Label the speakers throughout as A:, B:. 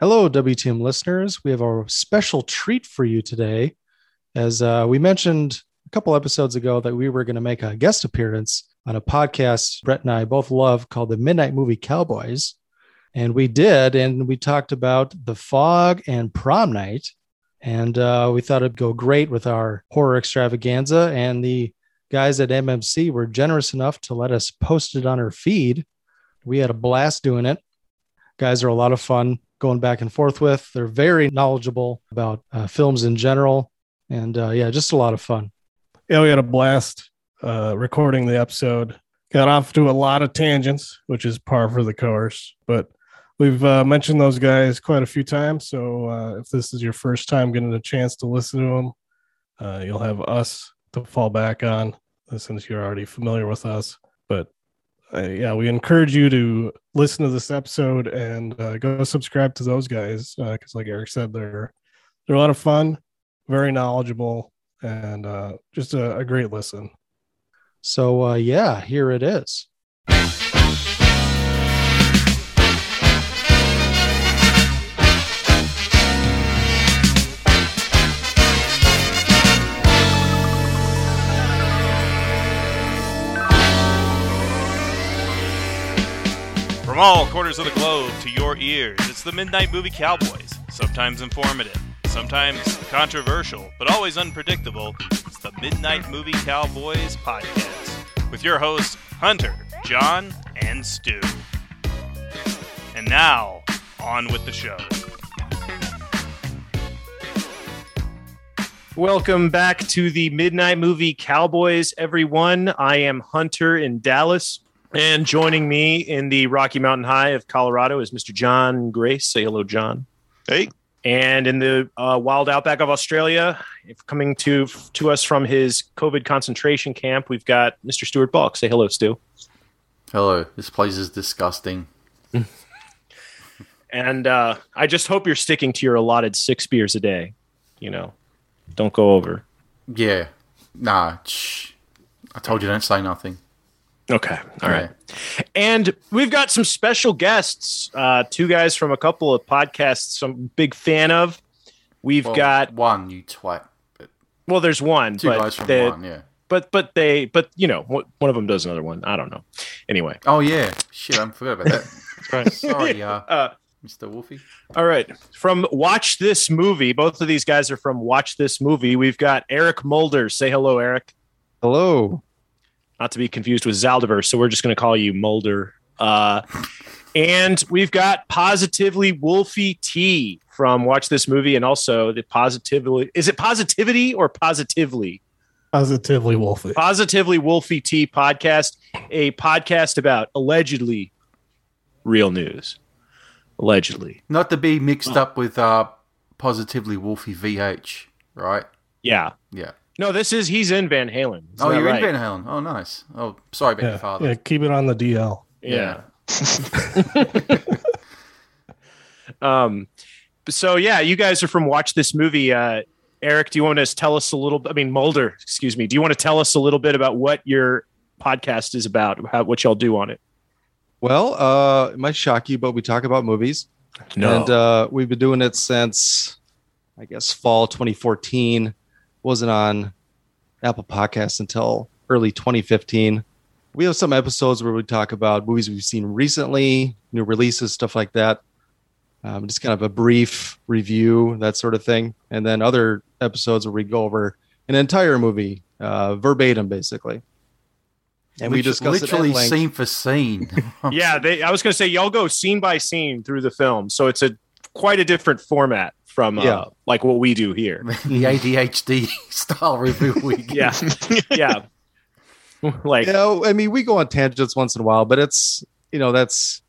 A: Hello, WTM listeners. We have a special treat for you today. As uh, we mentioned a couple episodes ago, that we were going to make a guest appearance on a podcast Brett and I both love called the Midnight Movie Cowboys. And we did. And we talked about The Fog and Prom Night. And uh, we thought it'd go great with our horror extravaganza. And the guys at MMC were generous enough to let us post it on our feed. We had a blast doing it. Guys are a lot of fun going back and forth with. They're very knowledgeable about uh, films in general. And uh, yeah, just a lot of fun.
B: yeah, we had a blast uh, recording the episode. Got off to a lot of tangents, which is par for the course. But we've uh, mentioned those guys quite a few times. So uh, if this is your first time getting a chance to listen to them, uh, you'll have us to fall back on uh, since you're already familiar with us. But uh, yeah, we encourage you to listen to this episode and uh, go subscribe to those guys because, like Eric said, they're they're a lot of fun, very knowledgeable, and uh, just a, a great listen.
A: So uh, yeah, here it is.
C: From all corners of the globe to your ears, it's the Midnight Movie Cowboys. Sometimes informative, sometimes controversial, but always unpredictable. It's the Midnight Movie Cowboys podcast with your hosts, Hunter, John, and Stu. And now, on with the show.
D: Welcome back to the Midnight Movie Cowboys, everyone. I am Hunter in Dallas, and joining me in the Rocky Mountain High of Colorado is Mr. John Grace. Say hello, John.
E: Hey.
D: And in the uh, wild outback of Australia, if coming to to us from his COVID concentration camp, we've got Mr. Stuart Balk. Say hello, Stu.
F: Hello, this place is disgusting.
D: And uh, I just hope you're sticking to your allotted six beers a day. You know, don't go over.
F: Yeah. Nah, shh. I told you don't say nothing.
D: Okay. All right.
F: Yeah.
D: And we've got some special guests, uh, two guys from a couple of podcasts I'm a big fan of. We've
F: Well,
D: got
F: one, you twat.
D: well, there's one,
F: Two
D: but
F: guys from
D: the-
F: one, yeah.
D: but but they but you know one one of them does another one. I don't know. Anyway,
F: Oh yeah. Shit, I forgot about that. Sorry, uh,
D: uh,
F: Mr. Wolfie.
D: all right. From Watch This Movie, both of these guys are from Watch This Movie. We've got Eric Mulder. Say hello, Eric.
A: Hello.
D: not to be confused with Zaldivar. So we're just going to call you Mulder. Uh, and we've got positively Wolfie T from Watch This Movie, and also the positively is it positivity or positively
B: Positively Wolfie.
D: positively Wolfie T podcast, a podcast about allegedly real news, allegedly.
F: Not to be mixed up with uh positively Wolfie VH, right?
D: Yeah,
F: Yeah.
D: no, this is he's in Van Halen. Isn't
F: oh,
D: that
F: you're
D: right?
F: in Van Halen. Oh, nice. Oh, sorry about your
B: Yeah,
F: father.
B: yeah, keep it on the DL.
D: yeah. Um, so yeah, you guys are from Watch This Movie. Uh, Eric, do you want to tell us a little? I mean, Mulder, excuse me. Do you want to tell us a little bit about what your podcast is about? How, what y'all do on it?
G: Well, uh, it might shock you, but we talk about movies. And uh, we've been doing it since, I guess, fall 2014. Wasn't on Apple Podcasts until early 2015. We have some episodes where we talk about movies we've seen recently, new releases, stuff like that. Um, just kind of a brief review, that sort of thing. And then other episodes where we go over an entire movie, uh, verbatim, basically. And we
F: Lit-
G: discuss
F: literally
G: it at length.
F: scene for scene.
D: yeah, they, I was going to say y'all go scene by scene through the film, so it's a quite a different format from uh,
G: Yeah.
D: like what we do here.
F: the ADHD style review week.
D: Yeah, yeah. like
G: yeah, I mean, we go on tangents once in a while, but it's you know that's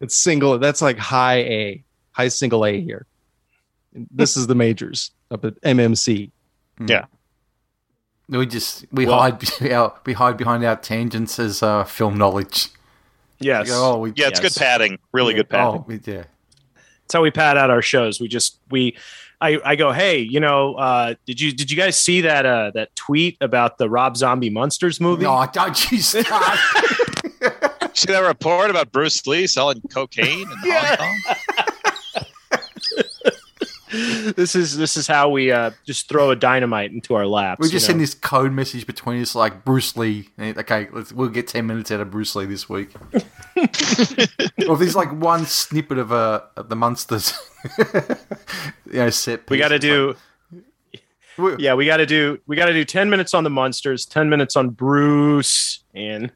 G: it's single. That's like high A, high single A here. And This is the majors up at MMC.
F: We just we
D: Well-
F: hide our, we hide behind our tangents as uh, film knowledge.
D: yes,
F: Oh, we,
E: Yeah, it's
D: Yes.
E: good padding. Really good padding.
F: Oh, we, yeah.
D: That's how we pad out our shows. We just we I, I go, hey, you know, uh, did you did you guys see that uh, that tweet about the Rob Zombie Monsters movie?
F: No, don't you start.
E: See that report about Bruce Lee selling cocaine in
D: Yeah.
E: Hong Kong?
D: this is this is how we uh, just throw a dynamite into our laps.
F: We just
D: you
F: send
D: know?
F: this code message between us, like Bruce Lee. And, Okay, let's, we'll get ten minutes out of Bruce Lee this week. or if there's like one snippet of uh of the monsters, you know, set.
D: we got
F: piece,
D: to
F: it's like-
D: do
F: we-
D: yeah, we got to do we got to do ten minutes on the monsters, ten minutes on Bruce, and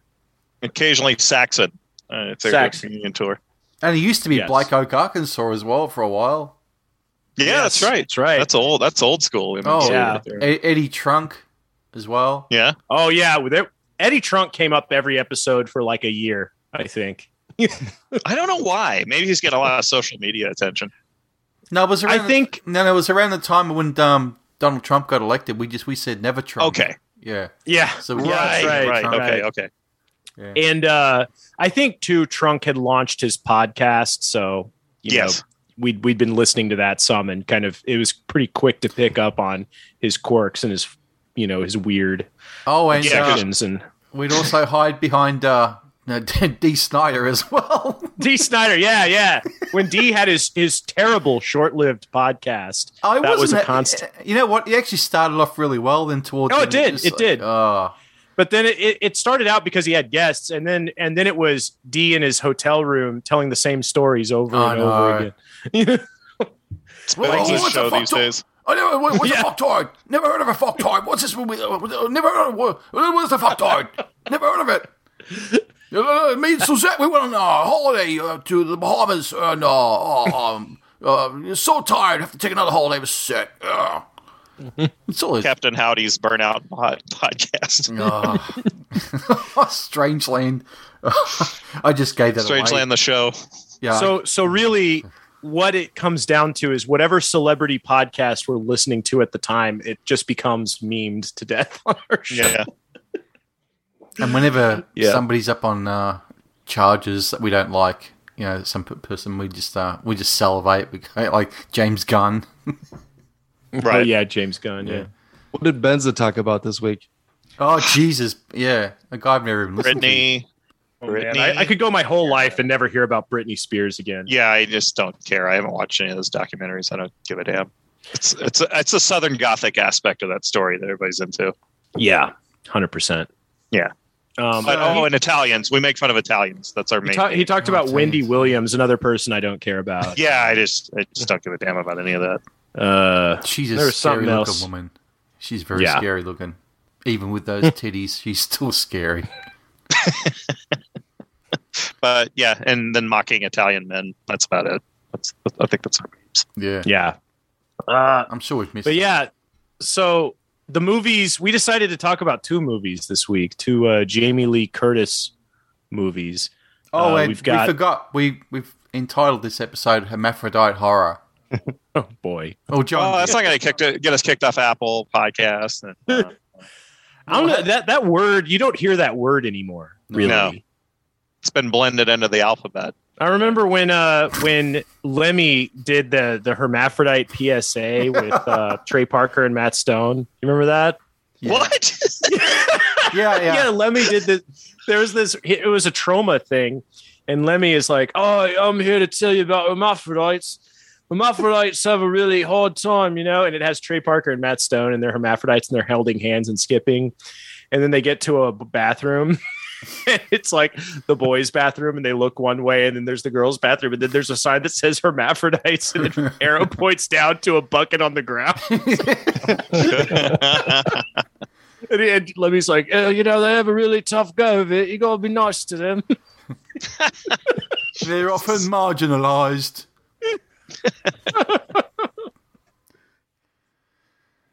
E: Occasionally Saxon. Uh, if they're
D: Saxon.
E: doing a reunion tour.
F: And it used to be
D: Yes.
F: Black Oak, Arkansas as well for a while.
E: Yeah, that's right.
D: that's right.
E: That's old. That's old school. you know,
F: Oh,
E: so-
D: yeah.
F: E- Eddie Trunk as well.
E: yeah.
D: oh yeah, with it- Eddie Trunk came up every episode for like a year, I think.
E: I don't know why. Maybe he's getting a lot of social media attention.
F: No, it was around
D: I think-
F: the, no, no, it was around the time when um, Donald Trump got elected. We just we said never Trump.
E: Okay.
F: Yeah.
D: Yeah,
F: So
D: Yeah,
F: we-
D: that's
E: right,
D: right,
E: right. Okay.
D: right.
E: Okay.
F: Yeah.
D: and uh, I think too Trunk had launched his podcast, so you know,
E: yes.
D: we'd we'd been listening to that some and kind of it was pretty quick to pick up on his quirks and his you know his weird
F: Oh, and
E: Yeah,
F: uh,
D: sections and
F: we'd also hide behind uh, no, D. Snyder as well.
D: D Snyder yeah yeah when D had his his terrible short-lived podcast
F: I
D: That was
F: wasn't
D: a constant.
F: You know what? It actually started off really well. Then towards
D: Oh,
F: the
D: it
F: end,
D: did,
F: just
D: it
F: like,
D: did.
F: uh,
D: but then it- it, it started out because he had guests and then and then it was D in his hotel room telling the same stories over
F: I
D: and
F: know.
D: over again
E: It's
F: Well,
E: Bill's
F: what's
E: show
F: Oh, the fuck
E: these
F: to-
E: days.
F: Oh, no, what- what's
D: Yeah.
F: a fucktard? Never heard of a fucktard. What's this movie? Uh, Never heard of what, What's a fucktard? Never heard of it. Uh, me and Suzette, we went on a holiday uh, to the Bahamas, and uh, uh, um, uh, so tired, have to take another holiday. Was sick. Uh. It's always
E: Captain Howdy's Burnout Pod-
F: Mm,
E: Podcast.
F: uh, strange land. I just gave that away.
E: Strangeland, the show.
F: Yeah,
D: so so really what it comes down to is whatever celebrity podcast we're listening to at the time it just becomes memed to death on our show.
E: Yeah.
F: Oh, And whenever
D: Yeah.
F: somebody's up on uh, charges that we don't like, you know, some p- person we just uh, we just salivate. We go, like James Gunn.
D: Oh
E: Right.
D: yeah, James Gunn. Yeah.
G: What did Benza talk about this week?
F: Oh Jesus, yeah, a guy I've never even listened
E: Brittany.
B: Oh,
E: Brittany.
B: man,
D: I, I could go my whole life and never hear about Britney Spears again.
E: Yeah, I just don't care. I haven't watched any of those documentaries. I don't give a damn. It's it's a, it's a Southern Gothic aspect of that story that everybody's into.
D: Yeah, hundred percent.
E: Yeah.
D: Um,
E: But oh, and Italians. We make fun of Italians. That's our
D: he,
E: main.
D: ta- he talked
F: Oh,
D: about
F: thanks.
D: Wendy Williams, another person I don't care about.
E: yeah, I just I just don't give a damn about any of that.
D: Uh,
F: to. She's a
D: There's something
F: scary looking
D: else.
F: woman. She's very
D: Yeah.
F: scary looking. Even with those titties, she's still scary.
E: But yeah, and then mocking Italian men. That's about it. That's I think that's our memes.
F: Yeah,
D: yeah.
E: Uh,
F: I'm sure we've missed.
D: But yeah, so the movies we decided to talk about two movies this week, two uh, Jamie Lee Curtis movies.
F: Oh,
D: uh,
F: and
D: we've got-
F: we forgot. We we've entitled this episode "Hermaphrodite Horror."
D: Oh boy,
F: Oh, John.
E: Oh, that's not going to kick to, get us kicked off Apple Podcast. And, uh,
D: I don't know that that word. You don't hear that word anymore. Really.
E: No. it's been blended into the alphabet.
D: I remember when uh when Lemmy did the the hermaphrodite PSA with uh Trey Parker and Matt Stone. You remember that?
F: Yeah.
E: What?
F: yeah, yeah.
D: Lemmy did the there was this it was a trauma thing and Lemmy is like, "Oh, I'm here to tell you about hermaphrodites. Hermaphrodites have a really hard time, you know." And it has Trey Parker and Matt Stone and they're hermaphrodites and they're holding hands and skipping. And then they get to a b- bathroom and it's like the boys' bathroom, and they look one way, and then there's the girls' bathroom, and then there's a sign that says hermaphrodites, and an arrow points down to a bucket on the ground.
E: Oh,
D: And, he- and Lemmy's like, oh, you know, they have a really tough go of it. You gotta be nice to them.
F: They're often marginalised.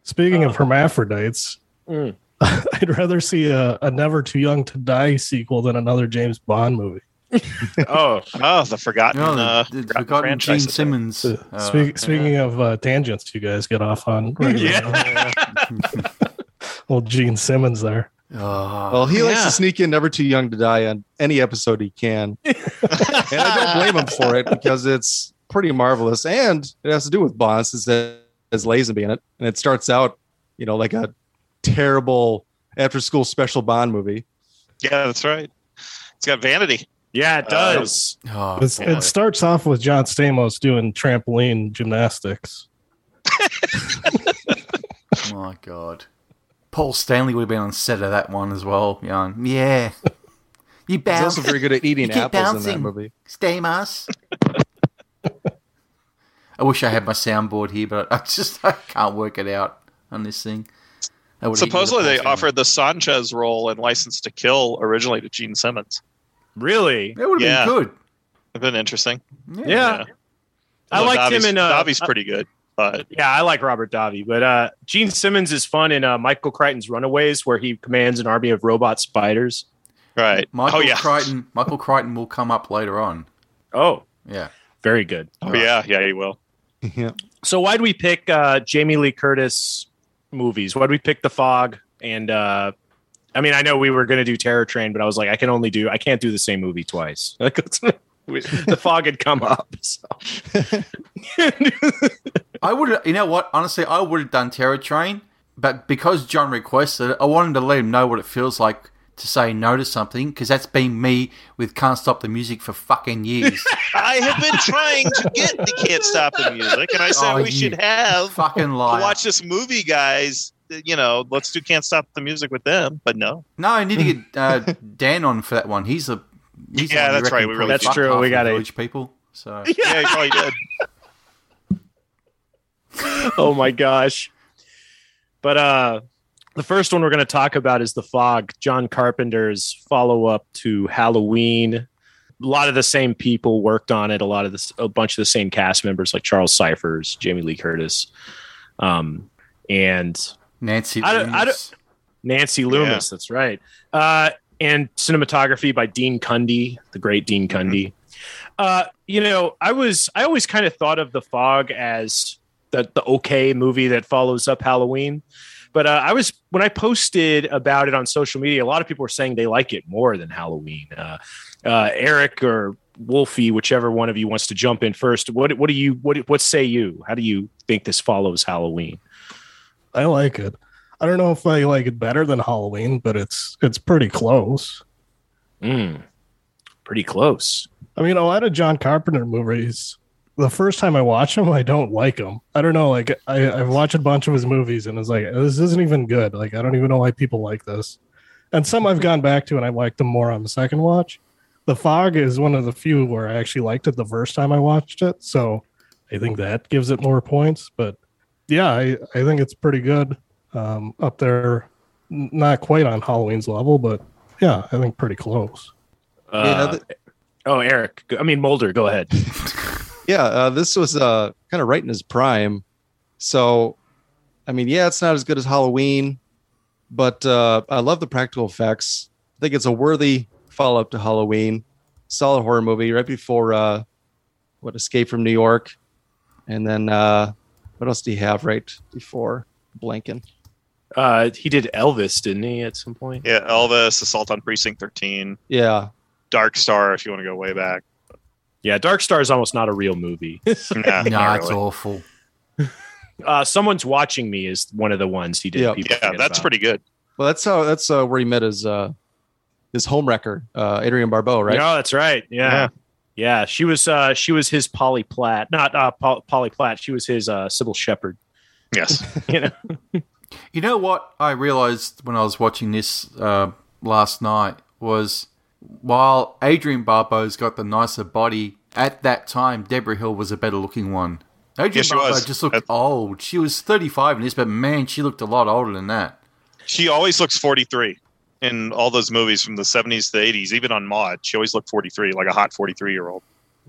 B: Speaking
F: Uh-huh.
B: of hermaphrodites,
D: Mm.
B: I'd rather see a, a Never Too Young to Die sequel than another James Bond movie.
D: oh,
E: oh, the forgotten.
F: No,
E: uh,
F: the, the
E: forgotten
F: forgotten Gene
E: franchise.
F: Simmons.
B: So,
F: uh,
B: speak, speaking of uh, tangents, you guys get off on
D: yeah.
B: old Gene Simmons there.
F: uh,
G: Well, he likes
E: Yeah.
G: to sneak in Never Too Young to Die on any episode he can. and I don't blame him for it because it's pretty marvelous. And it has to do with Bond since it has Lazenby in it. And it starts out, you know, like a terrible after school special Bond movie.
E: Yeah, that's right. It's got vanity.
D: Yeah, it
E: Uh,
D: does.
F: oh,
B: It's,
F: boy.
B: it starts off with John Stamos doing trampoline gymnastics.
F: My God. Paul Stanley would have been on set of that one as well. Yeah. Yeah. You
G: He's
F: bounce,
G: also very good at eating
F: You keep
G: apples in
F: bouncing.
G: that movie.
F: Stamos. I wish I had my soundboard here, but I just I can't work it out on this thing. I would've hit you with a
E: Supposedly, they
F: Paul Stanley.
E: offered the Sanchez role in License to Kill originally to Gene Simmons.
D: Really?
F: That would have
E: Yeah.
F: been good.
E: It'd been interesting.
D: Yeah. I
E: Although
D: liked
E: Davi's-
D: him in uh,
E: Davi's pretty good, but
D: Yeah, I like Robert Davi, but uh, Gene Simmons is fun in uh, Michael Crichton's Runaways, where he commands an army of robot spiders.
E: right.
F: Michael
E: oh yeah.
F: Crichton. Michael Crichton will come up later on.
D: Oh,
F: Yeah.
D: very good.
E: Oh yeah. Yeah, he will.
G: yeah.
D: So why'd we pick uh, Jamie Lee Curtis movies? Why'd we pick The Fog? And uh, I mean, I know we were going to do Terror Train, but I was like, I can only do, I can't do the same movie twice. Like, we- the Fog had come up. So.
F: I would. have You know what? Honestly, I would have done Terror Train, but because John requested it, I wanted to let him know what it feels like to say no to something because that's been me with Can't Stop the Music for fucking years.
E: I have been trying to get the can't stop the music, and I said
F: Oh,
E: we
F: you
E: should have
F: fucking liar.
E: watch this movie, guys. You know, let's do can't stop the music with them. But no,
F: No, I need to get uh, Dan on for that one. He's a he's the
E: Yeah,
F: one who
E: that's right,
F: reckon
E: we
F: probably
E: really
D: That's
F: fucked
D: true,
F: half
D: we
F: the
D: gotta-
F: village people. So
E: yeah, he probably did.
D: oh my gosh. But uh the first one we're going to talk about is The Fog, John Carpenter's follow-up to Halloween. A lot of the same people worked on it, a lot of this a bunch of the same cast members like Charles Cyphers, Jamie Lee Curtis. Um and
F: Nancy,
D: I don't- I
F: Loomis.
D: Nancy Loomis, that's right. Uh, and cinematography by Dean Cundy, the great Dean Cundy. Uh, you know, I was I always kind of thought of The Fog as the, the okay movie that follows up Halloween. But uh, I was when I posted about it on social media, a lot of people were saying they like it more than Halloween. Uh, uh, Eric or Wolfie, whichever one of you wants to jump in first. What what do you what what say you? How do you think this follows Halloween?
B: I like it. I don't know if I like it better than Halloween, but it's it's pretty close.
D: Mm, pretty close.
B: I mean, a lot of John Carpenter movies. The first time I watch them, I don't like them. I don't know. Like I, I've watched a bunch of his movies, and it's like this isn't even good. Like I don't even know why people like this. And some I've gone back to, and I liked them more on the second watch. The Fog is one of the few where I actually liked it the first time I watched it, so I think that gives it more points. But yeah, I, I think it's pretty good. Um, up there, n- not quite on Halloween's level, but yeah, I think pretty close.
D: Uh,
G: th-
D: Oh, Eric. go- I mean, Mulder, go ahead.
G: yeah uh, this was uh, kind of right in his prime so i mean yeah it's not as good as halloween but uh, i love the practical effects i think it's a worthy follow-up to halloween solid horror movie right before uh, what escape from new york and then uh, what else do you have right before blanking
D: Uh, he did Elvis, didn't he, at some point?
E: Yeah, Elvis, Assault on Precinct 13,
G: yeah
E: Dark Star. If you want to go way back,
D: Yeah, Dark Star is almost not a real movie.
E: Nah,
F: no,
E: not
F: it's
E: really.
F: awful.
D: Uh, Someone's Watching Me is one of the ones he did.
G: Yeah.
D: people
E: yeah,
D: forget
E: that's
D: about.
E: pretty good.
G: well that's how that's uh, where he met his uh, his homewrecker uh, adrian barbeau right
D: No, that's right. Yeah. yeah.
E: Yeah.
D: she was uh she was his Polly Platt, not uh Pol- Polly Platt. She was his uh Sybil Shepherd.
E: Yes,
F: You know what I realized when I was watching this uh, last night was while Adrian Barbeau's got the nicer body at that time, Deborah Hill was a better looking one. Adrian
E: Yes, she
F: Barbeau
E: was.
F: just looked
E: That's-
F: old. She was thirty five in this, but man, she looked a lot older than that.
E: she always looks 43 in all those movies from the 70s to the 80s. Even on Maud, she always looked 43, like a hot 43 year old.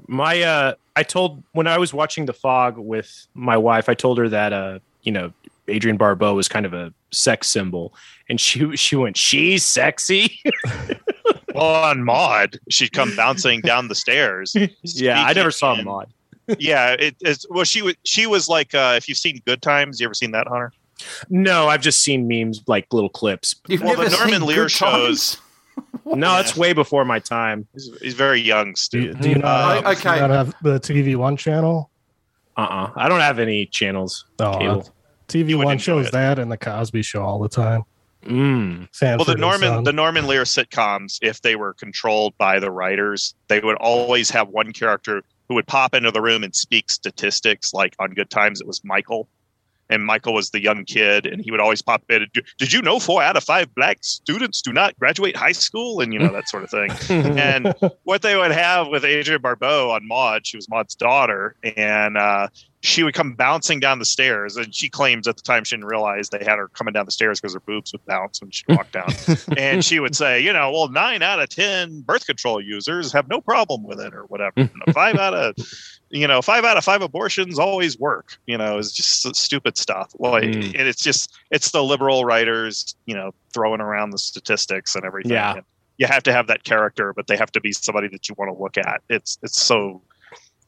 D: My uh I told when I was watching The Fog with my wife, I told her that uh, you know, Adrian Barbeau was kind of a sex symbol and she she went, "She's sexy."
E: Well, on Maud, she'd come bouncing down the stairs.
D: yeah, I never saw
E: Speaking-
D: Maud.
E: Yeah, it, it's well, she was she was like uh, if you've seen Good Times, you ever seen that, Hunter?
D: No, I've just seen memes like little clips.
F: You've
E: Well, the
F: never
E: Norman
F: seen
E: Lear
F: Good
E: shows-
F: Times?
D: No, it's way before my time.
E: He's, he's very young,
B: Do
E: Stu.
B: you, do you not,
F: Uh,
B: do you
F: okay.
B: not have the TV One channel?
D: Uh uh I don't have any channels.
B: No,
D: Cable.
B: TV
E: You would
B: One
E: enjoy
B: shows
E: it.
B: that and the Cosby Show all the time.
D: Mm.
B: Sanford
E: well, the
B: and
E: Norman
B: Son.
E: the Norman Lear sitcoms, if they were controlled by the writers, they would always have one character who would pop into the room and speak statistics. Like on Good Times, it was Michael, and Michael was the young kid, and he would always pop in. And do, Did you know four out of five black students do not graduate high school? And you know that sort of thing. And what they would have with Adrian Barbeau on Maud, she was Maud's daughter, and uh, she would come bouncing down the stairs. And she claims at the time she didn't realize they had her coming down the stairs because her boobs would bounce when she walked down. and she would say, you know, well, nine out of 10 birth control users have no problem with it or whatever. And five out of, you know, five out of five abortions always work. You know, it's just s- stupid stuff. Well, it-
D: Mm.
E: and it's just, it's the liberal writers, you know, throwing around the statistics and everything.
D: Yeah.
E: And you have to have that character, but they have to be somebody that you want to look at. It's, it's so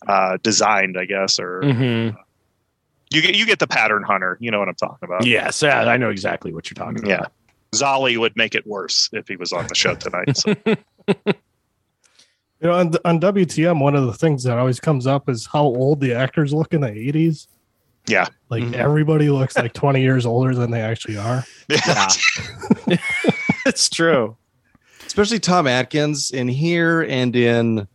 E: uh, designed, I guess, or
D: Mhm.
E: you get you get the pattern hunter. You know what I'm talking about.
D: Yes, yeah, I know exactly what you're talking about.
E: Uh, Yeah. Zolly would make it worse if he was on the show tonight. So.
B: You know, on, on WTM, one of the things that always comes up is how old the actors look in the 80s.
E: Yeah.
B: Like
F: Mm-hmm.
A: Mhm.
B: everybody looks like 20 years older than they actually are.
D: Yeah. it's true.
G: especially Tom Atkins in here and in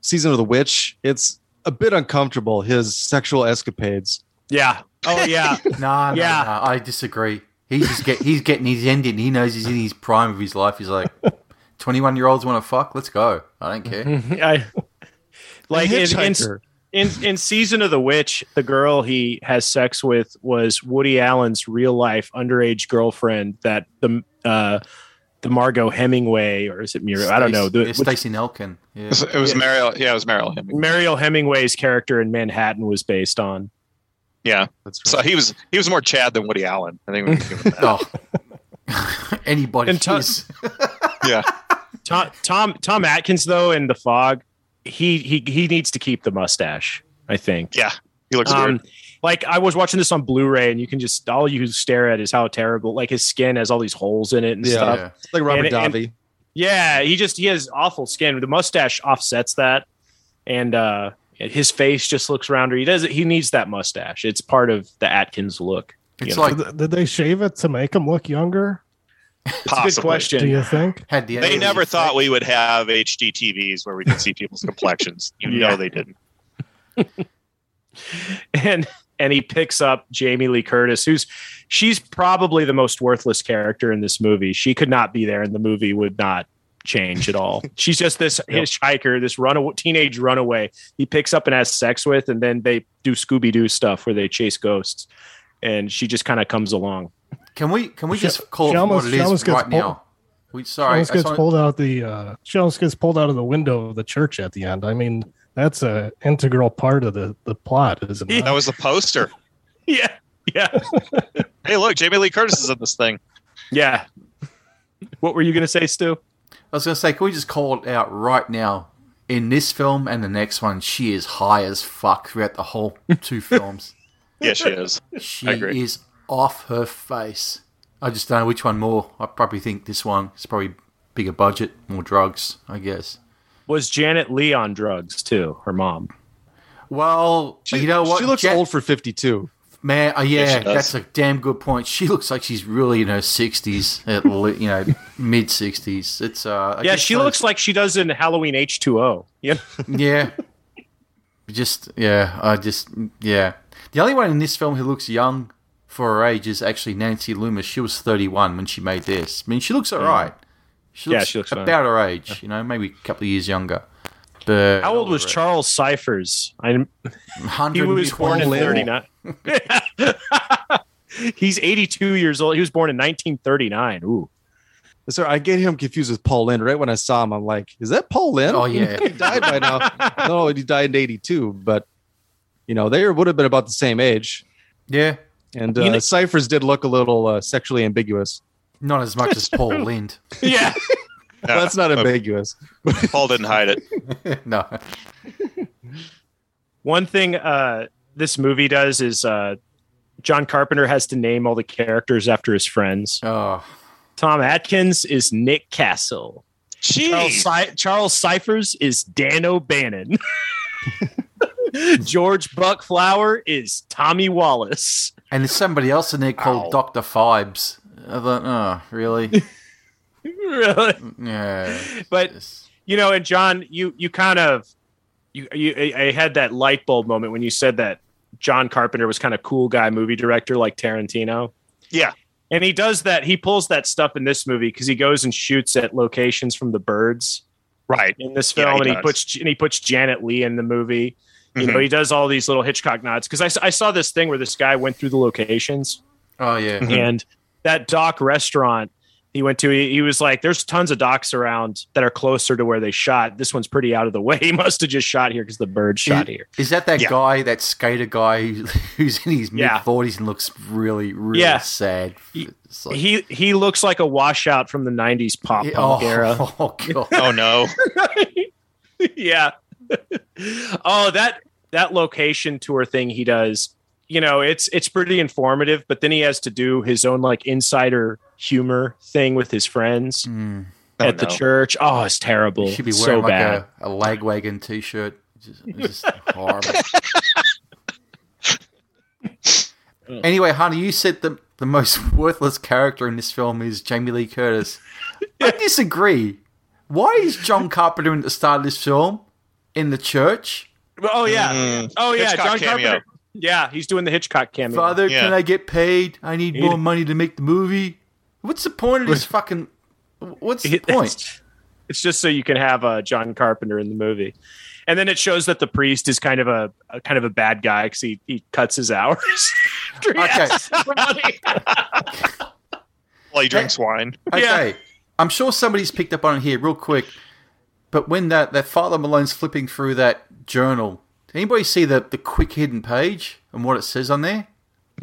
G: Season of the Witch. It's a bit uncomfortable his sexual escapades.
D: Yeah. Oh yeah.
F: Nah, no,
D: Yeah.
F: no, I disagree. He's just get he's getting his ending. He knows he's in his prime of his life. He's like, twenty one year olds want to fuck. Let's go. I don't
D: Mm-hmm.
F: care.
D: I like
G: The
D: in, in,
G: Hitchhiker.
D: in in season of the witch, the girl he has sex with was Woody Allen's real life underage girlfriend that the uh the Margot Hemingway or is it Muriel? I don't know. The,
F: Yeah,
D: which-
F: Stacey Nelkin. Yeah.
E: It was
D: Yeah.
E: Mariel. Yeah, it was Mariel. Hemingway.
D: Mariel Hemingway's character in Manhattan was based on.
E: Yeah.
G: That's
E: So
G: right.
E: he was he was more Chad than Woody Allen. I think. We can give him that.
F: Oh. Anybody
D: And Tut-
F: is.
D: Tom Tom Tom Atkins though in The Fog, he he he needs to keep the mustache, I think.
E: yeah. He looks
D: Um,
E: weird.
D: like I was watching this on Blu-ray, and you can just all you stare at is how terrible. Like his skin has all these holes in it and
G: Yeah.
B: Uh,
D: stuff.
F: Yeah.
G: It's like Robert
D: and- and-
G: Davi.
D: Yeah, he just he has awful skin. The mustache offsets that, and uh his face just looks rounder. He does he needs that mustache. It's part of the Atkins look.
F: It's
D: You know,
F: like
B: Did, did they shave it to make them look younger?
D: It's a good
E: Possibly.
B: Do
D: question.
B: you think?
F: had the
E: They never thought we would have HD TVs where we could see people's complexions. You
D: Yeah.
E: know they didn't.
D: And and he picks up Jamie Lee Curtis, who's she's probably the most worthless character in this movie. She could not be there, and the movie would not change at all. She's just this hitchhiker, this runaway teenage runaway. He picks up and has sex with, and then they do Scooby Doo stuff where they chase ghosts, and she just kind of comes along.
F: Can we can we just call
B: she
F: it
B: almost-
F: what it
B: she
F: is
B: almost gets
F: right
B: pulled-
F: now? We sorry.
B: She almost gets
F: I saw-
B: pulled out the uh, she almost gets pulled out of the window of the church at the end. I mean, that's a integral part of the the plot, isn't it?
E: That was the poster.
D: Yeah. Yeah.
E: Hey, look, Jamie Lee Curtis is in this thing.
D: Yeah. What were you going to say, Stu?
F: I was going to say, can we just call it out right now? In this film and the next one, she is high as fuck throughout the whole two films.
E: Yeah, she is.
F: She
E: I agree.
F: is off her face. I just don't know which one more. I probably think this one. It's probably bigger budget, more drugs, I guess.
D: Was Janet Lee on drugs too, her mom?
F: Well,
G: She,
F: you know what?
G: She looks
F: Jet-
G: old for 52.
F: Man, uh, yeah,
E: she does.
F: that's a damn good point. She looks like she's really in her sixties, at le- you know, mid sixties. It's uh, I
D: yeah,
F: guess
D: she
F: those-
D: looks like she does in Halloween H2O. Yeah.
F: yeah. Just yeah, I just yeah. The only one in this film who looks young for her age is actually Nancy Loomis. She was thirty-one when she made this. I mean, she looks alright. She
D: Mm. Yeah,
F: looks,
D: she looks fine.
F: about her age. You know, maybe a couple of years younger. But
D: How old was Charles Cyphers? I, he was born in 39. He's 82 years old. He was born in 1939. Ooh.
G: So I get him confused with Paul Lynn. Right when I saw him, I'm like, is that Paul Lynn?
F: Oh yeah,
G: he died by now. no, he died in 82, but you know, they would have been about the same age.
F: yeah.
G: And uh,
D: You know-
G: Cyphers did look a little uh, sexually ambiguous.
F: Not as much as Paul Lind.
D: Yeah.
E: Yeah.
G: That's not ambiguous.
E: Paul didn't hide it.
F: no,
D: One thing uh, this movie does is uh, John Carpenter has to name all the characters after his friends.
F: oh,
D: Tom Atkins is Nick Castle. Charles,
E: Jeez.
D: Cy- Charles Cyphers is Dan O'Bannon. George Buckflower is Tommy Wallace.
F: and there's somebody else in there called
D: Ow.
F: Doctor Fibes. I thought, oh, really?
D: Really?
F: Yeah.
D: But
F: Yes.
D: you know, and John, you you kind of you you I I had that light bulb moment when you said that John Carpenter was kind of cool guy movie director like Tarantino.
E: Yeah.
D: And he does that. He pulls that stuff in this movie because he goes and shoots at locations from the birds
E: Right.
D: in this
E: Yeah,
D: film,
E: he
D: and he
E: does.
D: puts and he puts Janet Lee in the movie. You know,
E: Mhm.
D: he does all these little Hitchcock nods because I, s- I saw this thing where this guy went through the locations
F: Oh yeah.
E: Mhm.
D: and that dock restaurant he went to he, he was like there's tons of docks around that are closer to where they shot this one's pretty out of the way he must have just shot here because the bird shot here
F: Is that that
E: Yeah.
F: guy, that skater guy who's- who's in his
D: Yeah.
F: mid forties and looks really, really
D: Yeah.
F: sad?
D: He-
F: It's like-
D: he he looks like a washout from the 90s pop
F: Yeah,
D: punk
F: oh,
D: era
F: oh, god.
E: Oh no.
D: yeah oh that that location tour thing he does you know it's it's pretty informative but then he has to do his own like insider humor thing with his friends
F: Mm.
E: Oh,
D: at the
E: no.
D: church oh it's terrible
F: You should be
D: It's
F: wearing
D: so
F: like
D: bad
F: a, a lag wagon t shirt. Just, it's just horrible. anyway, honey, you said the the most worthless character in this film is Jamie Lee Curtis. I disagree. Why is John Carpenter in the start of this film in the church?
D: oh yeah
E: Mm.
D: Oh yeah,
E: Hitchcock
D: John
E: cameo.
D: Carpenter. Yeah, he's doing the Hitchcock cameo.
F: Father,
E: Yeah.
F: can I get paid? I need
D: Need-
F: more money to make the movie. What's the point of this fucking? What's the
D: It-
F: point?
D: It's, it's just so you can have uh, John Carpenter in the movie, and then it shows that the priest is kind of a, a kind of a bad guy because he, he cuts his hours. after he
F: Okay.
D: asks for money.
E: While he drinks wine.
F: Okay. I'm sure somebody's picked up on it here real quick. But when that, that Father Malone's flipping through that journal, did anybody see the, the quick hidden page and what it says on there?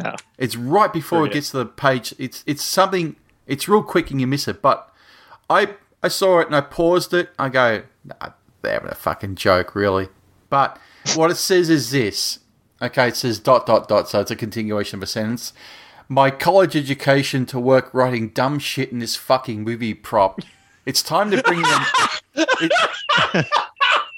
E: No.
F: It's right before it
D: Brilliant.
F: gets to the page. It's it's something it's real quick and you miss it. But I I saw it and I paused it. I go, nah, they're having a fucking joke, really. But what it says is this. Okay, it says dot dot dot, so it's a continuation of a sentence. My college education to work writing dumb shit in this fucking movie prop. It's time to bring them. it-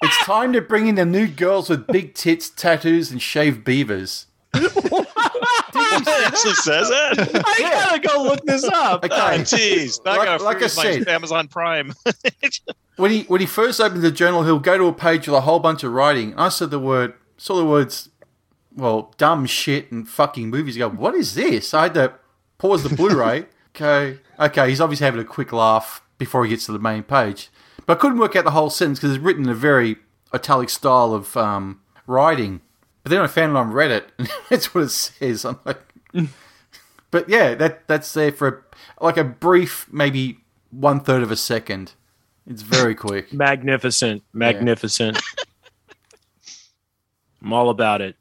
F: it's time to bring in the new girls with big tits, tattoos, and shaved beavers.
E: It actually says it.
D: I gotta go look this up.
E: Oh,
F: Okay,
E: Jeez, not
F: Like-
E: gonna
F: like I
E: freeze my
F: said-
E: Amazon Prime.
F: when he when he first opened the journal, he'll go to a page with a whole bunch of writing. I saw the word, saw the words, well, dumb shit and fucking movies. Go, what is this? I had to pause the Blu-ray. okay, okay, he's obviously having a quick laugh before he gets to the main page, but I couldn't work out the whole sentence because it's written in a very italic style of um, writing. But then I found it on Reddit, and that's what it says. I'm like, but yeah, that that's there for a, like a brief, maybe one third of a second. It's very quick.
D: Magnificent, magnificent. I'm all about it.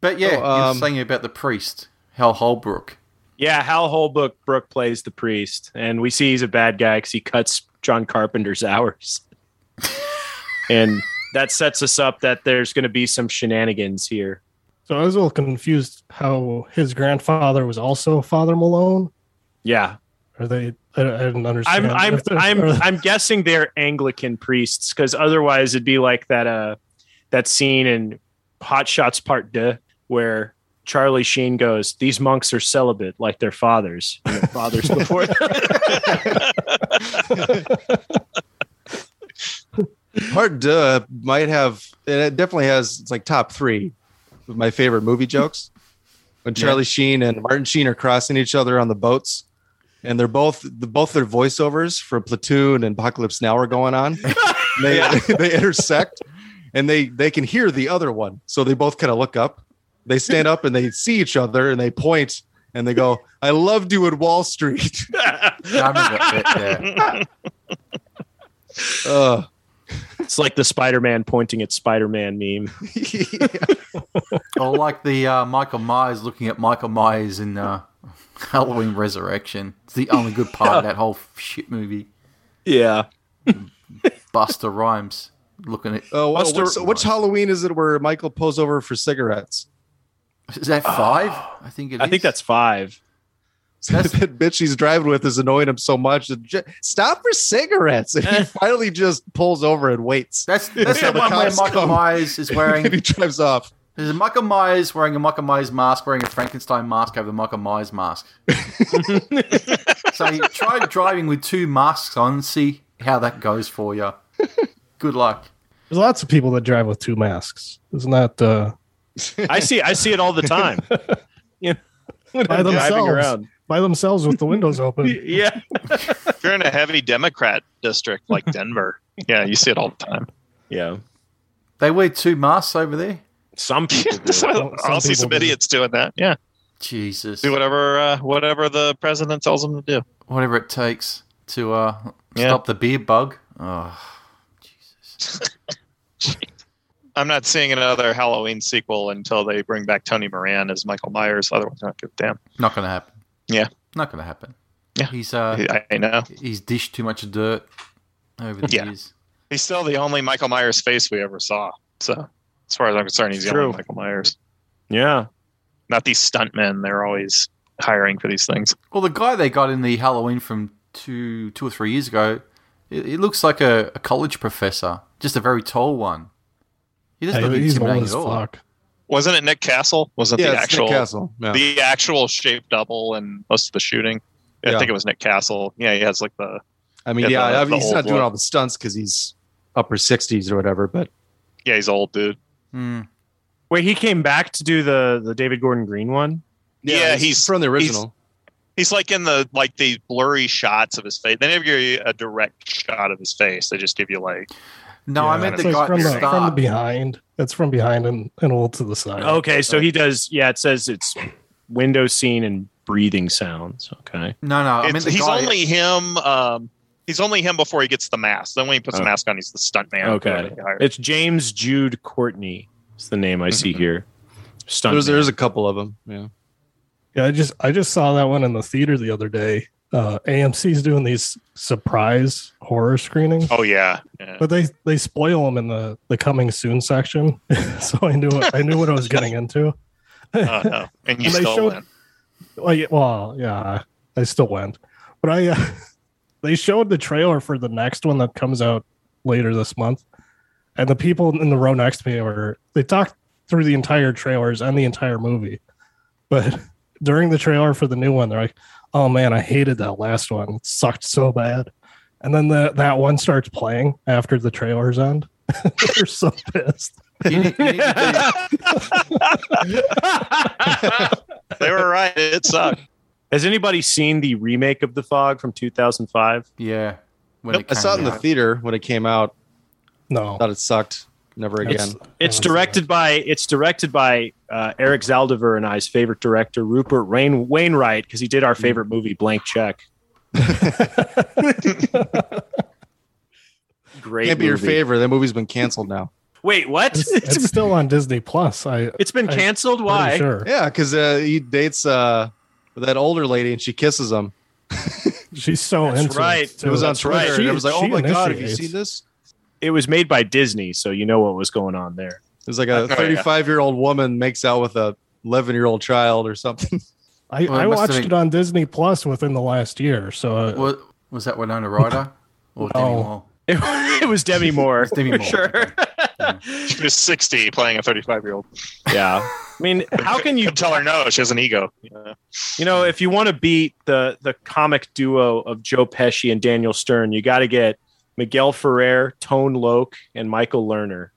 F: But yeah,
G: So, um,
F: you're saying about the priest, Hal Holbrook.
D: Yeah, Hal Holbrook Brooke plays the priest, and we see he's a bad guy because he cuts John Carpenter's hours, and that sets us up that there's going to be some shenanigans here.
B: So I was a little confused how his grandfather was also Father Malone.
D: Yeah,
B: Or they, I, I didn't understand.
D: I'm I'm
B: If they're-
D: I'm
B: or-
D: I'm guessing they're Anglican priests because otherwise it'd be like that uh that scene in Hot Shots Part Deux where Charlie Sheen goes, "These monks are celibate like their fathers, and their fathers before." them."
G: Part duh might have, and it definitely has, it's like top three of my favorite movie jokes. When Charlie Sheen and Martin Sheen are crossing each other on the boats, and they're both the, both their voiceovers for Platoon and Apocalypse Now are going on. And they they intersect, and they they can hear the other one, so they both kind of look up. They stand up and they see each other and they point and they go, "I loved you at Wall Street."
F: I remember that bit, yeah.
G: Ugh.
D: it's like the Spider-Man pointing at Spider-Man meme.
G: uh,
F: Or like the uh, Michael Myers looking at Michael Myers in uh, Halloween Resurrection. It's the only good part of that whole shit movie.
D: Yeah.
F: Buster Rhymes looking at.
G: Oh, well,
D: Buster-
G: what's- which Halloween is it where Michael pulls over for cigarettes?
F: Is that five? I think it is.
D: I think that's five.
F: That's-
G: that bitch he's driving with is annoying him so much. that ju- Stop for cigarettes. And
F: Eh.
G: he finally just pulls over and waits.
F: That's, that's
G: Yeah,
F: the
G: the
F: one where
G: cops
F: Michael
G: come.
F: Myers
G: and
F: is
G: he
F: wearing.
G: drives off.
F: There's a Michael Myers wearing a Michael Myers mask, wearing a Frankenstein mask over the Michael Myers mask. so you try driving with two masks on, see how that goes for you. Good luck.
B: There's lots of people that drive with two masks. It's not uh,
D: I see. I see it all the time. you know,
B: By
D: driving
B: themselves.
D: around.
B: by themselves with the windows open.
D: Yeah.
E: If you're in a heavy Democrat district like Denver, yeah, you see it all the time.
D: Yeah.
F: They wear two masks over there.
D: Some people. do.
E: So
B: Some
E: I'll see
B: people
E: some
B: do.
E: idiots doing that. Yeah,
F: Jesus.
E: do whatever uh, whatever the president tells them to do.
F: Whatever it takes to uh,
E: Yeah.
F: stop the beer bug. Oh, Jesus.
E: I'm not seeing another Halloween sequel until they bring back Tony Moran as Michael Myers. Otherwise, I don't give a damn.
F: Not going to happen.
E: Yeah.
F: Not going to happen.
E: Yeah.
F: He's uh,
E: I, I know.
F: he's dished too much dirt over the
E: Yeah.
F: years.
E: He's still the only Michael Myers face we ever saw. So, as far as I'm concerned, he's the
D: True.
E: only Michael Myers.
D: Yeah.
E: Not these stuntmen. They're always hiring for these things.
F: Well, the guy they got in the Halloween from two two or three years ago, it, he looks like a, a college professor, just a very tall one. He doesn't
B: Hey,
F: look
B: he's old
F: intimidating
B: as
F: at all.
B: fuck.
E: Wasn't it Nick Castle? Wasn't
G: yeah,
E: the
G: it's Nick
E: actual
G: Castle. Yeah.
E: the actual shape double and most of the shooting? I
G: Yeah.
E: think it was Nick Castle. Yeah, he has like the
G: I mean,
E: yeah,
G: yeah,
E: the-
G: I mean,
E: the
G: he's
E: old
G: not doing
E: look.
G: all the stunts because he's upper 60s or whatever, but
E: yeah he's old dude.
F: Hmm.
D: Wait, he came back to do the the David Gordon Green one.
E: Yeah, he's-
G: from the
E: he's-
G: original.
E: He's like in the like the blurry shots of his face. They never give you a direct shot of his face. They just give you like
F: No, I
B: Yeah,
F: meant the
B: it's
F: guy
B: like
F: at
B: from
F: the
B: the, from the
F: start.
B: behind. It's from behind and, and all to the side.
D: Okay, so he does. Yeah, it says it's window scene and breathing sounds. Okay.
F: no, no, I
E: It's-
F: meant the
E: he's
F: guy.
E: only him. Um, he's only him before he gets the mask. Then when he puts the
D: Oh.
E: mask on, he's the stunt man.
D: Okay. It's James Jude Courtney. Is the name I see
G: Mm-hmm.
D: here. Stunt.
G: There's, there's a couple of them. Yeah.
B: Yeah, I just I just saw that one in the theater the other day. Uh, AMC's doing these surprise horror screenings,
E: oh yeah. yeah.
B: but they they spoil them in the the coming soon section. so I knew what, I knew what I was getting into.
E: Oh, no. And
B: Well, they
E: you still
B: showed-
E: win.
B: Like, well, yeah, I still went, but I uh, they showed the trailer for the next one that comes out later this month, and the people in the row next to me were they talked through the entire trailers and the entire movie, but during the trailer for the new one, they're like, "Oh man, I hated that last one; it sucked so bad." And then the, that one starts playing after the trailers end. they're so pissed.
F: You need- you need to
E: They were right. It sucked.
D: Has anybody seen the remake of The Fog from 2005?
F: be- yeah. When
G: Nope, I saw it in the
F: out.
G: theater when it came out.
B: No,
G: Thought it sucked. Never again.
B: That's-
G: Um,
D: It's directed by it's directed by uh, Eric Zaldivar and I's favorite director Rupert Rain- Wainwright because he did
G: Mm.
D: our favorite movie Blank Check. Great.
G: Can't be your
D: movie.
G: favorite. That movie's been canceled now.
D: Wait, what?
B: It's, it's still on Disney Plus. I
D: it's been
B: I-
D: canceled.
B: Why?
D: Why?
B: Sure.
G: Yeah, because uh, he dates uh, that older lady and she kisses him.
B: She's so
D: That's
B: into
D: right.
B: It,
G: It was on
B: That's right.
G: Twitter. and
B: She-
G: it was like,
B: she
G: oh my god, have you
B: initiates.
G: seen this?
D: It was made by Disney, so you know what was going on there.
G: It was like a
E: yeah.
G: 35 year old woman makes out with a 11 year old child or something.
B: I,
F: Well, it
B: I
F: must have
B: watched it
F: been-
B: on Disney Plus within the last year. So uh,
F: Was, was that Winona Ryder
B: Oh.
F: or Demi
B: No.
F: Moore?
D: It, was Demi Moore.
F: Demi Moore.
D: Sure.
E: She was 60 playing a 35 year old.
D: yeah. I mean, how can you
E: You tell her no. She has an ego. Yeah.
D: You know, if you want to beat the the comic duo of Joe Pesci and Daniel Stern, you got to get Miguel Ferrer, Tone Loc, and Michael Lerner.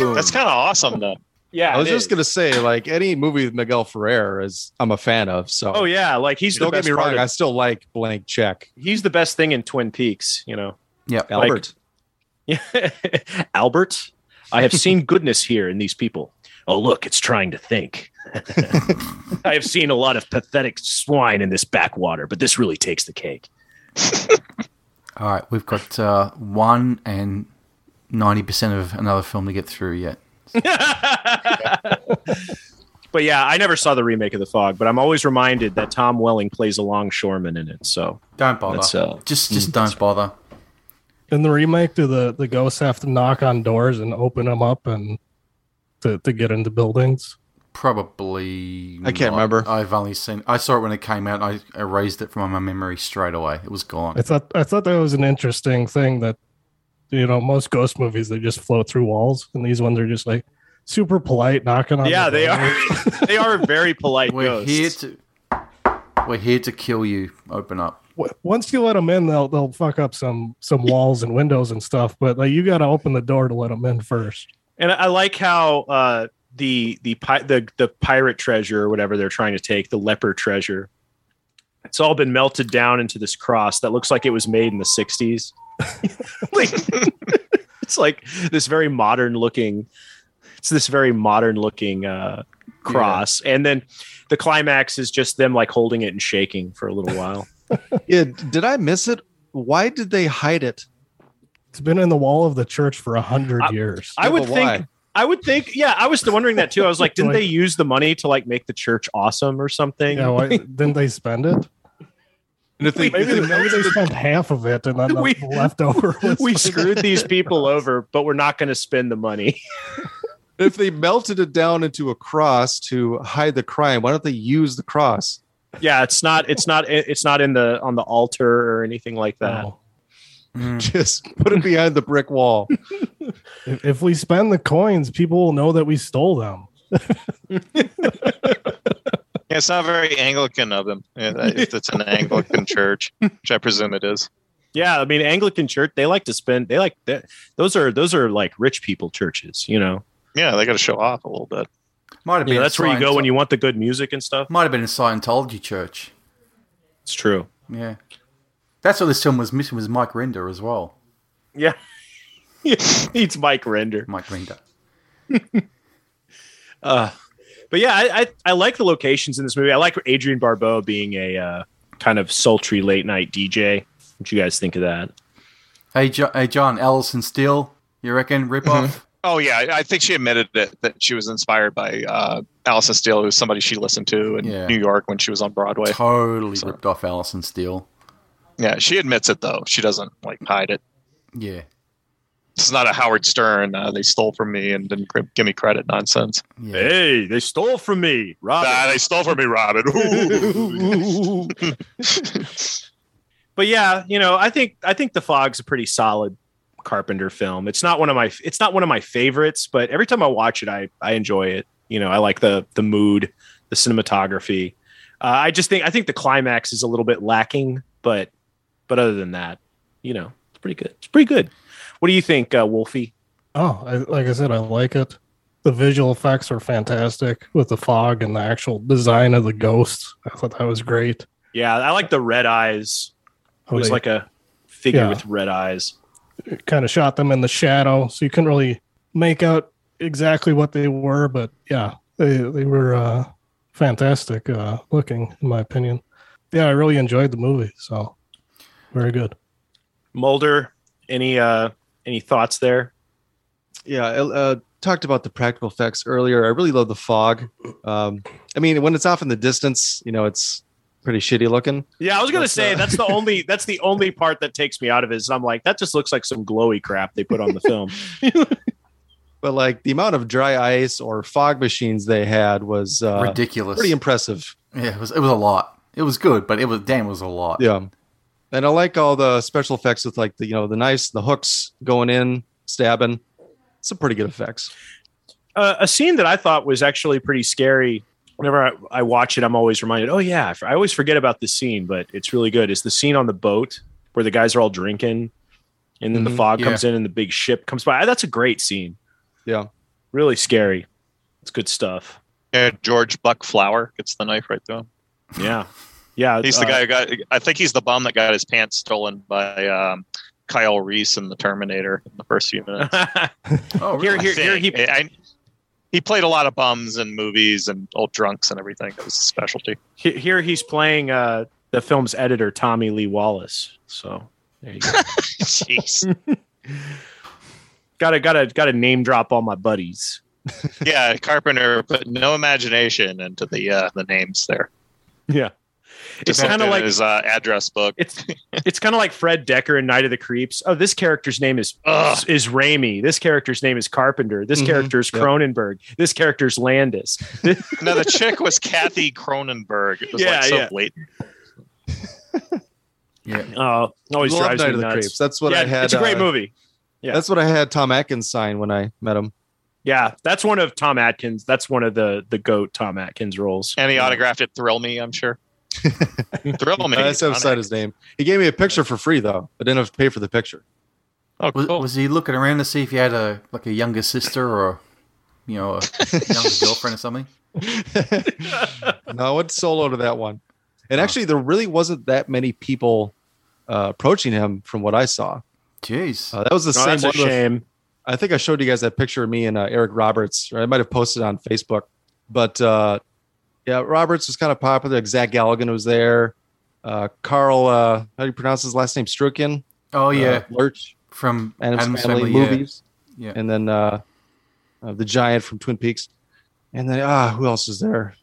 D: Boom.
E: That's kind of awesome though.
D: yeah.
G: I was
D: it
G: just
D: is.
G: gonna say, like any movie with Miguel Ferrer is I'm a fan of. So
D: Oh yeah, like he's
G: don't get
D: the best
G: me
D: part
G: wrong, I
D: of-
G: still like blank check.
D: he's the best thing in Twin Peaks. You know,
F: Yep.
D: Like-
G: Albert.
D: Albert. I have seen goodness here in these people. Oh look, it's trying to think. I have seen a lot of pathetic swine in this backwater, but this really takes the cake.
F: All right. We've got uh, one and 90% of another film to get through yet.
D: But yeah, I never saw the remake of The Fog, but I'm always reminded that Tom Welling plays a longshoreman in it. So
F: Don't bother.
D: That's, uh,
F: just just don't bother.
B: in the remake, do the, the ghosts have to knock on doors and open them up and to, to get into buildings?
F: Probably.
G: I can't
F: not.
G: remember.
F: I've only seen. I saw it when it came out. I erased it from my memory straight away. It was gone.
B: I thought I thought that was an interesting thing that you know most ghost movies they just float through walls, and these ones are just like super polite, knocking on.
D: yeah,
B: the
D: they
B: door.
D: are they are very polite
F: We're
D: ghosts.
F: here to. We're here to kill you. Open up.
B: w- once you let them in, they'll they'll fuck up some some walls and windows and stuff. But like you got to open the door to let them in first.
D: and I like how uh, the the pi- the the pirate treasure or whatever they're trying to take, the leper treasure. It's all been melted down into this cross that looks like it was made in the '60s. like, it's like this very modern looking. It's this very modern looking uh, cross, and then the climax is just them like holding it and shaking for a little while.
G: Yeah, did I miss it? Why did they hide it?
B: It's been in the wall of the church for a hundred
D: I-
B: years.
D: I
G: Yeah,
D: would
G: but
D: think.
G: why?
D: I would think. Yeah, I was wondering that too. I was like, didn't
B: Like-
D: they use the money to like make the church awesome or something?
B: yeah, why, didn't they spend it?
G: And if they,
D: Wait,
G: if
B: Maybe,
G: they-
B: maybe they spent half of it and then the
D: We-
B: left over. was-
D: we screwed these people over, but we're not going to spend the money.
G: if they melted it down into a cross to hide the crime, why don't they use the cross?
D: Yeah, it's not. It's not. It's not in the on the altar or anything like that.
B: No.
F: Mm.
G: Just put it behind the brick wall.
B: If, if we spend the coins, people will know that we stole them.
E: Yeah, it's not very Anglican of them. Yeah, that- If it's an Anglican church, which I presume it is.
D: Yeah, I mean Anglican church. They like to spend. They like that. Those are those are like rich people churches. You know.
E: Yeah, they got to show off a little bit.
F: Might have
D: You
F: been.
D: know, that's where you go when
F: Scient-
D: you want the good music and stuff.
F: Might have been a Scientology church.
D: It's true.
F: Yeah, that's what this film was missing was Mike Rinder as well.
D: Yeah. Needs Mike Render.
F: Mike Rinder.
D: Uh, but yeah, I, I I like the locations in this movie. I like Adrian Barbeau being a uh, kind of sultry late night DJ. What do you guys think of that?
F: Hey, jo- hey, John Ellison Steele. You reckon rip off?
E: Oh yeah, I- I think she admitted that that she was inspired by uh, Allison Steele, who's somebody she listened to in
F: Yeah.
E: New York when she was on Broadway.
F: Totally
E: Sorry.
F: ripped off Ellison Steele.
E: Yeah, she admits it though. She doesn't like hide it.
F: Yeah,
E: This is not a Howard Stern. Uh, they stole from me and didn't gr- give me credit nonsense.
F: yeah.
D: Hey, they stole from me, Rob.
E: Ah, they stole from me, Robin. Ooh.
D: but yeah, you know, I think I think The Fog's a pretty solid Carpenter film. It's not one of my it's not one of my favorites, but every time I watch it, I I enjoy it. You know, I like the the mood, the cinematography. Uh, I just think I think the climax is a little bit lacking, but but other than that, you know, it's pretty good. It's pretty good. What do you think, uh, Wolfie?
B: Oh, I, like I said, I like it. The visual effects are fantastic with the fog and the actual design of the ghosts. I thought that was great.
D: Yeah, I like the red eyes. It
B: How
D: was
B: they-
D: like a figure
B: Oh, Yeah.
D: with red eyes.
B: kind of shot them in the shadow, so you couldn't really make out exactly what they were. But yeah, they they were uh, fantastic uh, looking, in my opinion. Yeah, I really enjoyed the movie. So very good.
D: Mulder, any uh any thoughts there?
G: Yeah, I, uh, talked about the practical effects earlier. I really love the fog. Um, I mean, when it's off in the distance, you know, it's pretty shitty looking.
D: Yeah, I was gonna
G: That's,
D: say
G: uh,
D: that's the only that's the only part that takes me out of it. Is I'm like that just looks like some glowy crap they put on the film.
G: But like the amount of dry ice or fog machines they had was uh,
F: Ridiculous.
G: pretty impressive.
F: yeah, it was. It was a lot. It was good, but it was damn, it was a lot.
G: Yeah, and I like all the special effects with like the you know the knives, the hooks going in, stabbing. Some pretty good effects.
D: uh, a scene that I thought was actually pretty scary. Whenever I, I watch it, I'm always reminded. Oh yeah, I f- I always forget about this scene, but it's really good. Is the scene on the boat where the guys are all drinking, and then the
G: Mhm,
D: fog
F: yeah.
D: comes in and the big ship comes by. That's a great scene.
G: Yeah.
D: really scary. It's good stuff.
E: yeah, George Buck Flower gets the knife right through him.
D: Yeah, yeah.
E: He's the
D: uh,
E: guy who got. I think he's the bum that got his pants stolen by um, Kyle Reese in the Terminator in the first few
D: uh,
E: minutes.
F: Oh,
D: Here-
F: really?
D: here-
E: he, I, I- he played a lot of bums in movies and old drunks and everything. That was his specialty.
D: he- here he's playing uh, the film's editor Tommy Lee Wallace. So there you go.
E: Jeez.
D: gotta gotta gotta name drop all my buddies.
E: yeah, Carpenter put no imagination into the uh, the names there.
D: Yeah. It's
E: Just
D: kind
E: looked
D: of
E: in
D: like
E: his uh, address book.
D: it's it's kind of like Fred Decker in Night of the Creeps. Oh, this character's name is
E: Ugh.
D: is Raimi. This character's name is Carpenter. This
G: Mhm.
D: character character's
G: Yep.
D: Cronenberg. This character's Landis.
E: no, the chick was Kathy Cronenberg. It was
D: Yeah,
E: like so
D: yeah.
E: blatant.
F: Yeah.
D: Uh, always
G: Love
D: drives
G: Night
D: me
G: of the
D: nuts.
G: Creeps. That's what
D: yeah,
G: I had.
D: it's a great
G: uh,
D: movie. yeah.
G: That's what I had Tom Atkins sign when I met him.
D: Yeah, that's one of Tom Atkins. That's one of the the goat Tom Atkins roles.
E: And he
D: Yeah.
E: autographed it. Thrill me, I'm sure. Thrill me.
G: Uh, I just haven't
E: Sonic.
G: signed his name. He gave me a picture for free though. I didn't have to pay for the picture.
E: Oh,
F: Was,
E: cool.
F: was he looking around to see if he had a like a younger sister or you know, a young girlfriend or something?
G: no, it's solo to that one. And actually, there really wasn't that many people uh, approaching him from what I saw.
F: Jeez.
G: Uh, that was the
D: No,
G: same
D: Oh, that's a
G: one. with-
D: shame.
G: I think I showed you guys that picture of me and uh, Eric Roberts. Or I might have posted it on Facebook, but uh, yeah, Roberts was kind of popular. Like Zach Galligan was there. Uh, Carl, uh, how do you pronounce his last name? Strukin.
F: oh yeah,
G: uh, Lurch.
F: from
G: Adam's,
F: Adam's
G: Family,
F: yeah.
G: movies.
F: Yeah.
G: and then uh, uh, the Giant from Twin Peaks, and then ah, who else is there?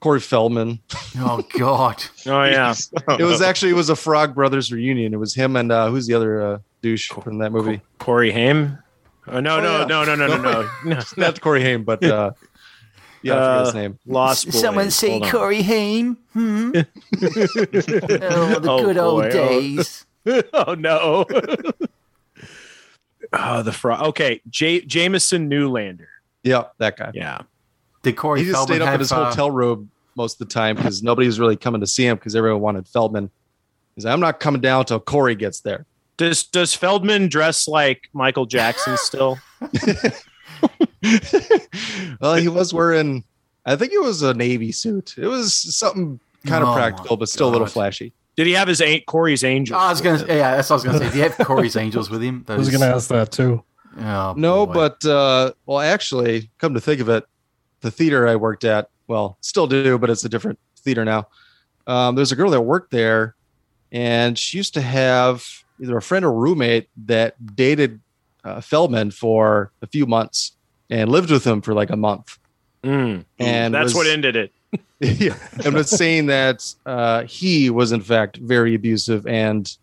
G: Corey Feldman.
F: Oh God.
D: Oh yeah.
G: It was actually it was a Frog Brothers reunion. It was him and uh, who's the other uh, douche from that movie?
D: Corey Haim. Oh, no,
G: Oh,
D: no,
G: yeah.
D: no, no, no, no, no, no.
G: Not Corey Haim, but uh, yeah, I forgot his
D: Uh,
G: name.
D: Lost Boys. Hold on.
F: Haim? Hmm. oh, the
D: Oh,
F: good
D: boy. Oh.
F: old days.
D: oh no. oh, the frog. Okay, J- Jameson Newlander.
G: Yeah, that guy.
D: Yeah.
F: Did Corey
G: he just
F: Feldman
G: stayed up
F: have,
G: in his
F: uh,
G: hotel room most of the time because nobody was really coming to see him because everyone wanted Feldman. He's like, I'm not coming down till Corey gets there.
D: Does Does Feldman dress like Michael Jackson still?
G: well, he was wearing, I think it was a navy suit. It was something kind
F: Oh
G: of
F: my
G: practical, but still a little
F: God.
G: flashy.
D: Did he have his aunt Corey's angel?
F: Oh, I was gonna. Yeah, that's what I was gonna say. Do you have Corey's Angels with him?
B: I was going to ask that too.
F: Oh,
G: No,
F: boy.
G: but uh, well, actually, come to think of it, the theater I worked at, well, still do, but it's a different theater now. Um, there's a girl that worked there, and she used to have either a friend or roommate that dated uh, Feldman for a few months and lived with him for like a month.
D: Mm.
G: And
D: that's
G: was-
D: what ended it.
G: yeah, and was saying that uh, he was in fact very abusive and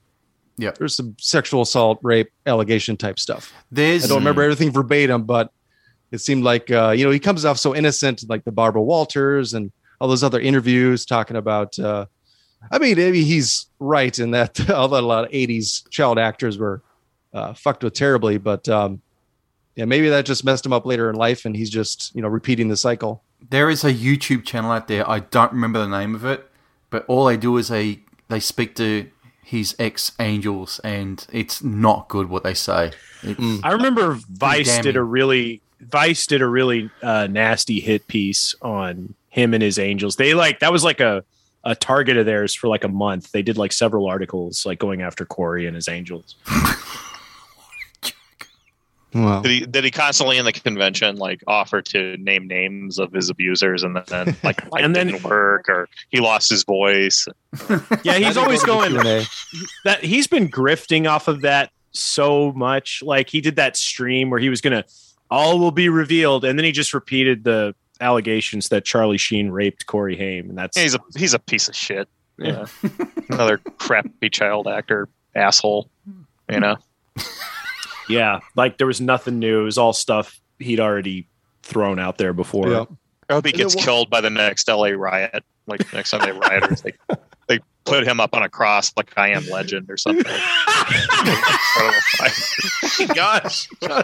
F: Yeah.
G: there's some sexual assault, rape, allegation type stuff. I
F: there's
G: don't remember everything verbatim, but it seemed like uh, you know he comes off so innocent, like the Barbara Walters and all those other interviews talking about. Uh, I mean, maybe he's right in that a lot, a lot of '80s child actors were uh, fucked with terribly, but um, yeah, maybe that just messed him up later in life, and he's just you know repeating the cycle.
F: there is a YouTube channel out there. I don't remember the name of it, but all they do is they they speak to his ex angels, and it's not good what they say. It's,
D: I remember Vice
F: damning.
D: did a really Vice did a really uh, nasty hit piece on him and his angels. They like that was like a a target of theirs for like a month. They did like several articles like going after Corey and his angels.
G: Wow.
E: Did he, did he constantly in the convention like offer to name names of his abusers and then like light
D: And then-
E: didn't work or he lost his voice?
D: Yeah, he's always going
G: Q&A.
D: that he's been grifting off of that so much. Like he did that stream where he was gonna all will be revealed, and then he just repeated the allegations that Charlie Sheen raped Corey Haim, and that's
E: Yeah, he's a he's a piece of shit. Yeah. Another crappy child actor asshole. You know,
D: yeah, like there was nothing new. It was all stuff he'd already thrown out there before.
G: Yeah.
E: I hope he
G: And then
E: gets
G: what-
E: killed by the next LA riot. Like the next time they riot, or they they put him up on a cross like I am Legend or something. Gosh,
G: Well,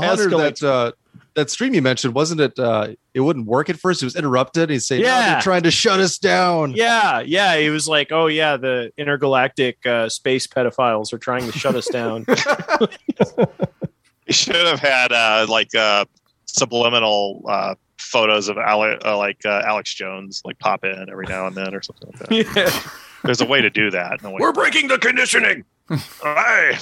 G: Hunter,
D: Escalates.
G: that uh, that stream you mentioned wasn't it? Uh, it wouldn't work at first. It was interrupted. He'd say, "Yeah,
D: Yeah.
G: they're trying to shut us down."
D: Yeah, yeah. He was like, "Oh yeah, the intergalactic uh, space pedophiles are trying to shut us down."
E: He should have had uh, like uh, subliminal uh, photos of Ale- uh, like uh, Alex Jones like pop in every now and then or something like that.
D: yeah.
E: There's a way to do that. and a way-
D: breaking the conditioning.
E: Hey,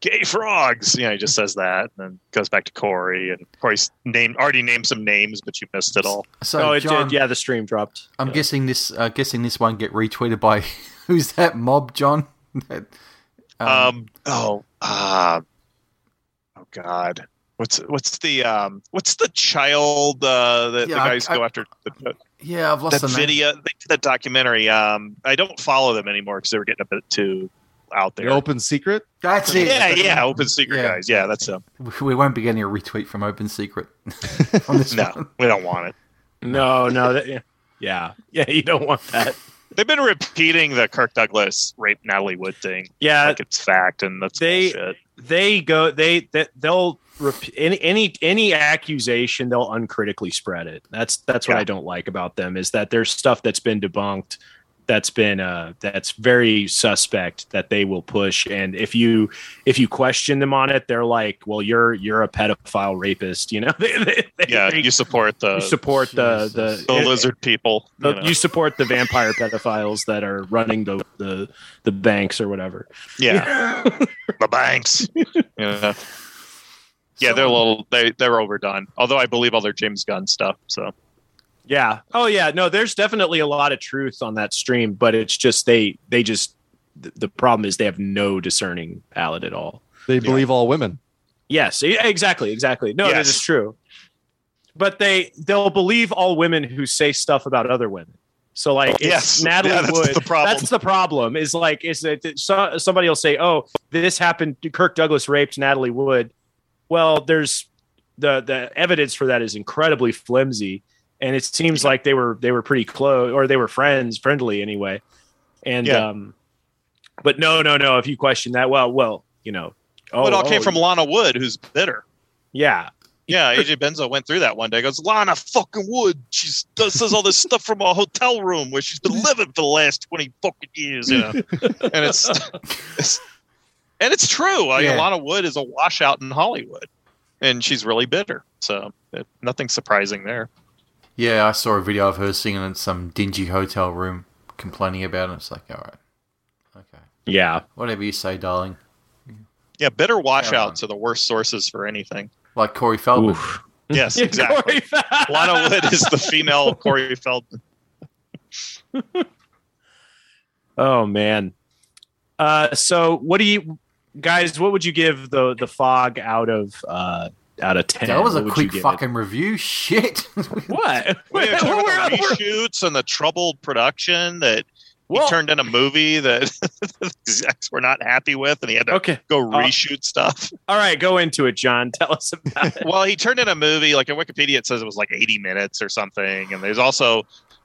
E: gay frogs. You know, he just says that and then goes back to Corey and Corey's name already named some names, but you missed it all.
F: so
D: Oh, it
F: John,
D: did. Yeah, the stream dropped.
F: I'm guessing this. Uh, guessing this one get retweeted by who's that mob, John? That, um,
E: Um, oh, uh, oh God. What's what's the um what's the child uh that
F: Yeah,
E: the
F: I-
E: guys
F: I-
E: go after the,
F: yeah, I've lost
E: that
F: the name.
E: video, they did that documentary. Um, I don't follow them anymore because they were getting a bit too out
G: An
E: there.
G: open secret.
F: That's it.
E: yeah, yeah, open secret
F: Yeah.
E: guys. Yeah, that's um, them.
F: We won't be getting a retweet from Open Secret on this one.
E: No, we don't want it.
D: No, no. That, yeah. yeah, yeah. You don't want that.
E: They've been repeating the Kirk Douglas rape Natalie Wood thing
D: Yeah,
E: like it's fact, and that's
D: they-
E: bullshit.
D: they go. They they they'll rep- any any any accusation they'll uncritically spread it. That's that's what
E: Yeah.
D: I don't like about them is that there's stuff that's been debunked that's been uh, that's very suspect that they will push. And if you if you question them on it, they're like, "Well, you're you're a pedophile rapist," you know. they, they, they-
E: Yeah,
D: they
E: you support the
D: support the the,
E: the lizard people.
D: the-
E: you know.
D: Uh, you support the vampire pedophiles that are running the the, the banks or whatever.
E: yeah, the banks. yeah, yeah, they're a little they they're overdone. Although I believe all their James Gunn stuff. So
D: Yeah. Oh yeah. No, there's definitely a lot of truth on that stream, but it's just they they just th- the problem is they have no discerning palate at all.
G: They believe all women.
D: Yes, e- exactly, exactly. No, that
E: Yes.
D: is true. But they they'll believe all women who say stuff about other women. So like, it's
E: Yes.
D: Natalie
E: Yeah, that's
D: Wood.
E: the problem.
D: That's the problem. Is like, is that that so, somebody will say, "Oh, this happened. Kirk Douglas raped Natalie Wood." Well, there's the the evidence for that is incredibly flimsy, and it seems like they were they were pretty close, or they were friends, friendly anyway. And
E: Yeah.
D: um, but no, no, no. If you question that, well, well, you know, oh,
E: it all came
D: oh,
E: from Lana Wood, who's bitter.
D: yeah,
E: Yeah, AJ Benzo went through that one day. Goes Lana fucking Wood. She does, says all this stuff from a hotel room where she's been living for the last twenty fucking years. You know? and it's, it's and it's true. I mean,
G: Yeah.
E: Lana Wood is a washout in Hollywood, and she's really bitter. So it, nothing surprising there.
F: Yeah, I saw a video of her singing in some dingy hotel room, complaining about it. It's like, all right, okay,
D: yeah.
F: whatever you say, darling.
E: Yeah, bitter washouts are the worst sources for anything.
F: Like Corey Feldman.
E: Yes, exactly. Lana Wood is the female Corey Feldman.
D: Oh man. Uh, so what do you guys? What would you give the the fog out of uh, out of ten?
F: That was a
D: What would you
F: quick
D: give it?
F: fucking review. Shit.
D: What?
E: We
D: We're-
E: are talking
D: we're-
E: about
D: we're-
E: reshoots and the troubled production that he
D: well,
E: turned in a movie that the execs were not happy with, and he had to
D: okay.
E: go reshoot stuff.
D: All right. Go into it, John. Tell us about it.
E: Well, he turned in a movie like in Wikipedia it says it was like 80 minutes or something, and there's also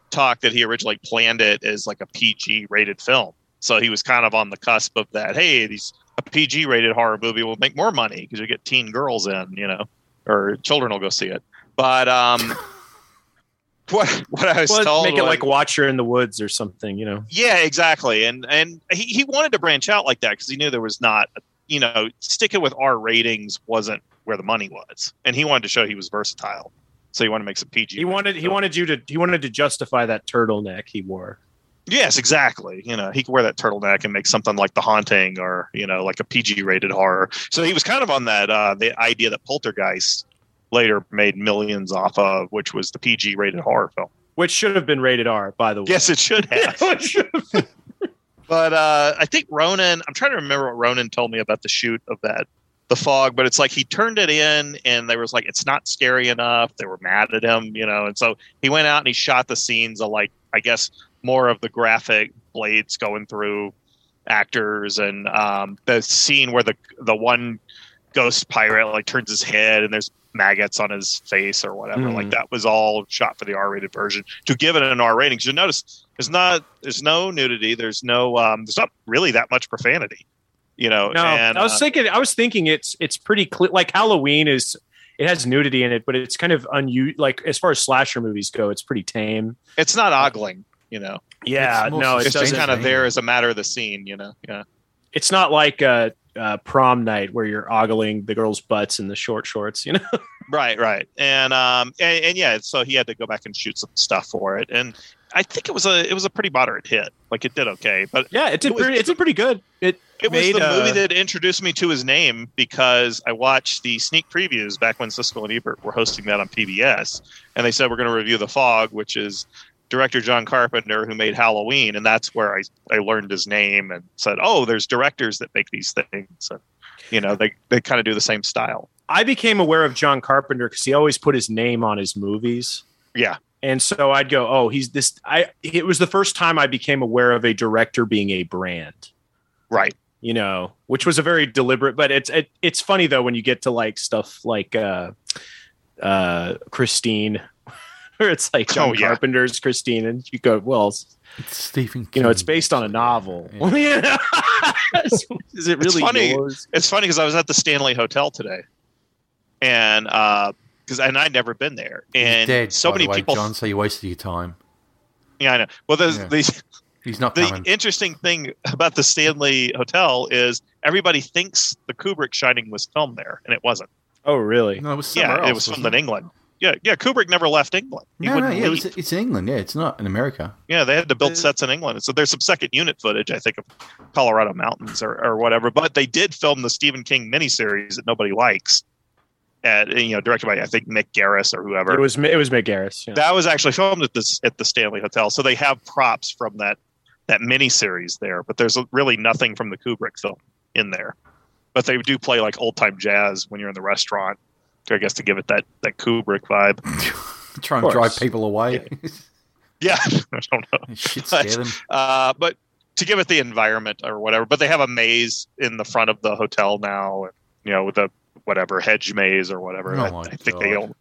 E: talk that he originally planned it as like a PG rated film, so he was kind of on the cusp of that. Hey, these a PG rated horror movie will make more money because you get teen girls in, you know, or children will go see it. But um, what what I was
D: Well,
E: told
D: make it
E: was-
D: like Watcher in the Woods or something. You know.
E: yeah, exactly. And and he, he wanted to branch out like that because he knew there was not, you know, sticking with R ratings wasn't where the money was, and he wanted to show he was versatile. So he wanted to make some PG.
D: He wanted he wanted you to he wanted to justify that turtleneck he wore.
E: Yes, exactly. You know, he could wear that turtleneck and make something like The Haunting or you know, like a PG rated horror. So he was kind of on that uh, the idea that Poltergeist later made millions off of, which was the PG rated horror film.
D: Which should have been rated R, by the way.
E: Yes, it should have.
D: it should have.
E: But uh, I think Ronan, I'm trying to remember what Ronan told me about the shoot of that, the fog, but it's like he turned it in and they was like, it's not scary enough. They were mad at him, you know. And so he went out and he shot the scenes of like, I guess, more of the graphic blades going through actors and um, the scene where the the one ghost pirate like turns his head and there's maggots on his face or whatever
D: Mhm.
E: like that was all shot for the r-rated version to give it an r rating 'Cause you notice there's not there's no nudity there's no um there's not really that much profanity you know
D: No,
E: and
D: I was
E: uh,
D: thinking. I was thinking it's it's pretty clear. Like Halloween is it has nudity in it, but it's kind of unusual. Like as far as slasher movies go, it's pretty tame.
E: it's not ogling you know
D: Yeah,
F: It's more
D: no, Oh, it
E: it's just
D: doesn't.
E: kind
F: kinda-
E: of there as a matter of the scene you know yeah
D: It's not like uh, uh, prom night where you're ogling the girls' butts in the short shorts. You know,
E: Right, right, and um, and, and yeah, so he had to go back and shoot some stuff for it, and I think it was a it was a pretty moderate hit. Like it did okay, but
D: yeah, it did.
E: It was-
D: pretty, it did pretty good. It
E: it
D: made,
E: was the
D: uh,
E: movie that introduced me to his name because I watched the sneak previews back when Siskel and Ebert were hosting that on PBS, and they said we're going to review The Fog, which is director John Carpenter who made Halloween, and that's where I I learned his name and said, oh, there's directors that make these things, and you know they they kind of do the same style.
D: I became aware of John Carpenter because he always put his name on his movies.
E: Yeah.
D: And so I'd go, oh, he's this. I it was the first time I became aware of a director being a brand.
E: Right.
D: you know, which was a very deliberate. But it's it, it's funny though when you get to like stuff like uh, uh, Christine, where it's like John
E: Oh, yeah.
D: Carpenter's Christine, and you go, well,
F: It's Stephen
D: you
F: King.
D: know, it's based on a novel.
F: Hmm. Yeah.
D: You know? Is it
E: It's
D: really
E: funny.
D: yours?
E: It's funny because I was at the Stanley Hotel today, and because and I'd never been there,
F: He's
E: and
F: dead,
E: so
F: by the
E: many
F: way,
E: people.
F: John, so you wasted your time.
E: Yeah, I know. Well, there's
F: Yeah.
E: these.
F: He's not
E: the
F: coming.
E: interesting thing about the Stanley Hotel is everybody thinks the Kubrick Shining was filmed there, and it wasn't.
D: Oh, really?
F: no, it was somewhere
E: Yeah,
F: else.
E: it was filmed
F: wasn't
E: in England. Yeah, yeah. Kubrick never left England. He
F: No, no,
E: wouldn't
F: yeah, it was,
E: leave.
F: it's in England. Yeah, it's not in America.
E: yeah, they had to build sets in England, so there's some second unit footage, I think, of Colorado mountains or, or whatever. But they did film the Stephen King miniseries that nobody likes, at you know, directed by I think Nick Garris or whoever.
D: It was it was Mick Garris. yeah.
E: that was actually filmed at this at the Stanley Hotel. So they have props from that that miniseries there, but there's really nothing from the Kubrick film in there. But they do play like old time jazz when you're in the restaurant, I guess to give it that that Kubrick vibe.
F: Try and
D: Of
F: drive
D: course.
F: people away.
E: Yeah, I don't know.
F: Shit scare them.
E: Uh, but to give it the environment or whatever. But they have a maze in the front of the hotel now, and you know with a whatever hedge maze or whatever.
F: Oh
E: I,
F: my
E: I think they
F: God.
E: only,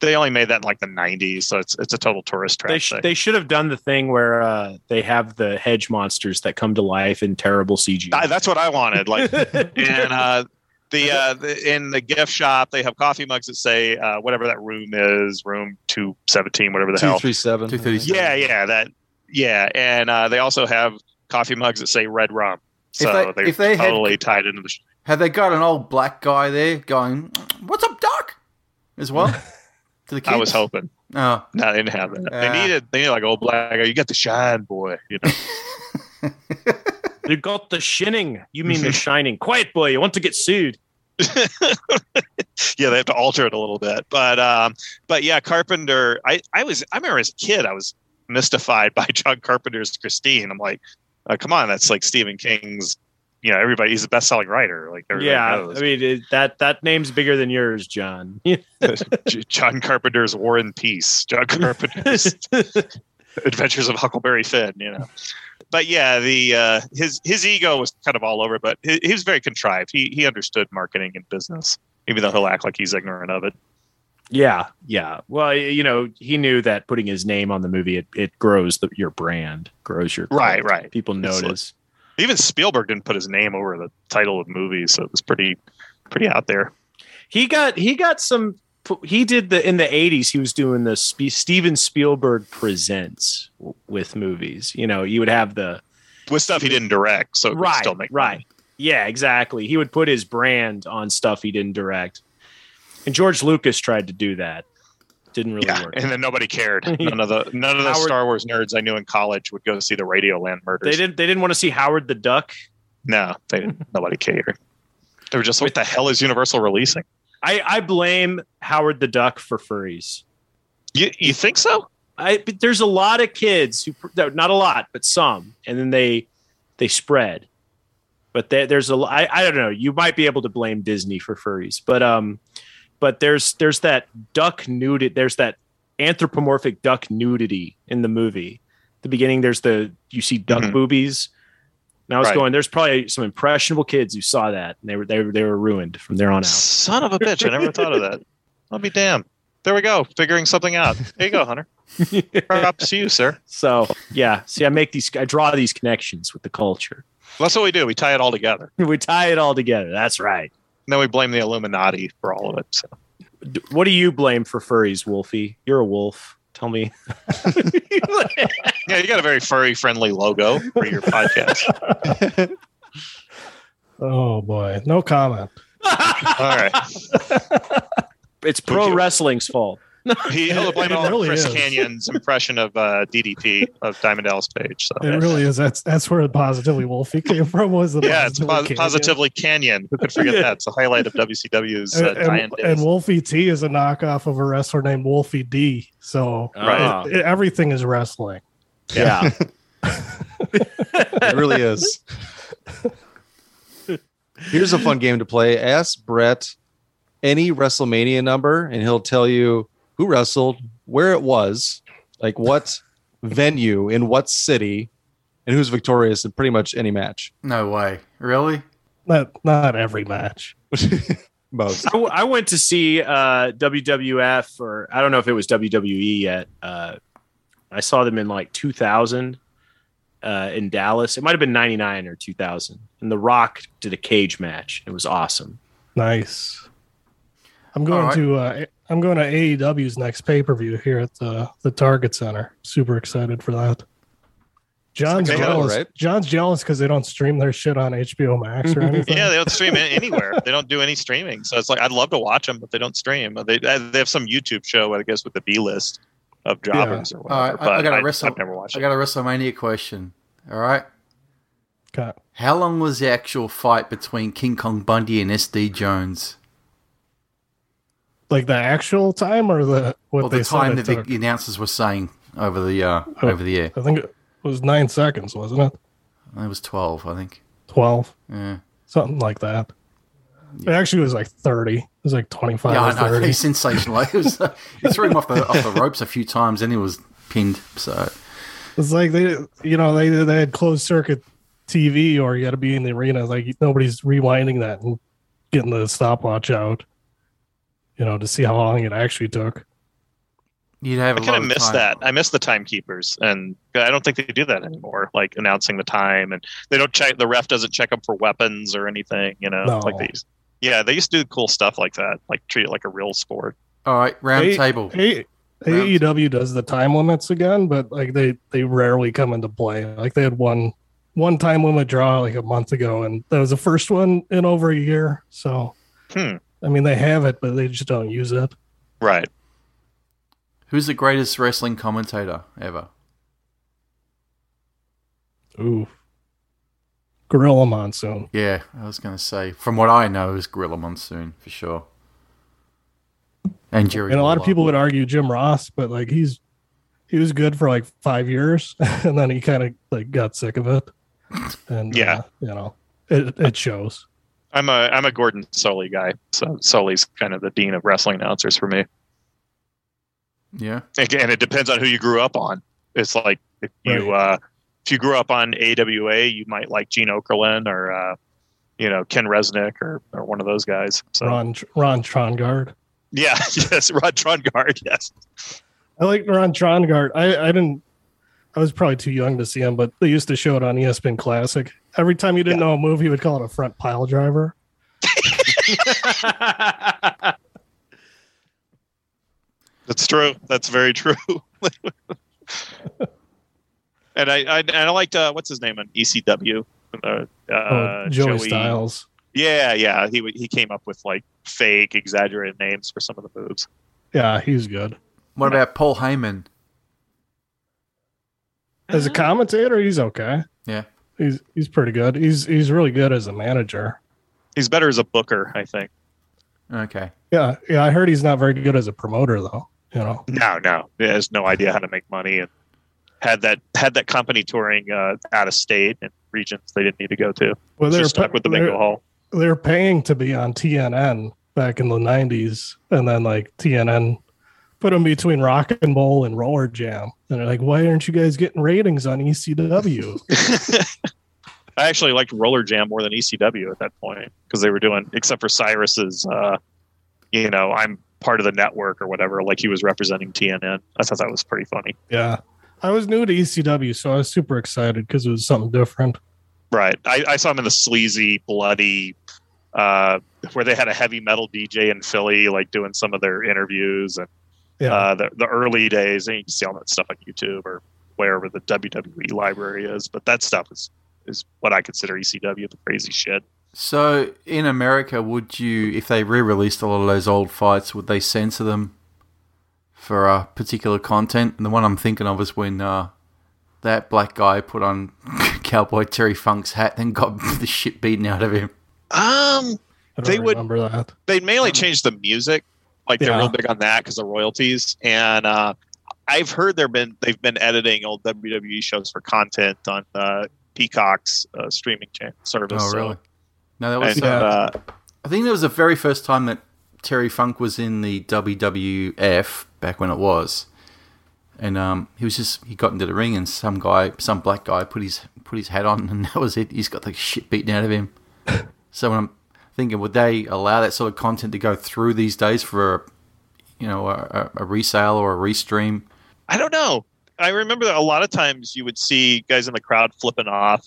E: they only made that in like the '90s, so it's it's a total tourist trap.
D: They, sh-
E: thing.
D: they should have done the thing where uh, they have the hedge monsters that come to life in terrible CG.
E: I- Ah, that's what I wanted. Like, and uh, the, uh, the in the gift shop, they have coffee mugs that say uh, whatever that room is, room two seventeen, whatever the hell.
G: 237.
F: 237.
E: Yeah, yeah, that, yeah, and uh, they also have coffee mugs that say red rum. So
F: If they-
E: they, are
F: if they had-
E: totally tied into the. Sh-
F: Have they got an old black guy there going, "What's up, Doc?" As well to the kids.
E: I was hoping.
F: Oh,
E: No, they didn't have that.
F: Ah.
E: they needed. They needed like old black. guy, You got the shine, boy. You know.
D: You got the shinning. You mean the shining. Quiet boy, you want to get sued.
E: yeah, they have to alter it a little bit. But um, but yeah, Carpenter. I I was I remember as a kid I was mystified by John Carpenter's Christine. I'm like, uh, come on, that's like Stephen King's. You know, everybody he's a best selling writer. Like everybody
D: yeah,
E: knows.
D: I mean, it, that, that name's bigger than yours, John.
E: J- John Carpenter's War and Peace. John Carpenter's Adventures of Huckleberry Finn. You know. But yeah, the uh, his his ego was kind of all over, but he, he was very contrived. He he understood marketing and business, even though he'll act like he's ignorant of it.
D: Yeah, yeah. Well, y- you know, he knew that putting his name on the movie it, it grows the, your brand, grows your
E: Right,
D: cult.
E: right.
D: People
E: It's like-
D: notice.
E: Even Spielberg didn't put his name over the title of movies, so it was pretty pretty out there.
D: He got he got some. He did the in the eighties. He was doing the Spe- Steven Spielberg presents w- with movies. You know, you would have the
E: With stuff he didn't direct, so it could
D: right,
E: still make
D: right. Yeah, exactly. He would put his brand on stuff he didn't direct. And George Lucas tried to do that. Didn't really
E: Yeah,
D: work.
E: and then nobody cared. None of the none of the
D: Howard-
E: Star Wars nerds I knew in college would go see the Radioland murders.
D: they didn't. They didn't want to see Howard the Duck.
E: No, they didn't. nobody cared. They were just what the hell is Universal releasing?
D: I, I blame Howard the Duck for furries.
E: You you think so?
D: I but there's a lot of kids who no, not a lot, but some, and then they they spread. But there, there's a I, I don't know. You might be able to blame Disney for furries, but um, but there's there's that duck nudity. There's that anthropomorphic duck nudity in the movie. The beginning, there's the you see duck
E: Mhm.
D: boobies. And I was
E: Right.
D: going. There's probably some impressionable kids who saw that, and they were they were, they were ruined from there on out.
E: Son of a bitch! I never thought of that. I'll be damned. There we go, figuring something out. There you go, Hunter. Props to you, sir.
D: So yeah, see, I make these, I draw these connections with the culture.
E: That's what we do. We tie it all together.
D: We tie it all together. That's right.
E: And then we blame the Illuminati for all of it. So.
D: D- What do you blame for furries, Wolfie? You're a wolf. Tell me.
E: Yeah, you got a very furry friendly logo for your podcast.
B: Oh boy, no comment.
E: All right.
D: it's pro wrestling's fault.
E: He, he'll blame it,
B: It
E: all on
B: really
E: Chris
B: is.
E: Canyon's impression of uh, DDP of Diamond Dallas Page. So.
B: It really is. That's that's where the positively Wolfie came from. Was the
E: Yeah, it's pos-
B: Canyon.
E: positively Canyon. Who could forget
D: Yeah.
E: that? It's a highlight of WCW's
B: And,
E: uh,
B: and,
E: Diamond
B: and
E: Days.
B: Wolfie T is a knockoff of a wrestler named Wolfie D. So
E: Right.
D: Ah,
B: it- everything is wrestling.
D: yeah.
G: It really is. Here's a fun game to play. Ask Brett any WrestleMania number, and he'll tell you who wrestled, where it was, like what venue, in what city, and who's victorious in pretty much any match.
F: no way. Really?
B: Not not every match.
G: Most.
D: I, w- I went to see uh, WWF, or I don't know if it was WWE yet. Uh, I saw them in like 2000 uh, in Dallas. It might have been 99 or 2000. And The Rock did a cage match. It was awesome.
B: Nice. I'm going
F: All right.
B: to uh, I'm going to AEW's next pay per view here at the the Target Center. Super excited for that. John's
E: They had it,
B: jealous.
G: right?
B: John's jealous because they don't stream their shit on HBO Max or anything.
E: Yeah, they don't stream it anywhere. they don't do any streaming. So it's like I'd love to watch them, but they don't stream. They they have some YouTube show, I guess, with the B list of jobbers or
F: All right,
E: whatever.
F: I- I
E: but
F: got a
E: I
F: wrestle-
E: have never watched
F: I
E: it.
F: got a WrestleMania question. All right.
B: God.
F: How long was the actual fight between King Kong Bundy and SD Jones?
B: Like the actual time or the what
F: Well,
B: they
F: the
B: said
F: time
B: it
F: that the,
B: took?
F: the announcers were saying over the uh,
B: Oh.
F: over the air.
B: I think it was nine seconds, wasn't it?
F: It was twelve, I think.
B: Twelve,
F: Yeah,
B: something like that. It actually was like thirty. It was like twenty-five
F: yeah,
B: or
F: I know.
B: thirty.
F: He's sensational. It was, uh, he threw him off the off the ropes a few times, and he was pinned. So
B: It's like they, you know, they they had closed circuit TV, or you got to be in the arena. Like nobody's rewinding that and getting the stopwatch out, you know, to see how long it actually took.
F: you'd have.
E: I
F: a
E: kind
F: lot
E: of
F: of
E: missed
F: time.
E: that. I miss the timekeepers, and I don't think they do that anymore. Like announcing the time, and they don't check. The ref doesn't check them for weapons or anything. You know,
B: No.
E: like these. Yeah, they used to do cool stuff like that. Like treat it like a real sport.
F: All right, round
B: Hey,
F: table.
B: A- AEW does the time limits again, but like they they rarely come into play. Like they had one one time limit draw like a month ago, and that was the first one in over a year. So,
E: Hmm.
B: I mean, they have it, but they just don't use it.
E: Right.
F: Who's the greatest wrestling commentator ever?
B: Ooh, Gorilla Monsoon.
F: Yeah, I was going to say. From what I know, it was Gorilla Monsoon for sure. And Jerry.
B: and a lot of
F: Lawler.
B: people would argue Jim Ross, but like he's he was good for like five years, and then he kind of like got sick of it. And uh,
E: Yeah.
B: you know, it it shows.
E: I'm a I'm a Gordon Sully guy. So Sully's kind of the dean of wrestling announcers for me.
F: Yeah.
E: again it depends on who you grew up on it's like if you uh if you grew up on awa you might like gene okerlund or uh you know ken resnick or or one of those guys so
B: Ron Ron Trongard.
E: yeah yes rod trongard yes
B: I like Ron Trongard. I I didn't. I was probably too young to see him, but they used to show it on E ESPN Classic. Every time you didn't know a move, he would call it a front pile driver.
E: that's true that's very true and i i and i liked uh what's his name on ecw uh, uh
B: oh, Joey, Styles.
E: yeah yeah he w- he came up with like fake exaggerated names for some of the moves
B: Yeah, he's good
F: What about Paul Heyman?
B: as a commentator. He's okay.
F: Yeah.
B: he's he's pretty good. He's he's really good as a manager.
E: he's better as a booker i think
F: Okay.
B: Yeah, yeah. I heard he's not very good as a promoter, though. You know,
E: No, no, he has no idea how to make money, and had that had that company touring uh, out of state and regions they didn't need to go to.
B: well,
E: Just
B: they're
E: stuck with the bingo hall.
B: they're, they're paying to be on TNN back in the '90s, and then like TNN put them between Rock and Roll and Roller Jam, and they're like, "Why aren't you guys getting ratings on E ECW?"
E: I actually liked Roller Jam more than ECW at that point because they were doing, except for Cyrus's, uh, you know, I'm part of the network or whatever. Like he was representing TNN. I thought that was pretty funny.
B: yeah, I was new to ECW, so I was super excited because it was something different.
E: Right. I, I saw him in the sleazy, bloody, uh, where they had a heavy metal DJ in Philly, like doing some of their interviews and
B: Yeah.
E: uh, the, the early days. And you can see all that stuff on YouTube or wherever the WWE library is. But that stuff is is what I consider ECW the crazy shit.
F: So in America, would you, if they re-released a lot of those old fights, would they censor them for uh, particular content? And the one I'm thinking of is when uh, that black guy put on Cowboy Terry Funk's hat and got the shit beaten out of him.
E: Um,
B: I don't
E: They would-
B: remember that.
E: they
F: Um,
E: mainly changed the music. Like they're
B: Yeah.
E: real big on that because of royalties. And uh, I've heard they've been they've been editing old WWE shows for content on uh, Peacock's uh, streaming cha- service.
F: Oh,
E: So-
F: really? No, that was.
E: And,
F: Uh,
E: uh,
F: I think that was the very first time that Terry Funk was in the WWF back when it was, and um, he was just he got into the ring and some guy, some black guy, put his put his hat on, and that was it. He's got the shit beaten out of him. so when I'm thinking, would they allow that sort of content to go through these days for, you know, a, a a resale or a restream?
E: I don't know. I remember that a lot of times you would see guys in the crowd flipping off.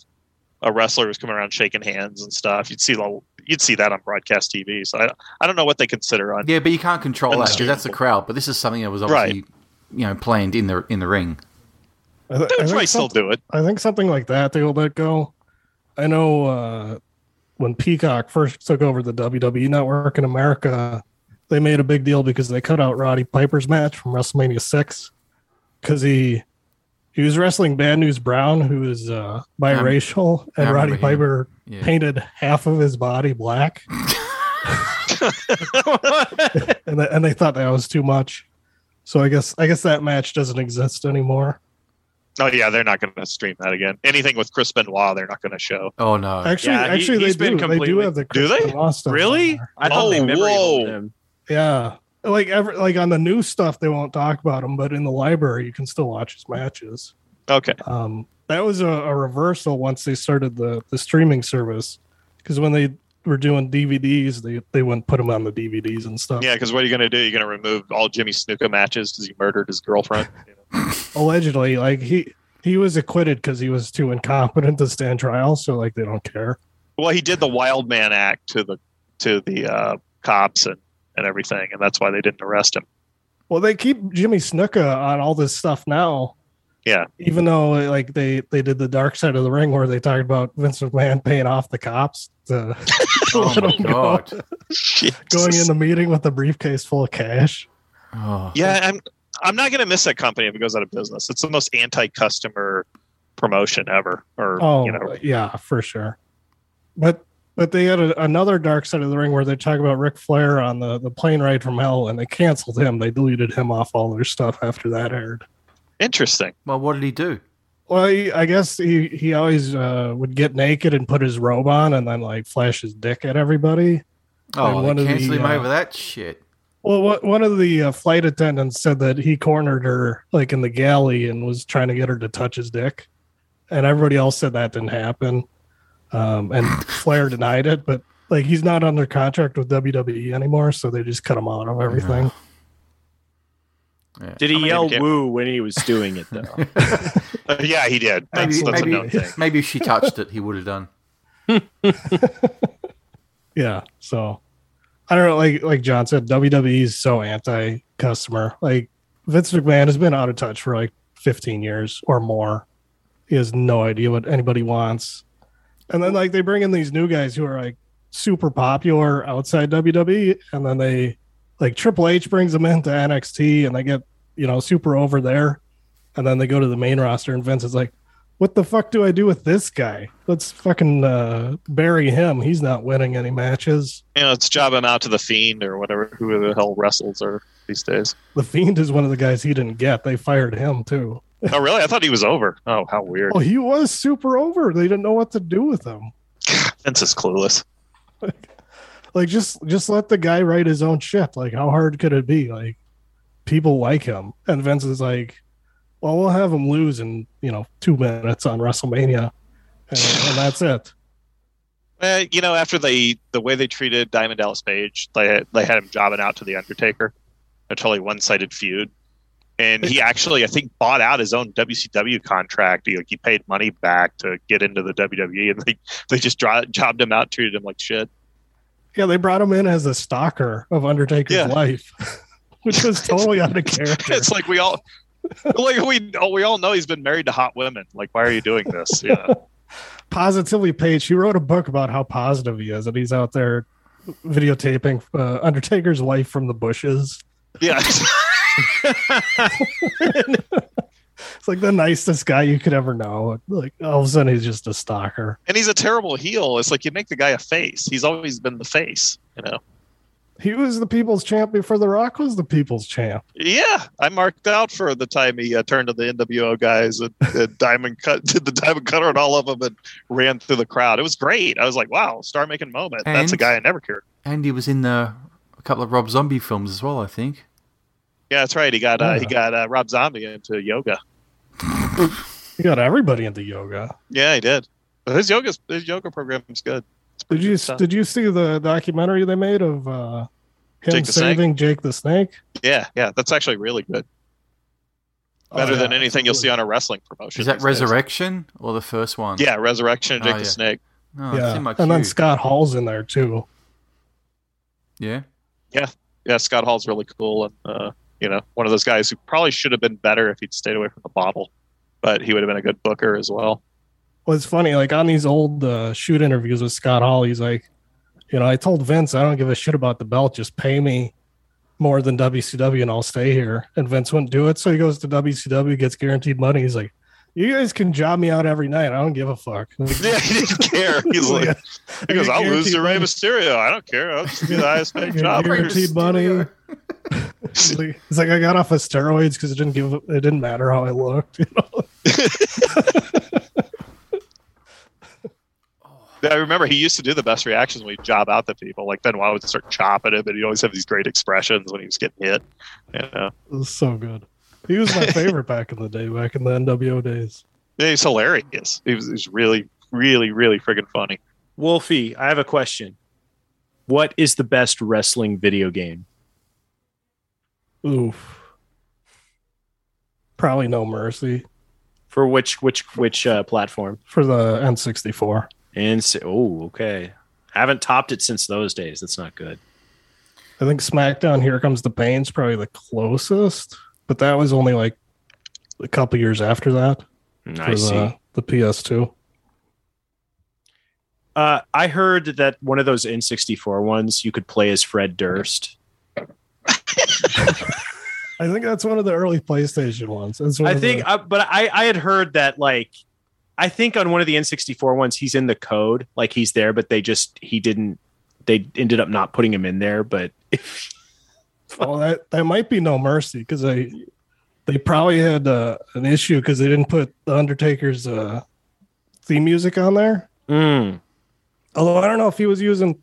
E: A wrestler was coming around shaking hands and stuff. You'd see the, you'd see that on broadcast TV. So I, I don't know what they consider on.
F: Yeah, but you can't control that. 'cause That's the
E: Unstable.
F: crowd. But this is something that was obviously, you know, planned in the in the ring.
B: I, th- I
E: That's
B: think
E: right. Still
B: some-
E: do it.
B: I think something like that they'll let go. I know uh, when Peacock first took over the WWE network in America, they made a big deal because they cut out Roddy Piper's match from WrestleMania six because he he was wrestling Bad News Brown, who is uh, biracial, and
F: I
B: Roddy
F: remember him.
B: Piper
F: Yeah.
B: painted half of his body black, and they, and they thought that was too much. So I guess I guess that match doesn't exist anymore.
E: Oh yeah, they're not going to stream that again. Anything with Chris Benoit, they're not going to show.
F: Oh no.
B: Actually,
D: Yeah, he-
B: actually,
D: he's
B: they
D: been
B: do. They do
D: completely-
B: have the
E: Do they?
B: Christian Law stuff on
D: Really?
B: there.
D: I thought they
E: Oh,
D: memory
E: whoa.
D: hold him.
B: Yeah. Like every like on the new stuff they won't talk about him, but in the library you can still watch his matches.
E: Okay.
B: Um that was a, a reversal once they started the the streaming service because when they were doing DVDs they they wouldn't put him on the DVDs and stuff.
E: Yeah, because what are you going to do? You're going to remove all Jimmy Snuka matches because he murdered his girlfriend.
B: Allegedly, like he he was acquitted because he was too incompetent to stand trial, so like they don't care.
E: well, he did the Wild Man Act to the to the uh, cops and and everything, and that's why they didn't arrest him.
B: Well, they keep Jimmy Snuka on all this stuff now.
E: Yeah.
B: Even though like they they did the dark side of the ring where they talked about Vince McMahon paying off the cops to, to
F: oh
B: let
F: my
B: him go.
F: god.
B: going in
E: Jesus.
B: the meeting with a briefcase full of cash.
F: Oh.
E: Yeah, I'm I'm not going to miss that company if it goes out of business. It's the most anti-customer promotion ever. Or
B: Oh
E: you know,
B: yeah, for sure. But but they had a, another dark side of the ring where they talk about Ric Flair on the, the plane ride from hell and they canceled him. They deleted him off all their stuff after that aired.
E: interesting.
F: Well, what did he do?
B: Well, he, I guess he, he always uh, would get naked and put his robe on and then like flash his dick at everybody.
F: Oh,
B: And one
F: they
B: of the,
F: cancel him
B: uh,
F: over that shit.
B: Well, wha- one of the uh, flight attendants said that he cornered her like in the galley and was trying to get her to touch his dick, and everybody else said that didn't happen. Um, and Flair denied it, but like he's not under contract with WWE anymore, so they just cut him out of everything.
F: Yeah.
D: Did he
E: I mean,
D: yell
E: it-
D: woo when he was doing it though?
E: Uh, yeah, he did. That's,
F: Maybe-
E: that's
F: maybe-
E: a known thing.
F: Maybe if she touched it, he would have done.
B: Yeah, so I don't know. Like like John said, WWE is so anti-customer. Like Vince McMahon has been out of touch for like 15 years or more. He has no idea what anybody wants. And then like they bring in these new guys who are like super popular outside WWE, and then they like Triple H brings them into NXT, and they get you know super over there, and then they go to the main roster, and Vince is like. What the fuck do I do with this guy? Let's fucking uh, bury him. He's not winning any matches.
E: You know, it's jobbing out to the fiend or whatever. Who the hell wrestles are these days?
B: The Fiend is one of the guys he didn't get. They fired him too.
E: Oh, really? I thought he was over. Oh, how weird.
B: Oh, he was super over. They didn't know what to do with him.
E: Vince is clueless.
B: Like just just let the guy write his own shit. Like how hard could it be? Like people like him. And Vince is like, well, we'll have him lose in you know two minutes on WrestleMania, and, and that's it.
E: Uh, you know, after they the way they treated Diamond Dallas Page, they they had him jobbing out to the Undertaker, a totally one sided feud, and he actually I think bought out his own WCW contract. He, like, he paid money back to get into the WWE, and they they just dro- jobbed him out, treated him like shit.
B: Yeah, they brought him in as a stalker of Undertaker's
E: Yeah.
B: life, which was totally out of character.
E: It's like we all. like we all we all know he's been married to hot women. Like, why are you doing this? Yeah,
B: positively page she wrote a book about how positive he is and he's out there videotaping uh, undertaker's wife from the bushes
E: yeah.
B: it's like the nicest guy you could ever know like all of a sudden he's just a stalker
E: And he's a terrible heel. It's like you make the guy a face. He's always been the face. You know.
B: he was the people's champ before the rock was the people's champ
E: Yeah, I marked out for the time he uh, turned to the NWO guys and, and diamond cut did the diamond cutter on all of them and ran through the crowd. It was great. I was like, wow, star making moment. That's a
F: And-
E: guy I never cared.
F: And he was in the, a couple of Rob Zombie films as well, I think.
E: Yeah, that's right. He got uh,
B: Yeah.
E: he got uh, Rob Zombie into yoga.
B: he got everybody into yoga
E: Yeah, he did. But his yoga his yoga program is good. It's
B: did
E: pretty
B: you
E: good stuff.
B: did you see the documentary they made of uh him
E: Jake the Snake?
B: saving jake the snake
E: yeah, yeah, that's actually really good.
B: Oh,
E: Better than anything you'll see on a wrestling promotion.
F: Is that
E: these days.
F: Resurrection or the first one?
E: Yeah, Resurrection of Jake
F: Oh,
E: the
F: yeah.
E: Snake.
F: No, it's
B: yeah
F: in my queue.
B: and then scott hall's in there too
F: yeah.
E: Yeah, Scott Hall's really cool and uh, you know, one of those guys who probably should have been better if he'd stayed away from the bottle. but he would have been a good booker as well.
B: Well, it's funny. Like on these old uh, shoot interviews with Scott Hall, he's like, you know, I told Vince I don't give a shit about the belt. Just pay me more than WCW and I'll stay here. And Vince wouldn't do it, so he goes to WCW, gets guaranteed money. He's like, you guys can job me out every night. I don't give a fuck.
E: Yeah, he didn't care. He's like, he goes, I'll lose to Rey Mysterio. I don't care. I'll just be the highest paid job.
B: guaranteed money. It's like, it's like I got off of steroids because it didn't give. It didn't matter how I looked. You know?
E: I remember he used to do the best reactions when he'd job out the people. Like Benoit would start chopping him, and he'd always have these great expressions when he was getting hit. You know?
B: It was so good. He was my favorite back in the day, back in the NWO days.
E: Yeah, he's hilarious. He was, he was really, really, really friggin' funny.
D: Wolfie, I have a question. What is the best wrestling video game?
B: Oof. Probably no mercy
D: For which which which uh, platform?
B: for the N64.
D: And so, oh, okay. Haven't topped it since those days. That's not good.
B: I think SmackDown Here Comes the Pain's probably the closest, but that was only like a couple years after that
D: I
B: the,
D: see.
B: the PS2.
D: Uh, I heard that one of those N64 ones you could play as Fred Durst.
B: I think that's one of the early PlayStation ones. That's one
D: I
B: of
D: think,
B: the-
D: I, but I, I had heard that like, I think on one of the N64 ones, he's in the code, like he's there, but they just, he didn't, they ended up not putting him in there. But
B: Well, that that might be no mercy because they they probably had uh, an issue because they didn't put the Undertaker's uh, theme music on there. Although I don't know if he was using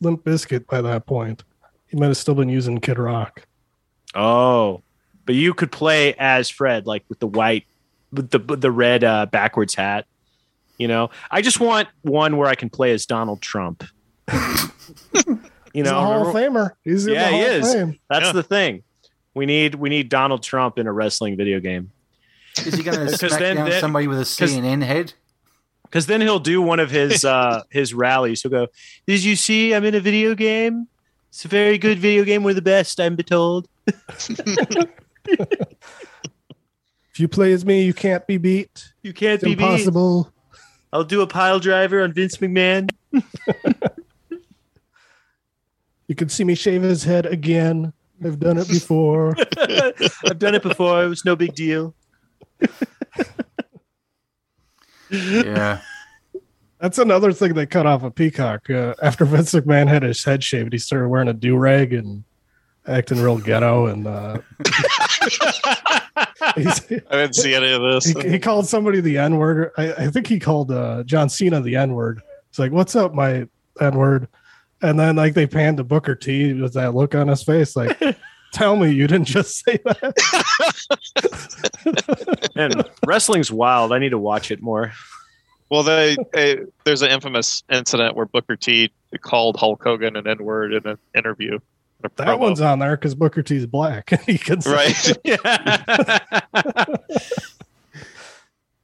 B: Limp Bizkit by that point. He might have still been using Kid Rock.
D: oh, but you could play as Fred, like with the white, with the, the red uh, backwards hat. You know, I just want one where I can play as Donald Trump. you
B: He's
D: know,
B: a Hall
D: remember-
B: of Famer. He's in the
D: Yeah, he
B: Hall of
D: is.
B: Fame.
D: That's
E: Yeah.
D: the thing. We need we need Donald Trump in a wrestling video game
F: Is he going to smack
D: then-
F: down
D: then-
F: somebody with a CNN head?
D: because then he'll do one of his uh, his rallies. He'll go, "Did you see? I'm in a video game. It's a very good video game. We're the best. I'm told."
B: If you play as me, you can't be beat.
D: You can't
B: It's
D: be beat.
B: impossible.
D: I'll do a pile driver on Vince McMahon.
B: You can see me shave his head again. I've done it before.
D: I've done it before. It was no big deal.
F: Yeah.
B: That's another thing they cut off a peacock. Uh, after Vince McMahon had his head shaved, he started wearing a do rag and acting real ghetto. And uh, he's- he,
E: I didn't see any of this.
B: he called somebody the N word. I, I think he called uh, John Cena the N word. He's like, "What's up, my N word?" And then like they panned to Booker T with that look on his face, like, "Tell me you didn't just say that."
D: And wrestling's wild. I need to watch it more.
E: Well, they, eh, there's an infamous incident where Booker T called Hulk Hogan an N word in an interview. in a
B: That
E: promo.
B: one's on there because Booker T's black. he can say
E: right.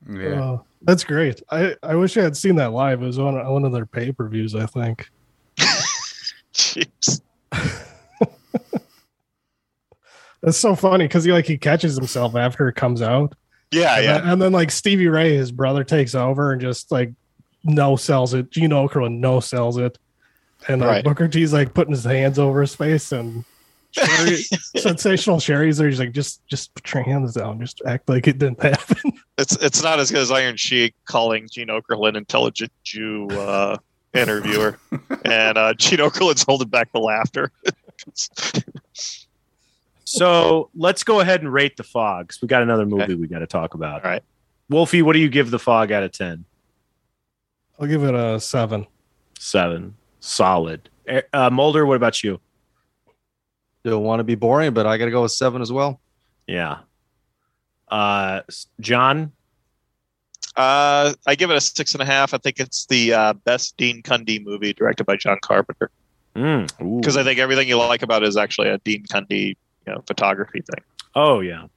F: Yeah.
B: Oh, that's great. I, I wish I had seen that live. It was one, one of their pay per views, I think.
E: Jeez.
B: That's so funny because he like he catches himself after it comes out,
E: Yeah,
B: and,
E: yeah.
B: then, and then like Stevie Ray, his brother, takes over and just like no sells it. Gino Okerlund no sells it, and uh,
E: Right.
B: Booker T's like putting his hands over his face and. Sherry, sensational Sherry's there. He's like, just just put your hands down, just act like it didn't happen.
E: It's it's not as good as Iron Sheik calling Gene Okerlund intelligent Jew uh, interviewer, and uh, Gene Okerlund's holding back the laughter.
D: So let's go ahead and rate the fog. 'cause We got another movie
E: Okay.
D: we got to talk about.
E: All right.
D: Wolfie, what do you give the fog out of 10?
B: I'll give it a seven.
D: Seven. Solid. Eh, Uh, Mulder, what about you?
G: Don't want to be boring, but I got to go with seven as well.
D: Yeah. Uh, s- John,
E: uh, I give it a six and a half. I think it's the uh, best Dean Cundy movie directed by John Carpenter
D: Mm,
E: because
D: because
E: I think everything you like about it is actually a Dean Cundy you know photography thing.
D: oh yeah.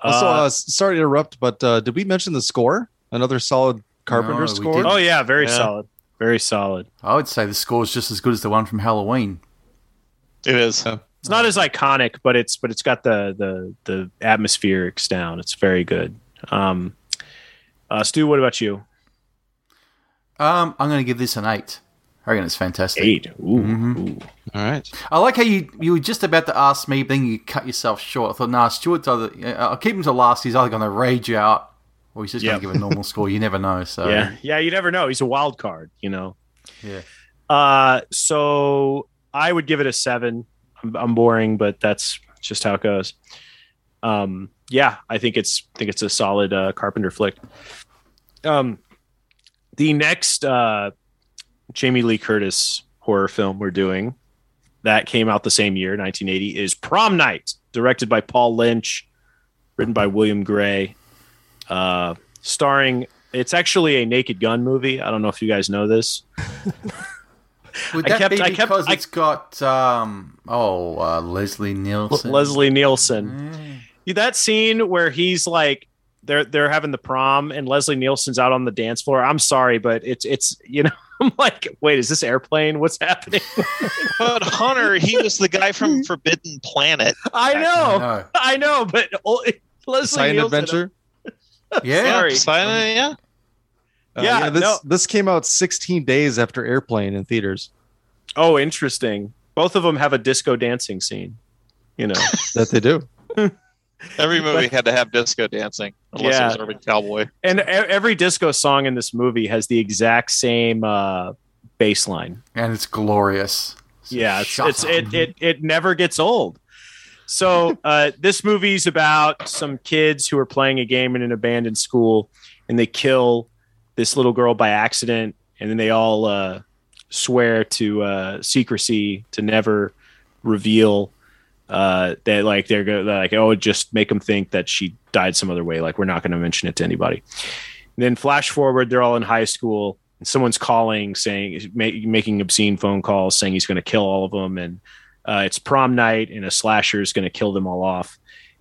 G: Also,
D: Uh,
G: uh, s- sorry to interrupt, but uh, did we mention the score? Another solid Carpenter
F: No, we
G: score.
F: didn't.
D: oh yeah, very
E: Yeah.
D: solid, very solid.
F: I would say the score's just as good as the one from Halloween.
E: It is.
D: It's not as iconic, but it's but it's got the the the atmospherics down. It's very good. Um, uh, Stu, what about you?
F: Um, I'm going to give this an eight. I reckon it's fantastic.
D: Eight. Ooh.
F: Mhm.
D: ooh.
G: All right.
F: I like how you you were just about to ask me, but then you cut yourself short. I thought, nah, Stuart's either uh, I'll keep him to last. He's either going to rage out or he's just
D: Yeah.
F: going to give a normal score. You never know. So
D: Yeah. Yeah. You never know. He's a wild card, you know?
F: Yeah.
D: Uh, so I would give it a seven. I'm, I'm boring, but that's just how it goes. Um, yeah, I think it's, I think it's a solid, uh, Carpenter flick. Um, the next, uh, Jamie Lee Curtis horror film we're doing that came out the same year, 1980 is prom night directed by Paul Lynch, written by William Gray, uh, starring it's actually a Naked Gun movie. I don't know if you guys know this.
F: would
D: I
F: that
D: kept-
F: be
D: I kept-
F: because
D: I-
F: it's got um oh uh, Leslie Nielsen?
D: Leslie Nielsen.
F: Mm.
D: That scene where he's like they're they're having the prom and Leslie Nielsen's out on the dance floor. I'm sorry, but it's it's you know I'm like wait is this airplane? What's happening?
E: But Hunter, he was the guy from Forbidden Planet.
D: I
F: I
D: know,
F: know.
D: I know, but oh, Leslie
G: Silent
D: Nielsen.
G: Adventure.
F: Yeah.
D: Sorry.
E: Silent, yeah.
G: Uh,
D: Yeah,
G: this
D: no.
G: this came out 16 days after Airplane in theaters.
D: Oh, interesting. Both of them have a disco dancing scene. You know,
G: That they do.
E: Every movie had to have disco dancing, unless
D: Yeah.
E: it was Urban Cowboy.
D: and e- every disco song in this movie has the exact same uh, bass line.
F: And it's glorious. So
D: yeah it's,
F: shut
D: it's
F: up.
D: it, it it never gets old so uh, this movie's about some kids who are playing a game in an abandoned school and they kill this little girl by accident and then they all uh, swear to uh, secrecy to never reveal uh, that like they're gonna like oh just make them think that she died some other way like we're not going to mention it to anybody and then flash forward they're all in high school and someone's calling saying ma- making obscene phone calls saying he's going to kill all of them and uh, it's prom night and a slasher is going to kill them all off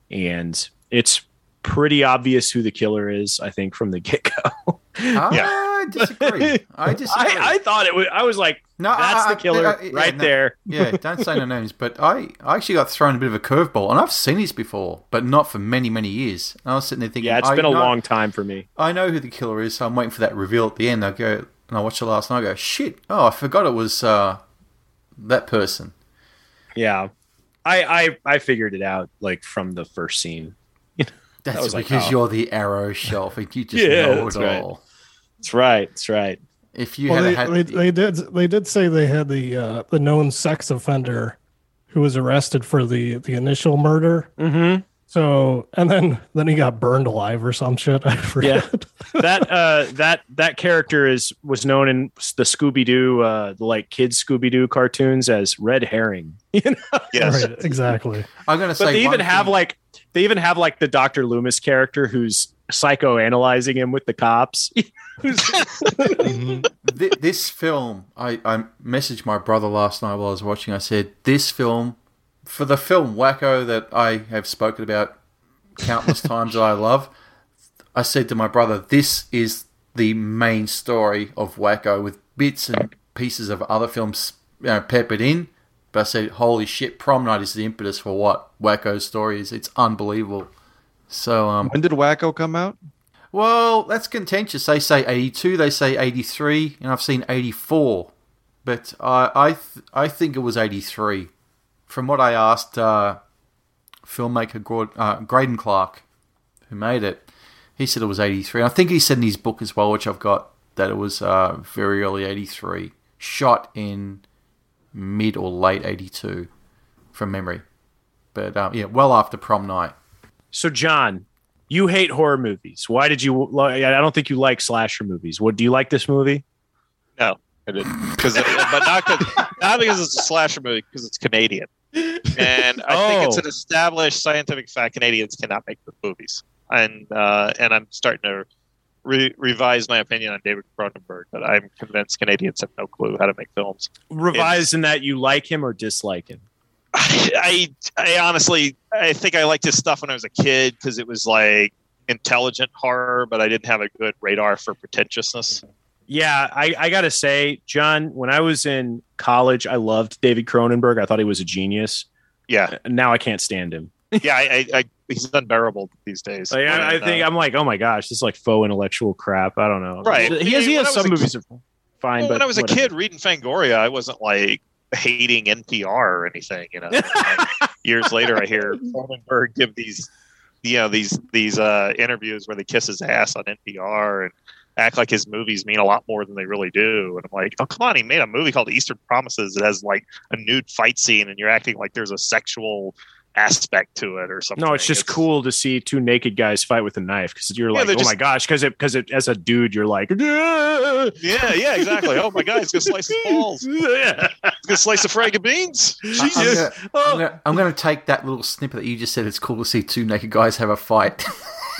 D: and it's pretty obvious who the killer is i think from the get-go
F: Ah, I disagree. I disagree.
D: I, I thought it was i was like
F: no, I-
D: that's
F: I- I-
D: the killer
F: I- yeah,
D: right
F: no.
D: there
F: yeah, don't say no names, but I, I actually got thrown a bit of a curveball, and I've seen this before, but not for many, many years. And I was sitting there thinking,
D: yeah it's
F: I
D: been a
F: know,
D: long time for me
F: I know who the killer is, so I'm waiting for that reveal at the end. I go and I watch the last, and I go, shit, oh, I forgot it was uh, that person.
D: yeah I, I i figured it out like from the first scene
F: That's
D: was like,
F: because
D: oh.
F: you're the arrow shelf, and you just
D: Yeah,
F: know
D: that's
F: it
D: right.
F: all.
D: that's right that's right
F: If you
B: Well,
F: had
B: they,
F: had,
B: they, they did they did say they had the uh, the known sex offender who was arrested for the the initial murder.
D: mm-hmm
B: So and then then he got burned alive or some shit. I forget.
D: that uh that that character is was known in the scooby-doo uh like kids scooby-doo cartoons as red herring
E: Yes.
B: Right, exactly.
F: I'm going to say,
D: but they even
F: one
D: have
F: thing-
D: like they even have like the dr loomis character who's psychoanalyzing him with the cops
F: Th- this film, I, I messaged my brother last night while I was watching. I said, This film, for the film Wacko that I have spoken about countless times that I love, I said to my brother, This is the main story of Wacko with bits and pieces of other films you know, peppered in. But I said, Holy shit, Prom Night is the impetus for what Wacko's story is. It's unbelievable. So, um,
G: When did Wacko come out?
F: well, that's contentious. They say 82, they say 83, and I've seen 84. But I I, th- I think it was 83. From what I asked uh, filmmaker Gord- uh, Graydon Clark, who made it, he said it was 83. And I think he said in his book as well, which I've got, that it was uh, very early 83, shot in mid or late 82, from memory. But um, yeah, well after prom night.
D: so john you hate horror movies why did you li- i don't think you like slasher movies what do you like this movie
E: I didn't. Because, but not, 'cause- not because it's a slasher movie, because it's Canadian. And I think it's
D: Oh.
E: an established scientific fact Canadians cannot make good movies. And uh, and I'm starting to re- revise my opinion on David Cronenberg, that I'm convinced Canadians have no clue how to make films.
D: revised in that you like him or dislike him
E: I, I honestly, I think I liked his stuff when I was a kid because it was like intelligent horror, but I didn't have a good radar for pretentiousness.
D: Yeah, I, I gotta say, John, when I was in college, I loved David Cronenberg. I thought he was a genius.
E: Yeah,
D: Now I can't stand him.
E: yeah. I, I, I he's unbearable these days.
D: Like, I, I
E: And, uh,
D: think I'm like, oh my gosh, this is like faux intellectual crap. I don't know.
E: Right.
D: He has, he
E: When I
D: has
E: was
D: some
E: a
D: movies are fine,
E: Well,
D: but
E: when I was a
D: whatever.
E: kid reading Fangoria, I wasn't like hating NPR or anything. You know, Like, years later, I hear Cronenberg give these, you know, these these uh, interviews where they kiss his ass on NPR and act like his movies mean a lot more than they really do. And I'm like, oh come on, he made a movie called Eastern Promises that has like a nude fight scene, and you're acting like there's a sexual aspect to it or something.
D: No, it's just cool to see two naked guys fight with a knife because you're
E: Yeah,
D: like,
E: they're
D: oh
E: just-
D: my gosh, because it because it as a dude you're like, yeah,
E: Yeah, yeah, exactly. Oh my god, he's gonna slice his balls. He's gonna slice a frag of beans.
F: I'm
E: Jesus.
F: gonna, I'm, gonna, I'm gonna take that little snippet that you just said. It's cool to see two naked guys have a fight,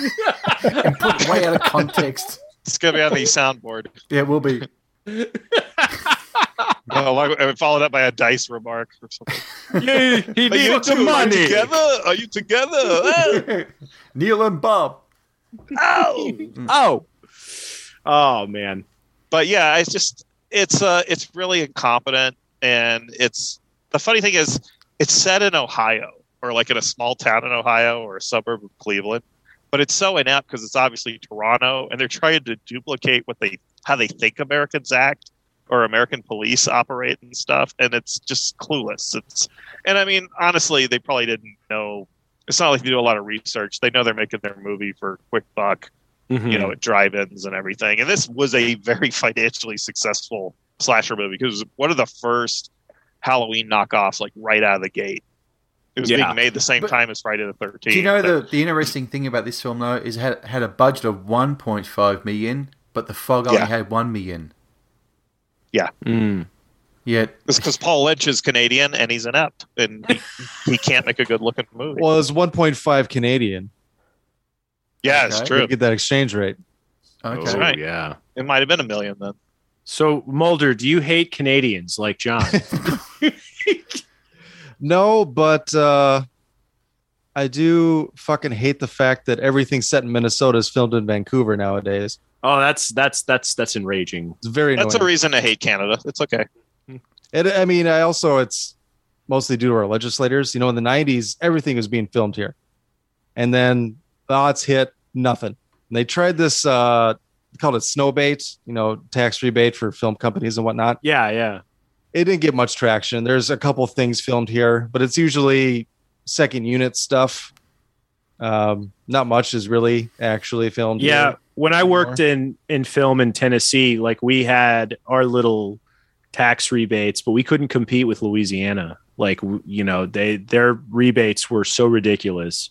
F: and put way out of context.
E: It's gonna be on the soundboard.
F: Yeah, it will be.
E: Well, I, I followed up by a dice remark or something.
D: Yeah, Oh, he
E: Are you
D: needed the
E: two- Are you
D: money.
E: together? Are you together? Oh,
F: Neil and Bob.
E: ow.
D: Oh, oh man,
E: But yeah, it's just it's uh it's really incompetent, and it's the funny thing is it's set in Ohio or like in a small town in Ohio or a suburb of Cleveland, but it's so inept because it's obviously Toronto, and they're trying to duplicate what they how they think Americans act or American police operate and stuff, and it's just clueless. It's and I mean honestly, they probably didn't know. It's not like they do a lot of research. They know they're making their movie for quick buck,
F: Mm-hmm.
E: you
D: Hmm.
E: know, at drive-ins and everything. And this was a very financially successful slasher movie because it was one of the first Halloween knockoffs, like right out of the gate. It was
D: Yeah.
E: being made the same
F: But-
E: time as Friday the Thirteenth.
F: Do you know the, the interesting thing about this film though is it had had a budget of 1.5 million, but the fog only
E: Yeah.
F: had one million. Mm-hmm.
D: Mm.
F: Yet
E: It's because Paul Lynch is Canadian and he's inept and he, he can't make a good-looking movie.
G: Well, it's 1.5 Canadian.
E: yeah, it's
F: okay.
E: true.
G: You get that exchange rate.
F: okay,
E: That's
D: Oh,
E: right.
D: yeah.
E: It might have been a million then.
D: So Mulder, do you hate Canadians like John?
G: No, but uh, I do fucking hate the fact that everything set in Minnesota is filmed in Vancouver nowadays.
D: oh, that's that's that's that's enraging.
G: It's very annoying.
E: That's a reason to hate Canada. It's okay.
G: And, I mean, I also it's mostly due to our legislators. You know, in the '90s, everything was being filmed here, and then the odds hit nothing. And they tried this uh, called it snow bait, you know, tax rebate for film companies and whatnot.
D: Yeah, yeah.
G: It didn't get much traction. There's a couple things filmed here, but it's usually second unit stuff. Um, not much is really actually filmed.
D: yeah
G: here.
D: when i
G: anymore.
D: worked in in film in tennessee like we had our little tax rebates but we couldn't compete with louisiana like w- you know they their rebates were so ridiculous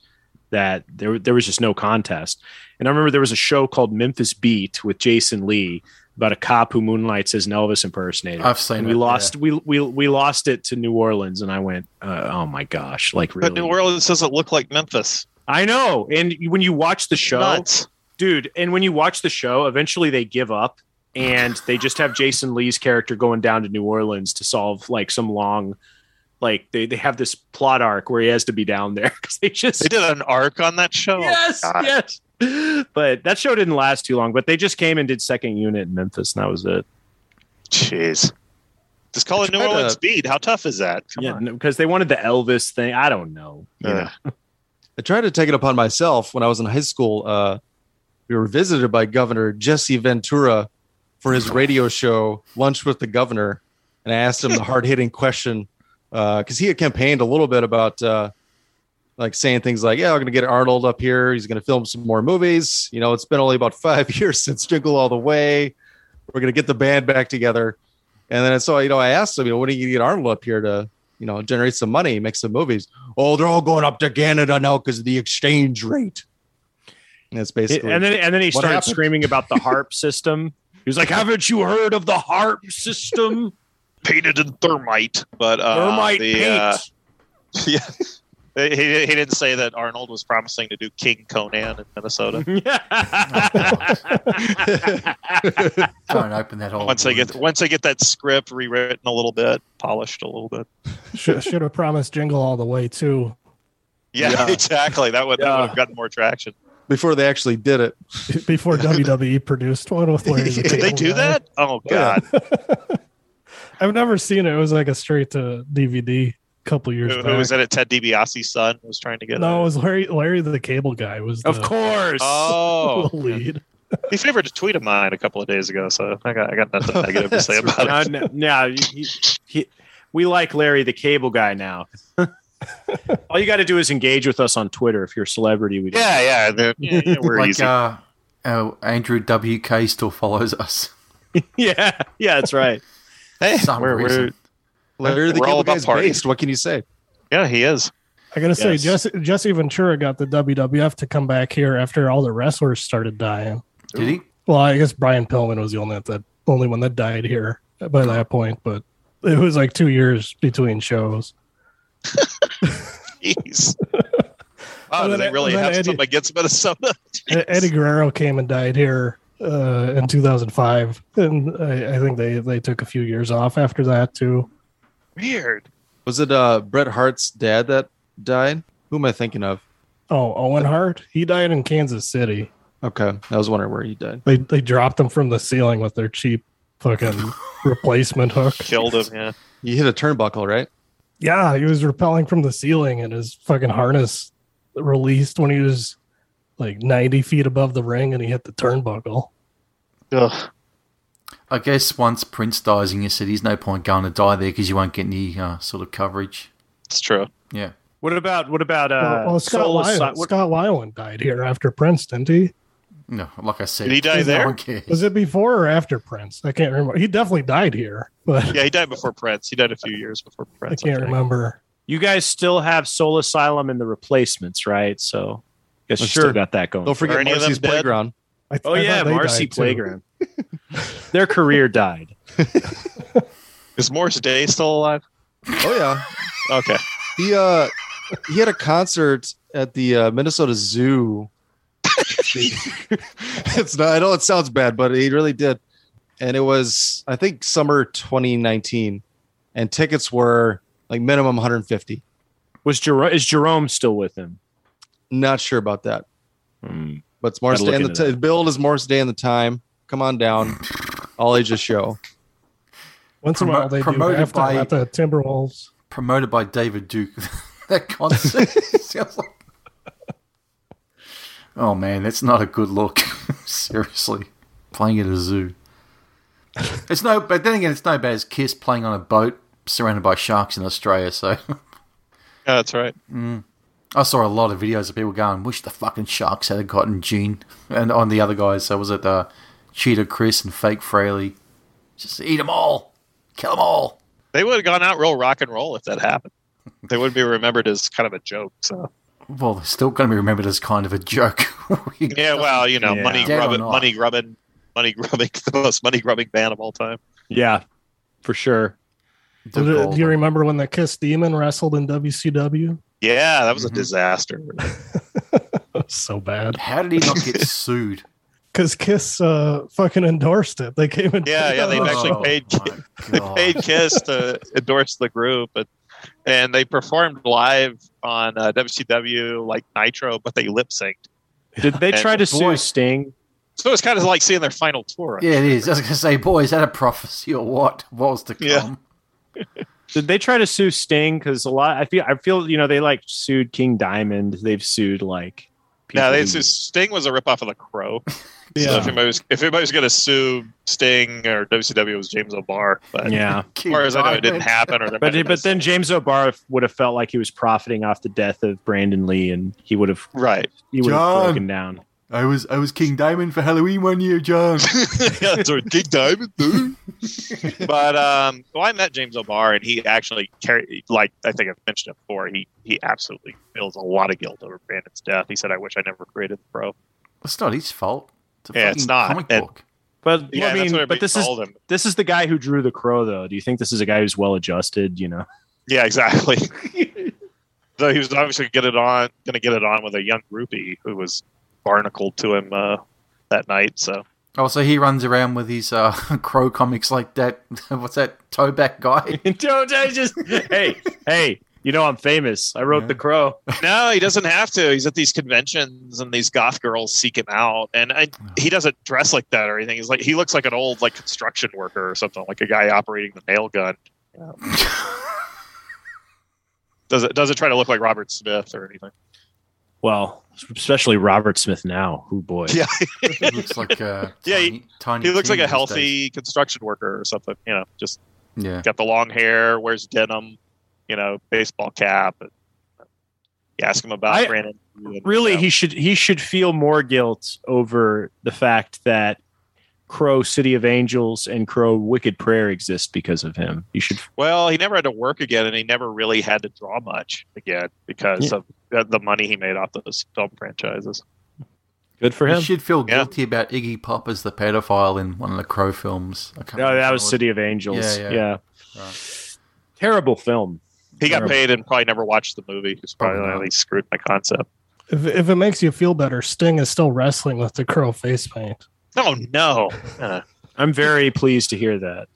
D: that there there was just no contest and i remember there was a show called memphis beat with jason lee about a cop who moonlights as an elvis impersonator
F: I've seen
D: and
F: it.
D: we
F: yeah.
D: lost we, we we lost it to new orleans and i went uh, oh my gosh like
E: But
D: really
E: New Orleans doesn't look like Memphis.
D: i know and when you watch the show
E: Nuts.
D: dude and when you watch the show eventually they give up and they just have jason lee's character going down to new orleans to solve like some long like they, they have this plot arc where he has to be down there because they just
E: They oh, did an arc on that show.
D: yes
E: God.
D: yes but that show didn't last too long but they just came and did second unit in memphis and that was it
E: Jeez. Just call
G: I
E: it New
G: tried to-
E: Orleans Speed. How tough is that? Come
D: yeah
E: on.
D: because they wanted the elvis thing i don't know you
E: Ugh.
D: know.
G: I tried to take it upon myself when I was in high school. Uh, we were visited by Governor Jesse Ventura for his radio show, Lunch with the Governor. And I asked him the hard hitting question because he had campaigned a little bit about uh, like saying things like, yeah, I'm going to get Arnold up here. He's going to film some more movies. You know, it's been only about five years since Jingle All the Way. We're going to get the band back together. And then so, you know, I asked him, you know, when are you going to get Arnold up here to, you know, generate some money, make some movies? Oh, they're all going up to Canada now because of the exchange rate. And that's basically
D: and then and then he
G: What
D: started
G: happened?
D: screaming about the harp system he was like haven't you heard of the harp system
E: painted in thermite, but uh,
D: thermite
E: the,
D: paint
E: uh, yeah, he, he he didn't say that Arnold was promising to do King Conan in Minnesota.
F: Don't open that whole.
E: Once I get once I get that script rewritten a little bit, polished a little bit.
B: Should, should have promised Jingle all the way too.
E: Yeah,
D: Yeah.
E: exactly. That would, that
D: Yeah.
E: would have gotten more traction.
G: before they actually did it.
B: before WWE produced one with Larry the
E: Did they
B: Cable
E: do
B: Guy.
E: that? Oh God!
B: I've never seen it. It was like a straight to DVD. couple years
E: Who,
B: back.
E: who was that? It Ted DiBiase's son was trying to get.
B: No, it
E: a-
B: was Larry. Larry the Cable Guy was
D: Of
B: the,
D: course.
E: Oh,
B: the lead.
E: he favored a tweet of mine a couple of days ago, so I got I got nothing negative to say
G: That's
E: about
D: no,
E: it.
D: no, no, he- he- we like Larry the Cable Guy now. All you got to do is engage with us on Twitter if you're a celebrity. We
E: Yeah, yeah, they're- yeah, yeah, we're
F: like
E: easy.
F: uh, oh, Andrew WK still follows us.
D: yeah, yeah, that's right.
E: hey,
F: some
E: we're, we're
F: reason.
G: Larry the
E: We're all
G: Cable
E: about
G: Guy's
E: party.
G: based. What can you say?
E: yeah, he is.
B: I gotta say,
D: Yes.
B: Jesse, Jesse Ventura got the WWF to come back here after all the wrestlers started dying.
F: Did he?
B: Well, I guess Brian Pillman was the only that only one that died here by that point, but it was like two years between shows.
E: Jeez. Wow,
B: And
E: do they
B: then-
E: really
B: and then
E: have
B: Eddie-
E: something against Minnesota?
B: E- Eddie Guerrero came and died here uh, in 2005, and I, I think they they took a few years off after that too.
E: Weird.
G: Was it uh, Bret Hart's dad that died? Who am I thinking of?
B: Oh, Owen Hart, he died in Kansas City.
G: Okay, I was wondering where he died.
B: They they dropped him from the ceiling with their cheap fucking replacement hook.
E: Killed him. Yeah.
G: He hit a turnbuckle, right?
B: Yeah, he was rappelling from the ceiling and his fucking harness released when he was like 90 feet above the ring and he hit the turnbuckle.
E: Ugh.
F: I guess once Prince dies in your city, there's no point going to die there because you won't get any uh, sort of coverage.
E: It's true.
F: Yeah.
D: What about what about uh,
B: well, well, Scott,
D: Soul Asy-
B: Weiland,
D: what-
B: Scott Weiland died here after Prince, didn't he?
F: No, like I said.
E: Did he die
F: no
E: there?
F: one cares.
B: Was it before or after Prince? I can't remember. He definitely died here, but
E: Yeah, he died before Prince. He died a few years before
B: I
E: Prince. I
B: can't
E: think.
B: remember.
D: you guys still have Soul Asylum and the replacements, right? So, guess you
G: Well,
D: still
G: sure.
D: got that going.
G: Don't
E: Are
G: forget
E: any of them
G: Marcy's
E: dead?
G: playground.
B: I th-
D: oh
B: I
D: yeah,
B: thought they
D: Marcy
B: died, too.
D: Playground. Their career died.
E: Is Morris Day still alive?
G: Oh yeah,
E: Okay.
G: he uh, he had a concert at the uh, Minnesota Zoo. it's not. I know it sounds bad, but he really did, and it was I think summer 2019, and tickets were like minimum 150.
D: Was Jerome is Jerome still with him?
G: Not sure about that,
D: Hmm.
G: but it's Morris
D: Gotta
G: Day
D: look
G: and the
D: into
G: t- build is Morris Day and the time. Come on down, all ages show.
B: Once in a while,
F: Promo-
B: they do
F: promoted
B: after
F: by-
B: at the Timberwolves.
F: Promoted by David Duke. that concert sounds like. Oh man, that's not a good look. Seriously, playing at a zoo. It's no, but then again, it's no bad as Kiss playing on a boat surrounded by sharks in Australia. So
E: Yeah, that's right.
F: I saw a lot of videos of people going, "Wish the fucking sharks had gotten Gene," and on the other guys. So was it uh, Cheetah Chris and Fake Fraley? Just eat them all, kill them all.
E: They would have gone out real rock and roll if that happened. They would be remembered as kind of a joke. So
F: Well, they're still going to be remembered as kind of a joke.
E: yeah, well, you know,
D: Yeah.
E: money
F: Dead or
E: grubbing,
F: not.
E: money grubbing, money grubbing, the most money grubbing band of all time.
D: Yeah, for sure.
F: They're
B: Do- do you
F: golden.
B: remember when the Kiss Demon wrestled in WCW?
E: Yeah, that was
B: Mm-hmm.
F: Mhm.
E: a disaster.
B: so bad.
F: How did he not get sued?
B: Because Kiss uh, fucking endorsed it. They came in.
E: Yeah, yeah, they
B: Oh.
E: actually paid-
F: my
E: they
F: God.
E: paid Kiss to endorse the group, and, and they performed live on uh, WCW like Nitro, but they lip synced.
D: Did they
E: And
D: try to sue
F: boy-
D: Sting?
E: So it's kind of like seeing their final tour.
F: Yeah, it is. I was going to say, boy, is that a prophecy or what? What was to come?
E: Yeah.
D: Did they try to sue Sting? Because a lot, I feel, I feel, you know, they like sued King Diamond. They've sued like.
E: No, they,
D: who-
E: just- Sting was a ripoff of the Crow. So if
B: Yeah.
E: anybody was, if anybody was going to sue Sting or WCW, it was James O'Barr. But
D: Yeah,
E: as far as I know, it didn't
F: Diamond.
E: happen. Or there
D: but
E: might have
D: but
E: been-
D: then James O'Barr would have felt like he was profiting off the death of Brandon Lee, and he would have
E: right,
D: he would have
F: John.
D: broken down.
F: I was I was King Diamond for Halloween one year, John.
E: yeah, it's a King Diamond, dude. but um, well, I met James O'Barr, and he actually carried, like I think I've mentioned it before, he he absolutely feels a lot of guilt over Brandon's death. He said, "I wish I never created the Crow."
F: it's not his fault. It's a
E: Yeah, it's
F: fucking
E: not.
F: Comic
E: And-
F: book.
D: But
E: Yeah,
D: I
E: that's what
D: mean,
E: everybody
D: but this is
E: called him.
D: this is the guy who drew the crow, though. Do you think this is a guy who's well adjusted? You know,
E: Yeah, exactly. so he was obviously get it on, going to get it on with a young groupie who was barnacled to him uh, that night. So
F: Oh, so he runs around with his uh, crow comics like that. What's that towback guy?
D: don't I just hey hey. You know I'm famous. I wrote
F: Yeah.
D: the crow.
E: no, he doesn't have to. He's at these conventions, and these goth girls seek him out, and I, he doesn't dress like that or anything. He's like he looks like an old like construction worker or something, like a guy operating the nail gun. Does it does it try to look like Robert Smith or anything?
D: Well, especially Robert Smith now. Who boy?
E: Yeah.
F: He looks like uh,
E: Yeah, he-
F: Tiny- Tiny
E: He looks like
F: Tim
E: a
F: these
E: healthy construction worker or something. You know, just
F: days. Yeah.
E: got the long hair, wears denim, you know, baseball cap. And you ask him about
D: I-
E: Brandon. Lee and,
D: Really,
E: you know,
D: he should he should feel more guilt over the fact that Crow City of Angels and Crow Wicked Prayer exist because of him. You should.
E: well, he never had to work again, and he never really had to draw much again because
D: Yeah.
E: of the- the money he made off those film franchises.
D: Good for
F: You
D: him.
F: should feel
E: Yeah.
F: guilty about Iggy Pop as the pedophile in one of the Crow films. I can't
D: No,
F: remember
D: that
F: what
D: was
F: it
D: City of Angels.
F: Yeah,
D: Yeah.
F: yeah.
D: Terrible film.
E: He got
D: Terrible.
E: paid and probably never watched the movie. He's probably
F: Probably not.
E: like, "They screwed my concept.
B: If, if it makes you feel better, Sting is still wrestling with the curl face paint.
E: Oh no!
D: I'm very pleased to hear that.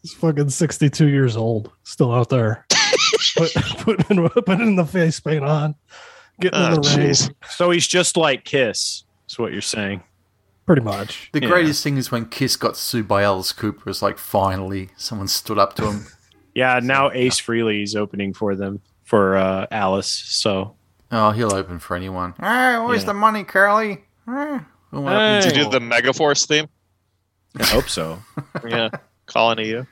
B: He's fucking 62 years old, still out there. Put- putting, putting the face paint on, getting in
E: Oh,
B: the ring.
E: jeez.
D: So he's just like Kiss. Is what you're saying?
B: Pretty much.
F: The
D: Yeah.
F: greatest thing is when Kiss got sued by Alice Cooper. It's like finally someone stood up to him.
D: Yeah. Now Ace Frehley is opening for them for uh, Alice. So
F: oh, he'll open for anyone. Hey, Ah, where's
D: Yeah.
F: the money, Curly? Eh, what happened
D: Hey.
E: Did you do the Megaforce theme?
D: I hope so.
E: Yeah, calling to you.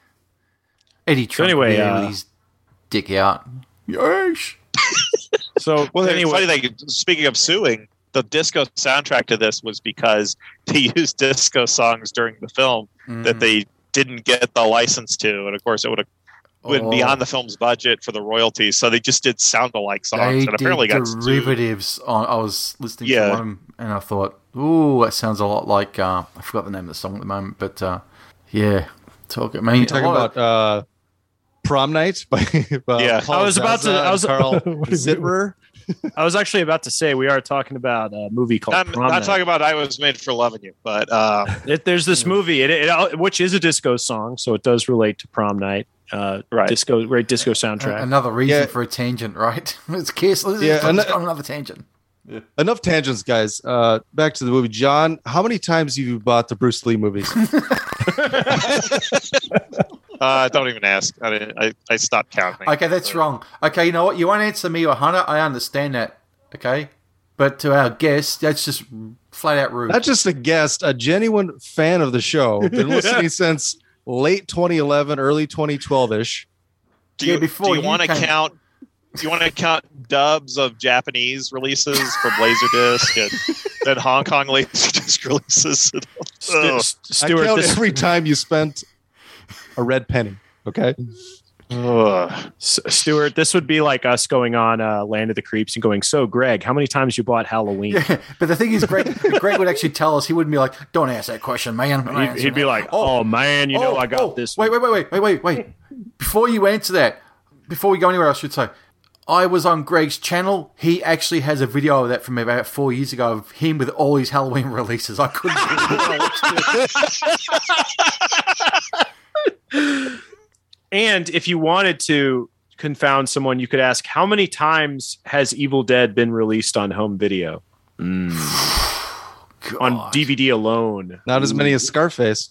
F: Eddie Trump
D: anyway,
F: anyway, there
D: uh,
F: with his dick out. Yes.
D: So
E: Well, anyway,
D: anyway,
E: funny thing. Speaking of suing, the disco soundtrack to this was because they used disco songs during the film
F: Mm. Mm-hmm.
E: that they didn't get the license to, and of course, it would have went
F: Oh.
E: beyond the film's budget for the royalties. So they just did sound-alike songs,
F: They
E: and apparently
F: did
E: got sued.
F: derivatives. On, I was listening
E: Yeah.
F: to one of 'em and I thought, ooh, that sounds a lot like uh, I forgot the name of the song at the moment, but uh, yeah, talk. I mean,
G: You're talking
F: a lot of-
G: about uh, prom night by, by
E: Yeah.
G: Paul
D: I was about to-
G: Zaza
D: I was-
G: and Carl
B: What do you mean?
G: Zitterer.
D: I was actually about to say we are talking about a movie called.
E: I'm
D: Prom
E: not
D: Night.
E: talking about "I Was Made for Loving You," but uh,
D: It, there's this movie, it, it, which is a disco song, so it does relate to prom night. Uh,
E: Right.
D: Disco, great disco soundtrack.
F: another reason
G: Yeah.
F: for a tangent, right? it's Kiss. Let's
G: Yeah,
F: yeah,
G: and-
F: on another tangent.
G: Enough tangents, guys. Uh, back to the movie. John, how many times have you bought the Bruce Lee movies?
E: uh, don't even ask. I, mean, I I stopped counting.
F: Okay, that's wrong. Okay, you know what? You won't answer me or Hunter. I understand that. Okay, but to our guest, that's just flat out rude.
G: Not just a guest, a genuine fan of the show. Been listening since late 2011, early 2012 ish.
E: Do
F: Yeah,
E: you,
F: before
E: do you,
F: you
E: want to
F: came-
E: count? Do you want to count dubs of Japanese releases from Laserdisc and then Hong Kong Laserdisc releases?
D: Stu-
E: Ugh.
D: Stu-
G: I
D: Stuart,
G: count
D: this,
G: every time you spent a red penny. Okay.
E: Ugh.
D: S- Stuart, this would be like us going on uh, Land of the Creeps and going, So, Greg, how many times you bought Halloween?
F: Yeah, but the thing is, Greg, Greg would actually tell us. He wouldn't be like, "Don't ask that question, man." Don't
D: He'd,
F: answer
D: he'd be
F: that."
D: like, Oh, man, you know, I got
E: oh,
D: this.
F: oh, Wait, wait, wait, wait, wait, wait, wait. Before you answer that, before we go anywhere, I should say, I was on Greg's channel. He actually has a video of that from about four years ago of him with all his Halloween releases. I couldn't.
D: And if you wanted to confound someone, you could ask, How many times has Evil Dead been released on home video? On
F: God.
D: DVD alone.
G: Not as many as Scarface.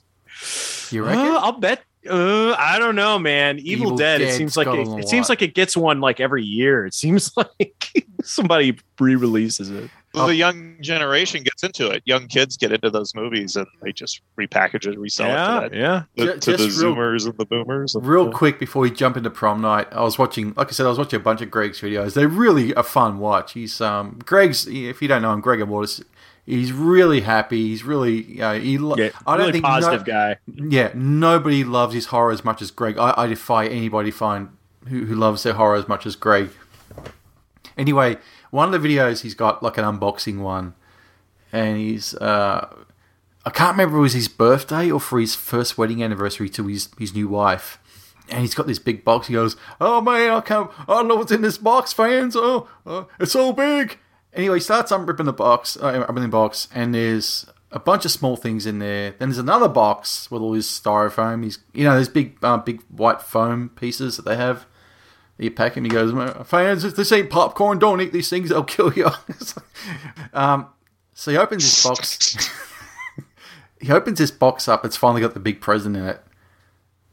F: You
D: Uh,
F: reckon?
D: I'll bet. Uh, I don't know, man. Evil,
F: Evil
D: Dead. It
F: Dead's
D: seems like
F: got
D: it,
F: a
D: it seems
F: lot.
D: like it gets one like every year. It seems like somebody re-releases it.
E: Well, the young generation gets into it. Young kids get into those movies and they just repackage it, resell it to, that,
D: yeah.
E: to,
F: Ju-
E: to the
F: just real-
E: Zoomers and the Boomers. and-
F: Real quick before we jump into prom night, I was watching, like I said, I was watching a bunch of Greg's videos. They're really a fun watch. He's um, Greg's. If you don't know him, Greg Waters, he's really happy. He's really, you know, he. lo-
D: yeah.
F: I don't
D: really
F: think
D: positive
F: no-
D: guy.
F: Yeah, nobody loves his horror as much as Greg. I, I defy anybody find who, who loves their horror as much as Greg. Anyway, one of the videos he's got like an unboxing one, and he's uh, I can't remember if it was his birthday or for his first wedding anniversary to his his new wife. And he's got this big box. He goes, "Oh man, I can't. I don't know what's in this box, fans. Oh, oh it's so big." Anyway, he starts unripping the box, uh, unripping the box, and there's a bunch of small things in there. Then there's another box with all his styrofoam. He's, you know, those big, uh, big white foam pieces that they have. You pack him. He goes, "Man, "Fans, if this ain't popcorn, don't eat these things. They'll kill you." It's like- um, so he opens his box he opens this box up. It's finally got the big present in it,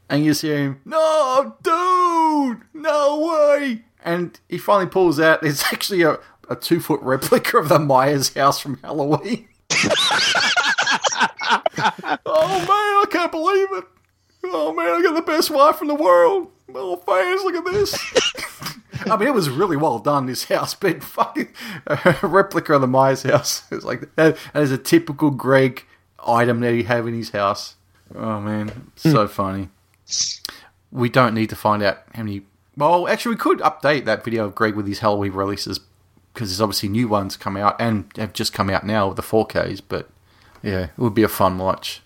F: and you see him. No, dude, no way. and he finally pulls out. It's actually a, a two foot replica of the Myers house from Halloween. oh man, I can't believe it. Oh man, I got the best wife in the world. Oh fans, look at this. I mean, it was really well done. This house, but fucking a replica of the Myers house. It's like that, that is a typical Greg item that he have in his house. Oh man, so funny. We don't need to find out how many. Well, actually, we could update that video of Greg with his Halloween releases because there's obviously new ones come out and have just come out now with the 4Ks. But yeah, it would be a fun watch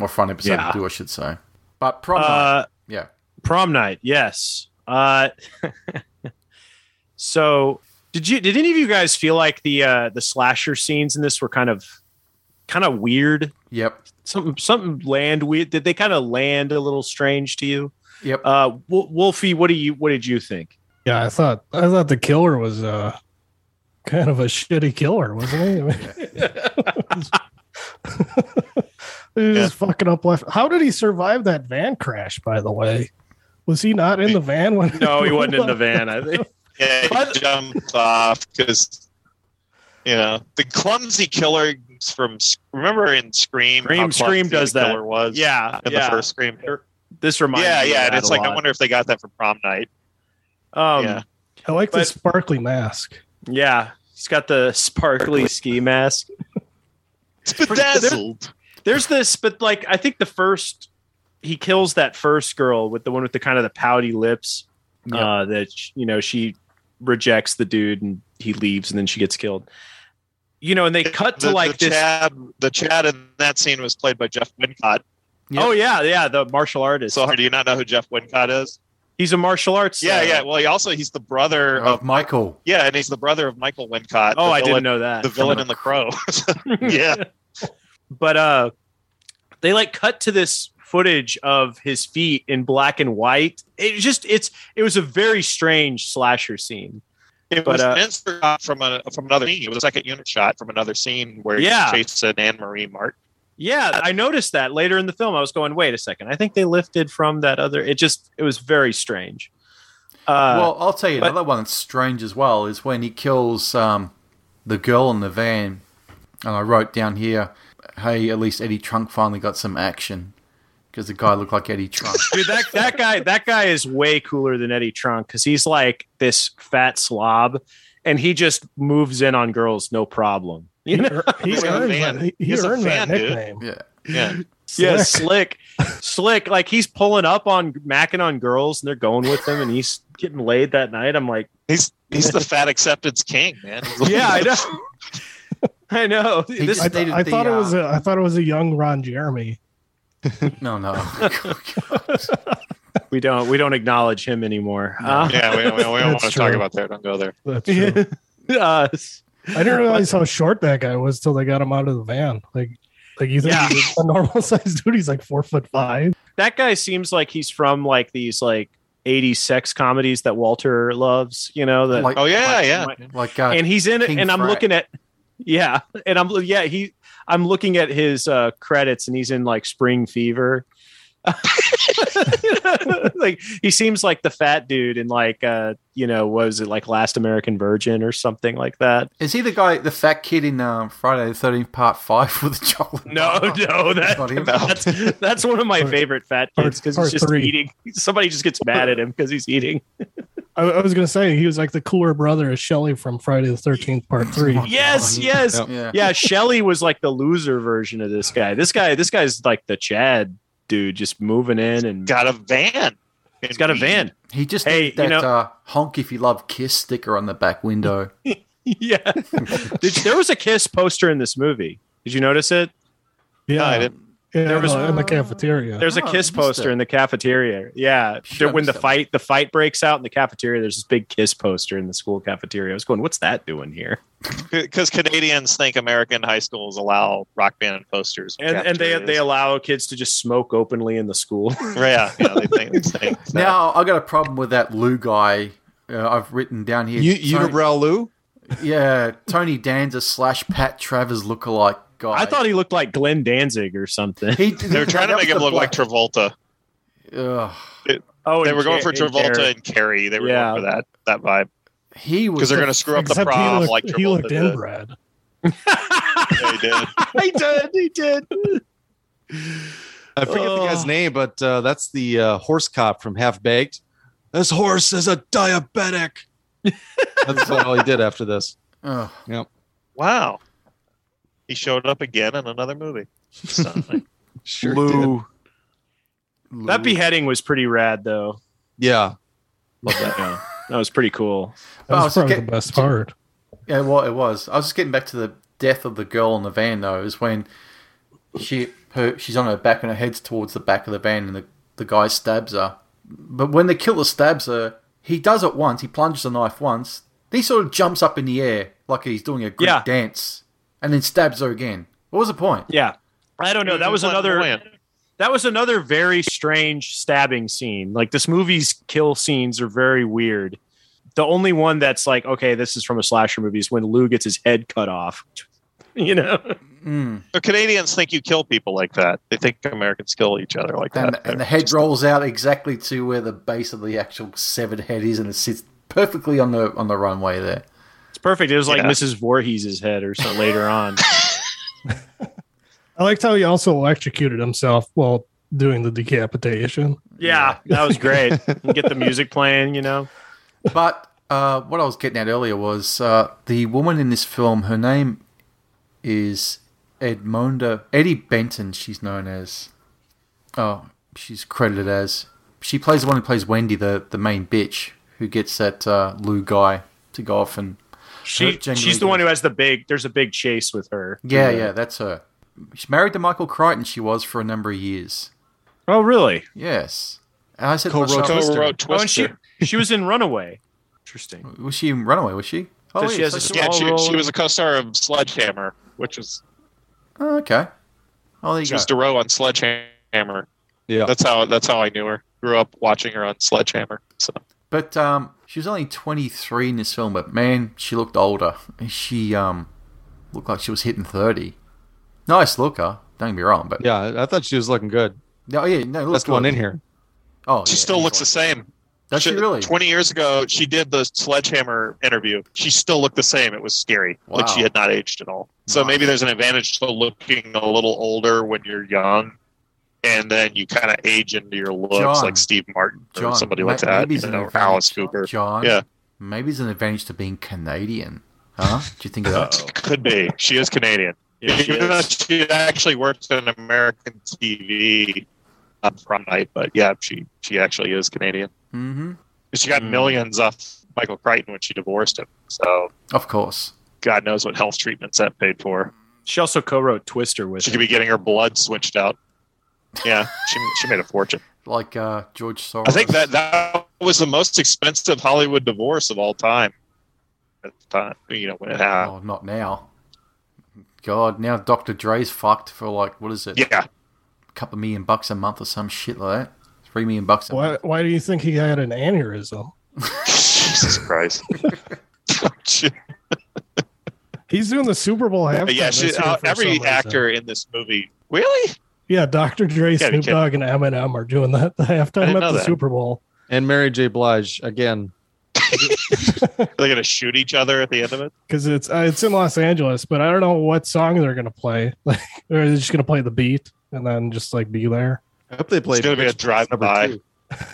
F: or fun episode
D: Yeah.
F: to do, I should say. But probably,
D: Uh,
F: yeah.
D: prom night yes uh so did you did any of you guys feel like the uh the slasher scenes in this were kind of kind of weird
F: Yep.
D: something something land weird did they kind of land a little strange to you
F: Yep.
D: uh Wo- wolfie what do you what did you think
B: Yeah, I thought I thought the killer was uh kind of a shitty killer, wasn't he? I mean- he was just fucking up left. How did he survive that van crash? By the way, was he not in the van when?
D: no he wasn't in the van i think
E: Yeah,
D: But-
E: he jumped off because you know the clumsy killer from S- remember in Scream.
D: Scream-
E: how clumsy
D: Scream
E: the
D: does that.
E: Killer was
D: yeah
E: in
D: yeah.
E: the first Scream.
D: this reminds
E: Yeah,
D: me of
E: yeah, and
D: that
E: it's
D: a
E: like I
D: lot.
E: wonder if they got that from Prom Night.
D: um
E: yeah.
B: I like the
D: But-
B: sparkly mask.
D: yeah he's got the sparkly ski mask
E: It's
D: pretty- they're-
E: bedazzled.
D: there's this but like i think the first he kills that first girl with the one with the kind of the pouty lips uh that sh- you know she rejects the dude and he leaves and then she gets killed you know and they cut to
E: the,
D: like
E: the
D: this
E: Chad, the Chad in that scene was played by Jeff Wincott.
F: Yep.
D: oh yeah yeah the martial artist
E: So do you not know who Jeff Wincott is?
D: he's a martial arts
E: Yeah,
D: uh,
E: yeah. Well, he also he's the brother
F: Of
E: of
F: Michael.
E: yeah, and he's the brother of Michael Wincott.
D: oh
E: the
D: i didn't
E: villain-
D: know that
E: the villain in the Crow. yeah,
D: but uh they like cut to this footage of his feet in black and white it just it's it was a very strange slasher scene
E: it
D: But,
E: was
D: uh,
E: an insert shot from a from another scene. It was a second unit shot from another scene where
D: Yeah.
E: he chased an Anne Marie Mark.
D: Yeah, I noticed that later in the film. I was going, wait a second. I think they lifted from that other. It just it was very strange. Uh,
F: well, I'll tell you
D: but-
F: another one that's strange as well is when he kills um, the girl in the van, and I wrote down here, "Hey, at least Eddie Trunk finally got some action," because the guy looked like Eddie Trunk.
D: dude, that that guy that guy is way cooler than Eddie Trunk because he's like this fat slob, and he just moves in on girls no problem.
B: He,
D: You know,
B: ear- he
E: He's a
B: earned
E: fan.
B: that, he, he
E: He's a
B: earned that
E: fan, dude.
B: nickname.
F: yeah,
E: Yeah,
D: yeah,
B: Slick.
D: slick, slick. Like he's pulling up on macking on girls, and they're going with him, and he's getting laid that night. I'm like,
E: he's he's the fat acceptance king, man.
D: yeah, I know, I know.
F: He
D: This
B: I,
F: just dated
B: I
F: the,
B: thought it
F: uh,
B: was a, I thought it was a young Ron Jeremy.
F: no, no,
D: we don't we don't acknowledge him anymore. Uh,
E: Yeah, we, we, we don't want
B: That's
E: to talk
B: true.
E: about that. Don't go there.
B: That's true.
D: uh,
B: I didn't realize how short that guy was till they got him out of the van. Like, like you think
D: Yeah.
B: he's a normal sized dude? He's like four foot five.
D: that guy seems like he's from like these like 80s sex comedies that Walter loves, you know, that
F: like,
E: Oh yeah, yeah.
F: like uh,
D: and he's in it
F: King
D: and I'm
F: Fry.
D: looking at yeah, and I'm yeah, he I'm looking at his uh credits and he's in like Spring Fever. like he seems like the fat dude in like uh you know, what was it like Last American Virgin or something like that?
F: is he the guy, the fat kid in um, Friday the Thirteenth Part Five with the chocolate?
D: No,
F: bar?
D: no, that,
F: Not him.
D: that's that's one of my
B: Part-
D: favorite fat kids because
B: part
D: he's just
B: three.
D: eating. Somebody just gets mad at him because he's eating.
B: I, I was gonna say he was like the cooler brother of Shelley from Friday the Thirteenth Part Three.
D: Yes, yes.
G: Yep.
F: yeah.
D: Yeah, Shelly was like the loser version of this guy. This guy, this guy's like the Chad dude, just moving in and
E: Got a van.
D: he's got a van.
F: He just
D: Hey,
F: needs that
D: you know-
F: uh, honk if you love Kiss sticker on the back window.
D: yeah, Did- there was a kiss poster in this movie. Did you notice it?
E: No, I
B: Yeah,
E: didn't.
B: yeah
D: there was-
B: no, in the cafeteria.
D: There's a
F: Oh, I
D: kiss
F: missed
D: poster
F: it.
D: in the cafeteria. Yeah,
F: Shit,
D: There-
F: I
D: when the
F: missed that one.
D: fight the fight breaks out in the cafeteria, there's this big kiss poster in the school cafeteria. I was going, what's that doing here?
E: because Canadians think American high schools allow rock band posters.
D: And and they they
E: allow
D: allow kids to just smoke openly in the school.
E: yeah, yeah they think, they think that.
F: Now I got a problem with that Lou guy. Uh, I've written down here.
G: You,
F: Tony-
G: Unibrow Lou?
F: yeah, Tony Danza slash Pat Travers lookalike guy.
D: I thought he looked like Glenn Danzig or something.
F: he
E: They were trying to make him look like Travolta.
F: Ugh.
E: It-
D: Oh,
E: They
D: and
E: were
D: Ca-
E: going for
D: and
E: Travolta
D: Garrett.
E: and Carrie. They were
D: Yeah.
E: going for that that vibe
F: He was
E: because they're
F: the-
E: going to screw up the
B: Except
E: prom
B: he looked,
E: like
B: he
E: Travolta
B: looked
E: did.
B: inbred.
E: They did.
D: he did. He did.
G: I forget the
D: Oh.
G: guy's name, but uh, that's the uh, horse cop from Half Baked. This horse is a diabetic. that's about all he did after this.
F: Ugh.
E: Wow. He showed up again in another movie. Stunning.
G: Sure did.
D: Lou. That
F: Lou.
D: beheading was pretty rad, though.
G: Yeah.
D: Love that. yeah. That was pretty cool.
B: That
F: Oh,
B: was
F: so
B: probably
F: get-
B: the best part.
F: Yeah, well, it was. I was just getting back to the death of the girl in the van, though. Is when she her she's on her back and her head's towards the back of the van, and the the guy stabs her. But when the killer stabs her, he does it once. He plunges the knife once. Then he sort of jumps up in the air like he's doing a Greek
D: Yeah.
F: dance, and then stabs her again. What was the point?
D: Yeah. I don't know. That was another.
E: Flamboyant.
D: that was another very strange stabbing scene. Like this movie's kill scenes are very weird. The only one that's like, okay, this is from a slasher movie is when Lou gets his head cut off. You know?
F: Mm.
E: The Canadians think you kill people like that. They think Americans kill each other like
F: And,
E: that.
F: and the head rolls out exactly to where the base of the actual severed head is, and it sits perfectly on the on the runway there.
D: It's perfect. It was like
E: Yeah.
D: Mrs. Voorhees' head or something later on.
B: I liked how he also electrocuted himself while doing the decapitation.
D: Yeah, that was great. You get the music playing, you know?
F: But uh, what I was getting at earlier was uh, the woman in this film. Her name is Edmonda Eddie Benton. She's known as. Oh, she's credited as. She plays the one who plays Wendy, the the main bitch who gets that uh, Lou guy to go off and.
D: She
F: Genuinely
D: she's the
F: good.
D: one who has the big there's a big chase with her.
F: Yeah, yeah, that's her. She's married to Michael Crichton. She was for a number of years.
D: Oh really?
F: Yes. And I said, to
G: Co-wrote
F: myself,
E: Co-wrote
D: Oh, and she
E: Twister.
D: she was in Runaway. Interesting.
F: was she in Runaway? Was she? Oh,
D: So she
F: yes,
D: has
F: that's
D: a
F: right.
E: yeah,
D: Small
E: she,
D: role.
E: she was a co-star of Sledgehammer, which was
F: Oh, okay. Oh, there you
E: she
F: go.
E: was Dero on Sledgehammer.
G: Yeah.
E: That's how that's how I knew her. Grew up watching her on Sledgehammer. So
F: But um, she was only 23 in this film, but man, she looked older. She um, looked like she was hitting 30. Nice looker, don't get me wrong, but
G: yeah. I- I thought she was looking good.
F: oh yeah, no, look
G: That's the one
F: good.
G: in here.
F: Oh,
E: she
F: yeah,
E: still looks the
F: easily.
E: same.
F: Does she really?
E: Twenty years ago, she did the Sledgehammer interview. She still looked the same. It was scary. Like
F: Wow.
E: she had not aged at all. So
F: Wow.
E: maybe there's an advantage to looking a little older when you're young, and then you kind of age into your looks,
F: John.
E: like Steve Martin or
F: John,
E: somebody
F: ma-
E: like that.
F: maybe it's
E: you
F: an
E: know,
F: advantage.
E: Alice Cooper.
F: John,
E: Yeah.
F: maybe it's an advantage to being Canadian, huh? Do you think of that?
E: Could be. She is Canadian.
D: Yeah, she
E: Even though
D: is.
E: she actually worked on American TV on front night, but yeah, she she actually is Canadian.
F: Mm-hmm.
E: She got
D: Mm.
E: millions off Michael Crichton when she divorced him. So
F: Of course.
E: God knows what health treatments that paid for.
D: She also co-wrote Twister with
E: She
D: him.
E: could be getting her blood switched out. Yeah, she she made a fortune.
F: Like uh, George Soros.
E: I think that that was the most expensive Hollywood divorce of all time. At the time, you know when it happened.
F: Oh, not now. God, now Dr. Dre's fucked for like what is it?
E: Yeah,
F: couple million bucks a month or some shit like that. Three million bucks a
B: Why,
F: month.
B: why do you think he had an aneurysm?
E: Jesus Christ.
B: He's doing the Super Bowl halftime.
E: But yeah,
B: this
E: she,
B: year
E: uh,
B: for some
E: every
B: reason.
E: actor in this movie. Really?
B: Yeah, Dr. Dre,
E: Gotta be
B: Snoop Dogg, and Eminem are doing that the
E: I
B: halftime
E: didn't
B: at
E: know
B: the
E: that.
B: Super Bowl.
G: And Mary J. Blige again.
E: They're gonna shoot each other at the end of it.
B: because it's uh, it's in Los Angeles, but I don't know what song they're gonna play. Like, they're just gonna play the beat and then just like be there.
G: I hope they played.
E: gonna be a
G: Pitch Black number
E: drive-by.
G: two.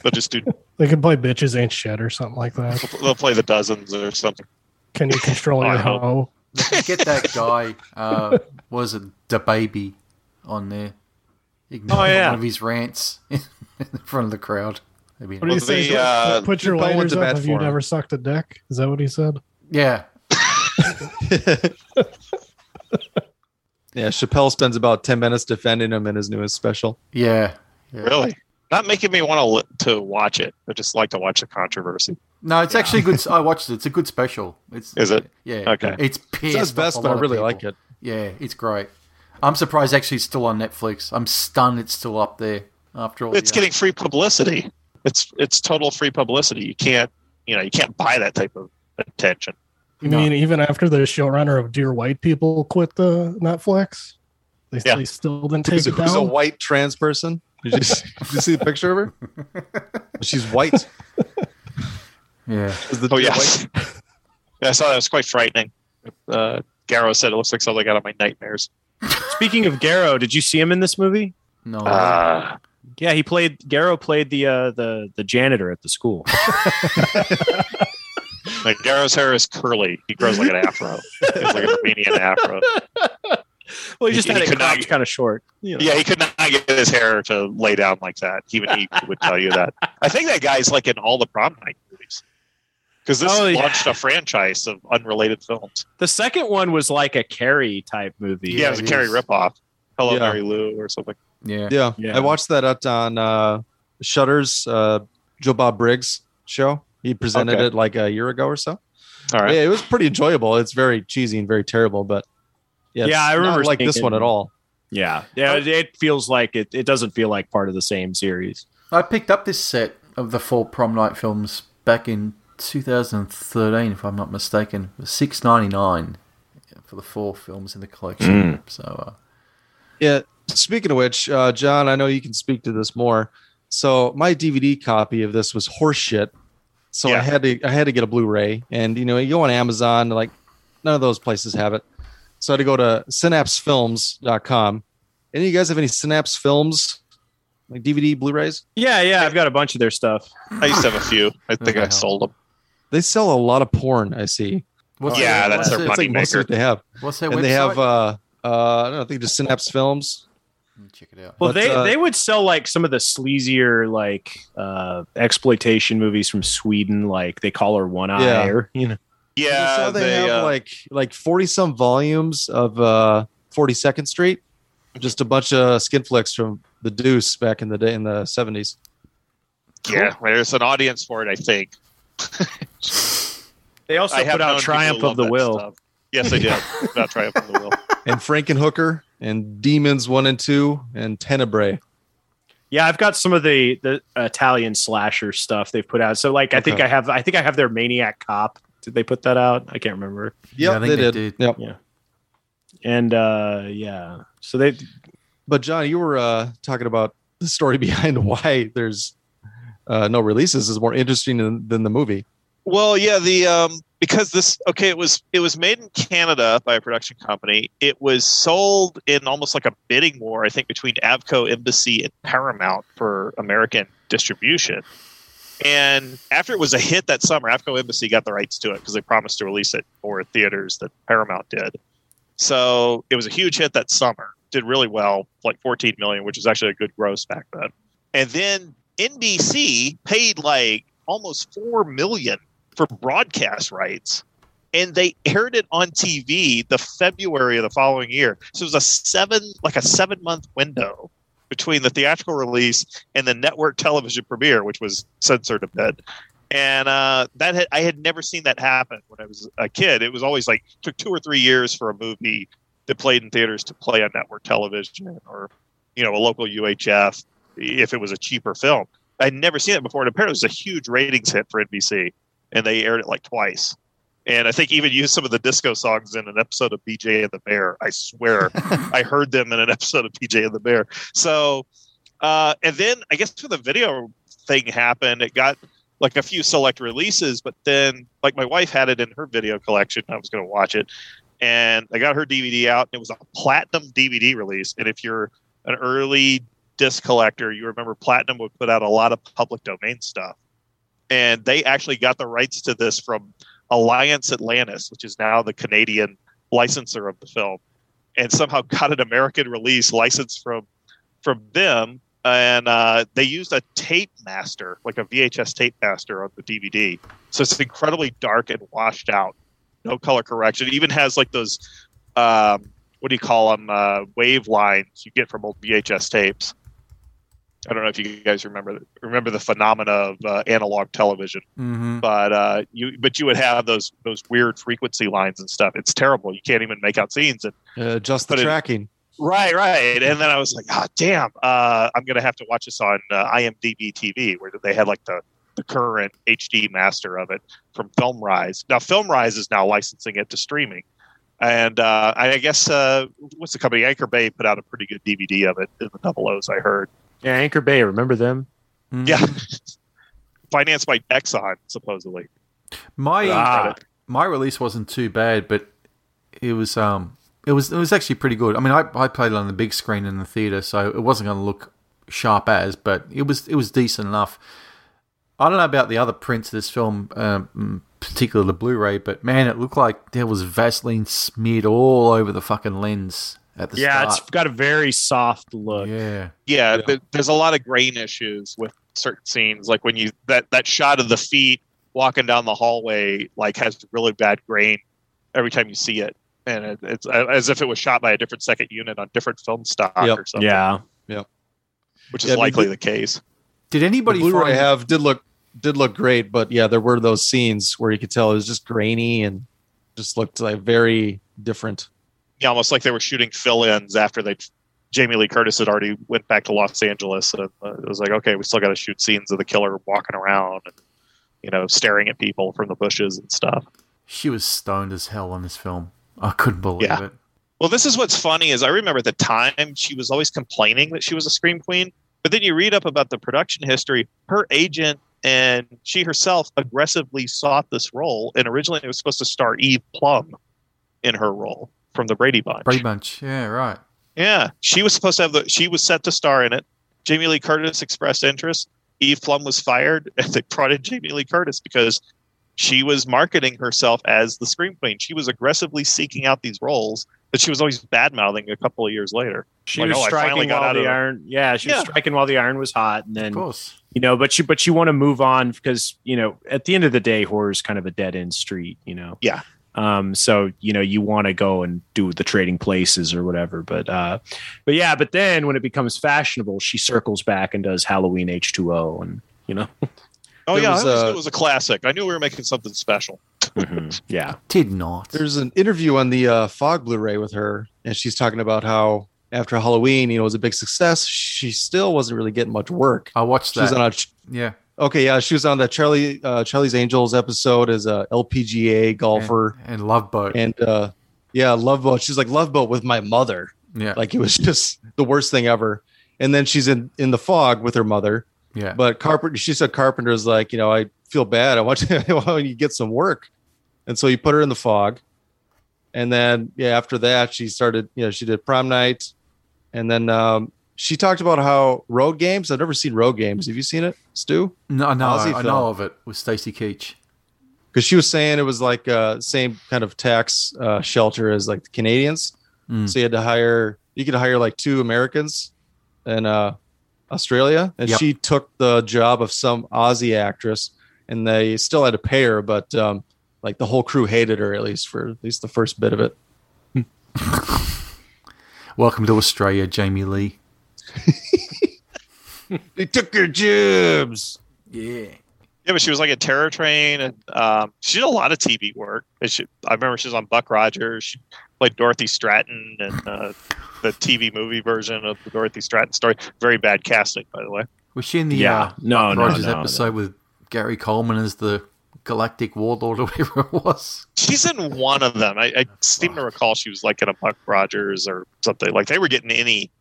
E: They'll just do.
B: They can play "Bitches Ain't Shit" or something like that.
E: They'll play the dozens or something.
B: Can you control
E: I
B: your
E: hope.
B: hoe?
F: They could Get that guy. Uh, was it the baby on there? Ignore
D: Oh, yeah.
F: one of his rants in front of the crowd. That'd be
B: What do you
E: Well,
B: say?
E: the, uh,
B: Put your
G: the bone with
B: lighters
G: the
B: up
G: bat
B: if you
G: form.
B: never sucked a dick. Is that what he said?
F: yeah,
G: yeah, Chappelle spends about ten minutes defending him in his newest special.
F: yeah, yeah.
E: Really? Not making me want to li- to watch it. I just like to watch the controversy.
F: No, it's actually good. I watched it. It's a good special. It's
E: Is it?
F: Yeah.
E: Okay.
F: It's
G: It's
F: pissed.
G: not his best, but I really like it.
F: Yeah, it's great. I'm surprised actually it's still on Netflix. I'm stunned it's still up there after all.
E: It's
F: the-
E: getting free publicity. It's it's total free publicity. You can't you know you can't buy that type of attention.
B: You
F: No.
B: mean even after the showrunner of Dear White People quit the Netflix, they,
E: Yeah.
B: they still didn't take
G: Who's a,
B: it
G: who's a
B: down.
G: white trans person? Did you, see- did you see the picture of her? She's white.
F: Yeah.
G: Is the
E: Oh
G: deer
E: yes, yeah, I saw that. It was quite frightening. Uh, Garrow said it looks like something out of my nightmares.
D: Speaking of Garrow, did you see him in this movie?
F: No.
E: Uh,
D: Yeah, he played Garrow played the uh, the the janitor at the school.
E: like Garrow's hair is curly. He grows like an afro. It's like an Armenian afro.
D: well, he just
E: He-
D: had
E: he
D: it
E: could not
D: cropped
E: get-
D: kind of short. you know.
E: Yeah, he could not get his hair to lay down like that. Even he would tell you that. I think that guy's like in all the prom night movies because this
D: Oh, yeah.
E: launched a franchise of unrelated films.
D: The second one was like a Carrie type movie.
E: Yeah, it was a
F: he
E: Carrie
F: was-
E: ripoff. Hello,
G: Yeah.
E: Mary Lou, or something.
F: yeah.
G: Yeah.
D: Yeah.
G: I watched that out on uh, Shutter's uh, Joe Bob Briggs show. He presented
E: Okay.
G: it like a year ago or so.
E: All right.
G: Yeah, it was pretty enjoyable. It's very cheesy and very terrible, but
D: Yeah,
G: it's
D: I remember
G: not like this
D: thinking-
G: one at all.
D: Yeah, yeah.
E: Oh.
D: It, it feels like it. It doesn't feel like part of the same series.
F: I picked up this set of the four prom night films back in 2013, if I'm not mistaken. It was 6.99 for the four films in the collection. So uh,
G: Yeah. Speaking of which, uh, John, I know you can speak to this more. So my DVD copy of this was horseshit. So I
E: Yeah.
G: had to I had to get a Blu-ray, and you know you go on Amazon, like none of those places have it. So I had to go to synapsefilms.com. Any of you guys have any Synapse Films like DVD Blu-rays?
D: Yeah, yeah. I've got a bunch of their stuff.
E: I used to have a few. I think
F: Okay.
E: I sold them.
G: They sell a lot of porn. I see.
F: what's
E: Yeah,
F: their,
E: that's
F: what's
E: their
G: That's
F: their,
G: like most of
E: Moneymaker.
G: what they have,
F: what's their
G: and
F: website?
G: they have uh uh I don't know, I think just Synapse Films.
F: Check it out.
G: But,
D: Well, they
G: uh,
D: they would sell like some of the sleazier like uh exploitation movies from Sweden, like they call her One Eye,
G: Yeah.
D: or you know.
G: I
E: Yeah,
G: saw they,
E: they,
G: have
E: uh,
G: like like forty some volumes of uh, Forty Second Street, just a bunch of skin flicks from the Deuce back in the day in the seventies.
E: yeah, there's an audience for it. I think.
D: They also
E: I have
D: put out
E: known
D: Triumph
E: people
D: of
E: who
D: the
E: love that
D: Will.
E: stuff. Yes, I did. Put out Triumph of the Will.
G: And Frankenhooker and Demons One and Two and Tenebrae.
D: Yeah, I've got some of the the Italian slasher stuff they've put out. So like, I think
G: Okay.
D: I have I think I have their Maniac Cop. Did they put that out? I can't remember.
F: Yeah, I
G: Yep,
F: think
G: they,
F: they
G: did.
F: did.
G: Yep.
D: And uh yeah, so they
G: But John, you were uh, talking about the story behind why there's uh, no releases is more interesting than, than the movie.
E: Well, yeah, the um, because this okay, it was it was made in Canada by a production company. It was sold in almost like a bidding war, I think, between Avco Embassy and Paramount for American distribution. And after it was a hit that summer, Avco Embassy got the rights to it because they promised to release it for theaters that Paramount did. So it was a huge hit that summer. Did really well, like 14 million, which was actually a good gross back then. And then NBC paid like almost 4 million for broadcast rights. And they aired it on TV the February of the following year. So it was a seven, like a seven month window between the theatrical release and the network television premiere, which was censored a bit. And uh, that had, I had never seen that happen when I was a kid. It was always like took two or three years for a movie that played in theaters to play on network television or you know a local UHF if it was a cheaper film. I'd never seen it before, and apparently it was a huge ratings hit for NBC, and they aired it like twice. And I think even used some of the disco songs in an episode of BJ and the Bear. I swear, I heard them in an episode of BJ and the Bear. So, uh, and then I guess when the video thing happened, it got like a few select releases, but then like my wife had it in her video collection. I was going to watch it, and I got her DVD out. And it was a platinum DVD release, and if you're an early disc collector, you remember Platinum would put out a lot of public domain stuff. And they actually got the rights to this from Alliance Atlantis, which is now the Canadian licensor of the film, and somehow got an American release license from from them. And uh, they used a tape master, like a VHS tape master on the DVD. So it's incredibly dark and washed out. No color correction. It even has like those, um, what do you call them, uh, wave lines you get from old VHS tapes. I don't know if you guys remember remember the phenomena of uh, analog television,
F: Mm-hmm.
E: but uh, you but you would have those those weird frequency lines and stuff. It's terrible. You can't even make out scenes. And
G: Uh, just the
E: But it-
G: tracking.
E: right, right. And then I was like, ah, damn. Uh, I'm gonna have to watch this on uh, IMDb TV, where they had like the the current HD master of it from FilmRise. Now FilmRise is now licensing it to streaming. And uh, I I guess uh, what's the company? Anchor Bay put out a pretty good DVD of it in the double O's. I heard.
F: mm-hmm. Hmm.
D: yeah Anchor Bay. Remember them?
E: Yeah. financed by Exxon, supposedly.
F: My
D: Ah.
F: my release wasn't too bad, but it was um it was it was actually pretty good. I mean, I, I played it on the big screen in the theater, so it wasn't going to look sharp as, but it was it was decent enough. I don't know about the other prints of this film, um, particularly the Blu-ray, but man, it looked like there was Vaseline smeared all over the fucking lens at the
D: Yeah, it's
F: start.
D: got a very soft look.
F: yeah,
E: Yeah, th- there's a lot of grain issues with certain scenes, like when you that that shot of the feet walking down the hallway, like has really bad grain every time you see it, and it, it's a- as if it was shot by a different second unit on different film stock
G: Yep.
E: or something.
D: Yeah.
E: which
G: Yeah,
E: is
G: I mean,
E: likely
G: the-
E: the case.
F: Did anybody
G: the Blu-ray I
F: find-
G: have did look did look great, but yeah, there were those scenes where you could tell it was just grainy and just looked like very different.
E: Yeah, almost like they were shooting fill-ins after they. Jamie Lee Curtis had already went back to Los Angeles, and uh, it was like, okay, we still got to shoot scenes of the killer walking around, and, you know, staring at people from the bushes and stuff.
F: she was stoned as hell on this film? I couldn't believe
E: Yeah.
F: it.
E: Well, this is what's funny is I remember at the time she was always complaining that she was a scream queen, but then you read up about the production history. Her agent and she herself aggressively sought this role, and originally it was supposed to star Eve Plum in her role from the Brady Bunch.
F: Brady Bunch, yeah, right.
E: Yeah, she was supposed to have the. She was set to star in it. Jamie Lee Curtis expressed interest. Eve Plum was fired, and they brought in Jamie Lee Curtis because she was marketing herself as the scream queen. She was aggressively seeking out these roles that she was always bad mouthing a couple of years later.
D: She
E: Like,
D: was
E: oh, I finally
D: striking
E: got
D: while
E: out of
D: the
E: the-
D: iron. Yeah, she
E: Yeah.
D: was striking while the iron was hot, and
F: Of
D: then
F: course.
D: you know, but you but you want to move on because you know at the end of the day, horror is kind of a dead end street. You know.
E: Yeah.
D: Um. So you know you want to go and do the trading places or whatever, but uh, but yeah, but then when it becomes fashionable, she circles back and does Halloween H two O and you know.
E: Oh
G: There
E: yeah,
G: was
E: I always
G: a-
E: knew it was a classic. I knew we were making something special. Mm-hmm.
D: Mhm. Yeah.
F: Did not.
G: There's an interview on the uh, Fog Blu-ray with her, and she's talking about how after Halloween, you know, it was a big success. She still wasn't really getting much work.
F: I watched
G: She was
F: that.
G: on a
F: yeah,
G: okay, yeah, she was on the Charlie uh, Charlie's Angels episode as a LPGA golfer,
F: and Love Boat.
G: and uh, yeah, Love Boat. She's like Love Boat with my mother.
F: yeah,
G: Like it was just the worst thing ever. And then she's in in the fog with her mother.
F: yeah.
G: But Carpenter, she said Carpenter's like, you know, I feel bad. I want you, I want you to get some work. And so he put her in the fog. And then, yeah, after that, she started, you know, she did prom night. And then um, she talked about how Road Games, I've never seen Road Games. Have you seen it, Stu?
F: no, no,
G: Aussie
F: I, I
G: film.
F: know of it with Stacey Keach.
G: Because she was saying it was like uh, same kind of tax uh, shelter as like the Canadians.
F: Mm.
G: So you had to hire, you could hire like two Americans in uh, Australia. And
F: Yep.
G: she took the job of some Aussie actress and they still had to pay her, but um, like the whole crew hated her at least for at least the first bit of it.
F: Welcome to Australia, Jamie Lee.
G: They took her jibs.
F: Yeah.
E: Yeah, but she was like a terror train, and um, she did a lot of TV work. And she, I remember she was on Buck Rogers. She played Dorothy Stratton and uh, the TV movie version of the Dorothy Stratton story. Very bad casting, by the way.
F: Was she in the
D: Yeah.
F: uh,
D: No. No.
F: Rogers
D: no, no.
F: episode with Gary Coleman as the Galactic Warlord or whatever it was?
E: She's in one of them. I, I seem to recall she was like in a Buck Rogers or something. Like they were getting any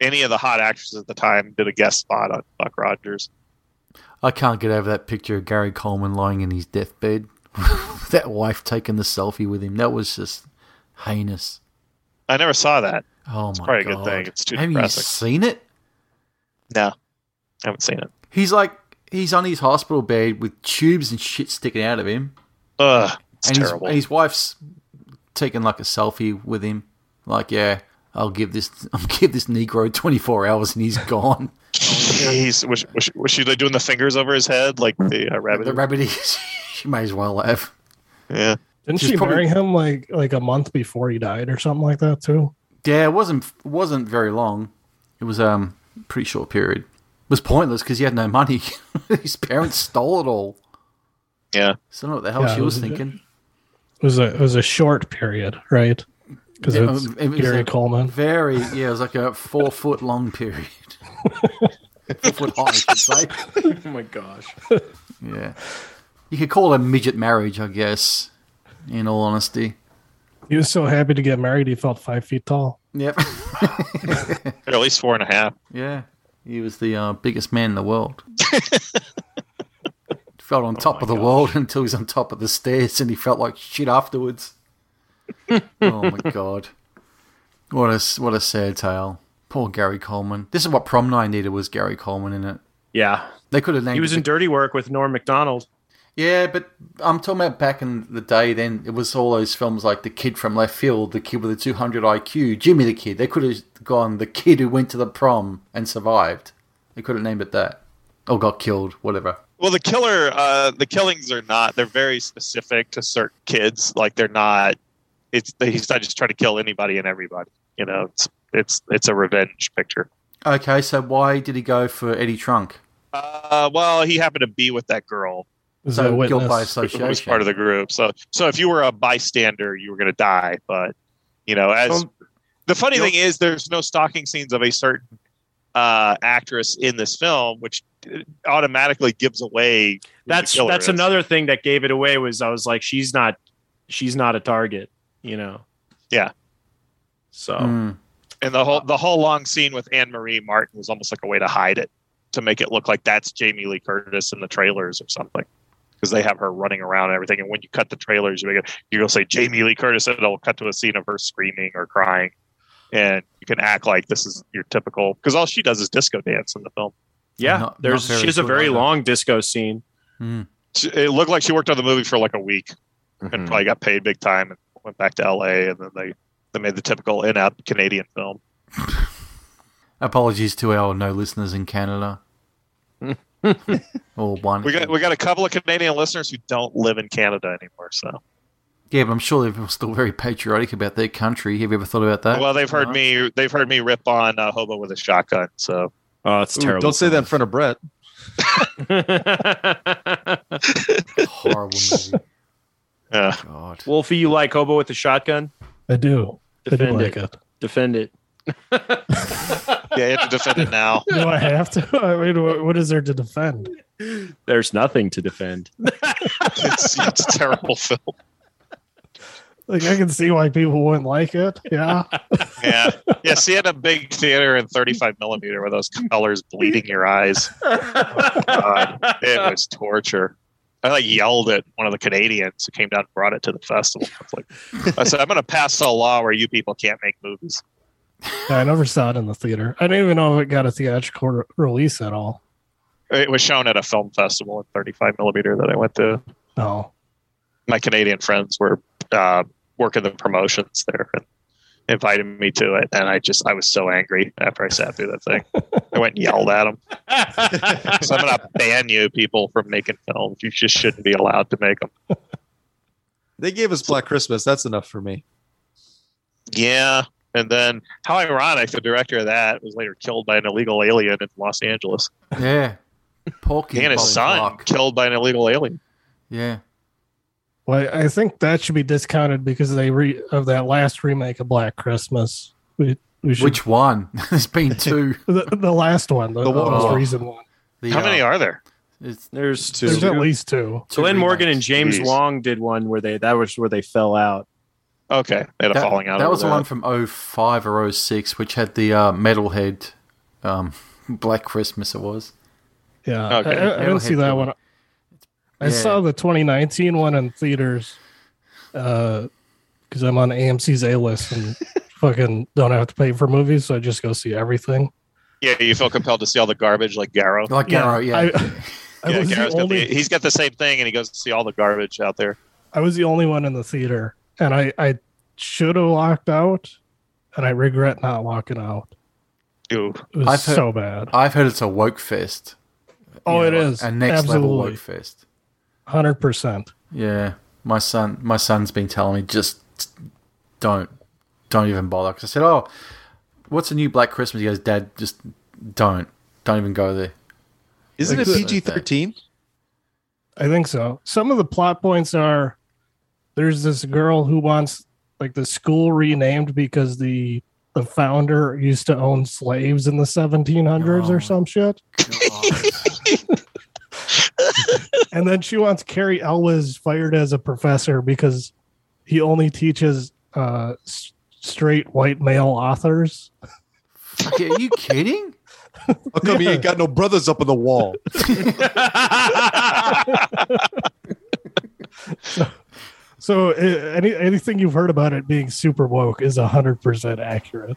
E: any of the hot actresses at the time did a guest spot on Buck Rogers.
F: I can't get over that picture of Gary Coleman lying in his deathbed. that wife taking the selfie with him. That was just heinous.
E: I never saw that.
F: Oh my
E: probably a
F: god.
E: good thing. It's too
F: Have
E: depressing.
F: you seen it?
E: No, I haven't seen it.
F: He's like he's on his hospital bed with tubes and shit sticking out of him.
E: Ugh, it's
F: and his,
E: terrible.
F: and his wife's taking like a selfie with him. Like, yeah, I'll give this, I'll give this Negro twenty four hours, and he's gone.
E: Jeez, was, was, was she like doing the fingers over his head like the uh, rabbit?
F: the rabbit is. she may as well have.
E: yeah.
B: Didn't
F: She's
B: she
F: probably-
B: marry him like like a month before he died or something like that too?
F: Yeah, it wasn't wasn't very long. It was um pretty short period. It was pointless because he had no money. his parents stole it all.
E: Yeah.
F: So I don't know what the hell
B: Yeah,
F: she
B: it
F: was
B: was-
F: thinking.
B: It was a it was a short period, right? Because
F: Yeah,
B: it's
F: um, it was
B: Gary
F: a-
B: Coleman.
F: Very, yeah, it was like a four foot long period. four foot high, I should say.
D: Oh my gosh.
F: Yeah. You could call it a midget marriage, I guess, in all honesty.
B: He was so happy to get married, he felt five feet tall.
F: Yep.
E: Or at least four and a half.
F: yeah. He was the uh, biggest man in the world. felt
D: Oh
F: on top
H: my
F: of the
H: gosh.
F: world until he was on top of the stairs and he felt like shit afterwards. oh my god. What a s- what a sad tale. Poor Gary Coleman. This is what prom night needed was Gary Coleman in it.
D: Yeah.
F: They could have named
D: He was
F: it
D: in Dirty Work with Norm MacDonald.
F: yeah, but I'm talking about back in the day. Then it was all those films like The Kid from Left Field, The Kid with the 200 IQ, Jimmy the Kid. They could have gone The Kid Who Went to the Prom and Survived. They could have named it that, or got killed, whatever.
E: Well, the killer, uh, the killings are not. They're very specific to certain kids. Like they're not. It's he's not just trying to kill anybody and everybody. You know, it's it's it's a revenge picture.
F: Okay, so why did he go for Eddie Trunk?
E: Uh, well, he happened to be with that girl
B: Is
F: So
B: a witness.
F: guilt by
D: Oh,
E: who was
F: association.
E: part of the group. So so if you were a bystander, you were going to die. But you know, as
D: Um,
E: the funny
D: you
E: thing is, there's no stalking scenes of a certain uh, actress in this film, which uh, automatically gives away. who the
D: That's
E: killer
D: that's
E: is.
D: another thing that gave it away was I was like, she's not she's not a target, you know.
E: Yeah.
D: So
F: Hmm.
E: And the whole the whole long scene with Anne Marie Martin was almost like a way to hide it, to make it look like that's Jamie Lee Curtis in the trailers or something, because they have her running around and everything. And when you cut the trailers, you make it, you're gonna say Jamie Lee Curtis, and it'll cut to a scene of her screaming or crying, and you can act like this is your typical because all she does is disco dance in the film.
D: yeah,
F: Not-
D: there's
F: not very
D: she has a
F: good
D: very
F: either.
D: long disco scene.
F: Hmm.
E: She- It looked like she worked on the movie for like a week and
D: Mhm.
E: probably got paid big time and went back to L.A. and then they they made the typical in out Canadian film.
F: Apologies to our no listeners in Canada. or one.
E: We got we got a couple of Canadian listeners who don't live in Canada anymore, so.
F: yeah, but I'm sure they're still very patriotic about their country. Have you ever thought about that?
E: Well, they've heard
F: No.
E: me. They've heard me rip on uh, "Hobo with a Shotgun." So
D: Oh, it's
G: Ooh,
D: terrible.
G: don't say that in front of Brett.
F: Horrible movie.
E: uh,
F: God.
D: Wolfie, you like Hobo with the shotgun?
B: I do. I do
D: Defend
B: like
D: it.
B: it.
D: Defend it.
E: yeah, you have to defend it now.
B: Do I have to? I mean, what, what is there to defend?
D: There's nothing to defend.
E: It's, it's a terrible film.
B: Like, I can see why people wouldn't like it. Yeah.
E: Yeah, yeah. See it in a big theater in 35 millimeter with those colors bleeding your eyes. God. It was torture. I like yelled at one of the Canadians who came down and brought it to the festival. I, was like, I said, "I'm going to pass a law where you people can't make movies."
B: I never saw it in the theater. I didn't even know if it got a theatrical re- release at all.
E: It was shown at a film festival in 35 millimeter that I went to.
B: No.
E: my Canadian friends were uh, working the promotions there and invited me to it. And I just, I was so angry after I sat through that thing. I went and yelled at them. So I'm going to ban you people from making films. You just shouldn't be allowed to make them.
G: They gave us Black Christmas. That's enough for me.
E: Yeah. And then how ironic the director of that was later killed by an illegal alien in Los Angeles.
F: Yeah. Porky
E: He and his
F: Polly
E: son
F: Clark.
E: killed by an illegal alien.
F: Yeah.
B: Well, I think that should be discounted because they re of that last remake of Black Christmas. We, we should,
F: Which one? There's been two.
B: the, the last one, the,
G: The one-
B: most
F: oh.
B: recent one.
F: The,
E: How many
F: uh,
E: are there?
F: it's
D: There's two.
B: There's at least two.
F: two
D: Glenn Morgan and
F: remakes.
D: James
E: Jeez.
D: Wong did one where they that was where they fell out.
E: Okay. They had a
F: That,
E: falling out.
F: that
E: over
F: was the one from 05 or 06, which had the uh, metalhead um, Black Christmas. It was.
B: Yeah.
E: Okay.
B: I- I, I didn't see that one. I
F: Yeah.
B: saw the 2019 one in theaters because I'm on AMC's A list and fucking don't have to pay for movies. So I just go see everything.
E: Yeah. You feel compelled to see all the garbage like Garrow.
F: Like Garrow, yeah.
B: I, I
E: yeah,
B: was the
E: Garrow's got
B: only-
E: the, he's got the same thing and he goes to see all the garbage out there.
B: I was the only one in the theater, and I I should have walked out, and I regret not walking out.
E: Ooh.
B: It was
F: I've heard-
B: so bad.
F: I've heard it's a woke fest.
B: Oh,
F: You
B: it
F: know,
B: is
F: A next level
B: absolutely
F: woke fest.
B: hundred percent.
F: Yeah, my son, my son's been telling me just don't, don't even bother. Because I said, "Oh, what's a new Black Christmas?" He goes, "Dad, just don't, don't even go there."
G: Isn't
F: Like
G: it
F: that.
G: PG thirteen?
B: I think so. Some of the plot points are there's this girl who wants like the school renamed because the the founder used to own slaves in the 1700s
F: Oh.
B: or some shit, and then she wants Carrie Elwes fired as a professor because he only teaches uh, s- straight white male authors.
F: Fuck, Are you kidding?
G: How come you ain't got no brothers up on the wall?
B: So uh, any anything you've heard about it being super woke is hundred percent accurate.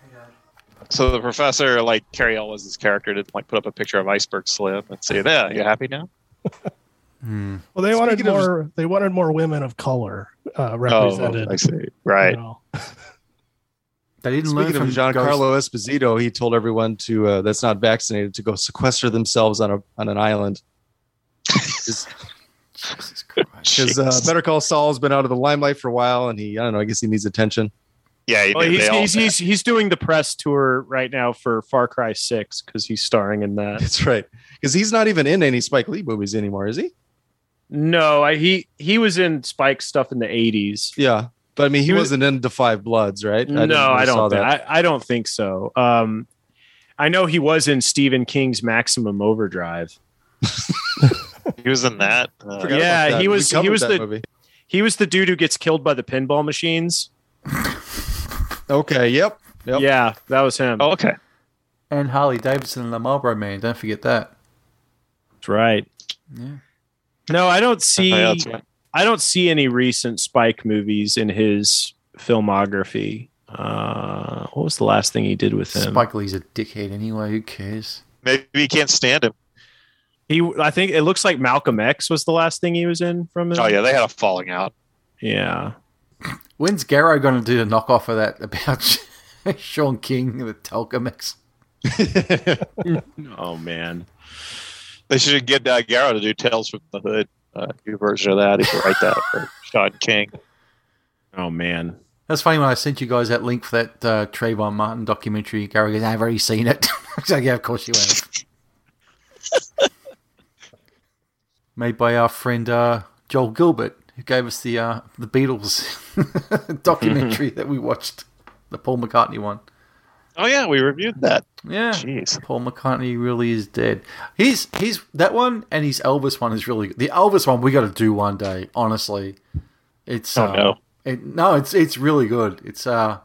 E: So the professor, like Carrie Elwes' character, did like put up a picture of iceberg slim and say, "There, you happy now?"
F: Hmm.
B: Well, they wanted
G: Speaking of-
B: more. they wanted more women of color uh, represented.
E: Oh, I see.
B: you
E: Right.
B: know.
F: They didn't learn
G: Speaking
F: from
G: of Giancarlo Esposito, he told everyone to uh, that's not vaccinated to go sequester themselves on a on an island.
F: Jesus Christ.
G: Because uh,
E: Jeez.
G: Better Call Saul's been out of the limelight for a while, and he I don't know. I guess he needs attention.
E: yeah, he
D: Well,
E: did.
D: Oh, he's,
E: They all-
D: he's, he's, he's doing the press tour right now for Far Cry 6 because he's starring in that.
G: That's right. Because he's not even in any Spike Lee movies anymore, is he?
D: No, I, he he was in Spike stuff in the 80s.
G: Yeah, but I mean, he,
D: He was-
G: wasn't in Defy Bloods, right?
D: No,
G: didn't- never
D: I
G: saw
D: don't. Think, I, I don't think so. Um, I know he was in Stephen King's Maximum Overdrive.
E: he was in that. Uh,
G: Forgot about
D: Yeah,
G: that.
D: he
G: We
D: was- he
G: covered
D: was
G: that
D: the-
G: movie.
D: He was the dude who gets killed by the pinball machines.
G: Okay, yep. Yep.
D: Yeah, that was him.
E: oh, okay.
F: And Harley Davidson and the Marlboro Man. Don't forget that.
D: That's right.
F: Yeah.
D: No, I don't see.
E: Yeah, that's right.
D: I don't see any recent Spike movies in his filmography. Uh, what was the last thing he did with him?
F: Spike Lee's a dickhead anyway. Who cares?
E: Maybe he can't stand him.
D: He, I think it looks like Malcolm X was the last thing he was in from. Him.
E: Oh yeah, they had a falling out.
D: yeah.
F: When's Garrow going to do a knockoff of that about Sean King and the Talcomex?
D: Oh man.
E: They should get uh, Garrow to do Tales from the Hood, uh, new version of that. He could write that for Sean King.
D: Oh man.
F: That's funny when I sent you guys that link for that uh, Trayvon Martin documentary. Gary goes, "I've already seen it." I was like, "Yeah, of course you have." Made by our friend uh, Joel Gilbert, who gave us the uh, the Beatles documentary that we watched, the Paul McCartney one.
E: Oh yeah, we reviewed that.
F: Yeah,
E: Jeez.
F: Paul McCartney really is dead. He's he's that one and his Elvis one is really good. The Elvis one we got to do one day. Honestly, it's
E: Oh
F: um,
E: no.
F: it, no, it's it's really good. It's uh,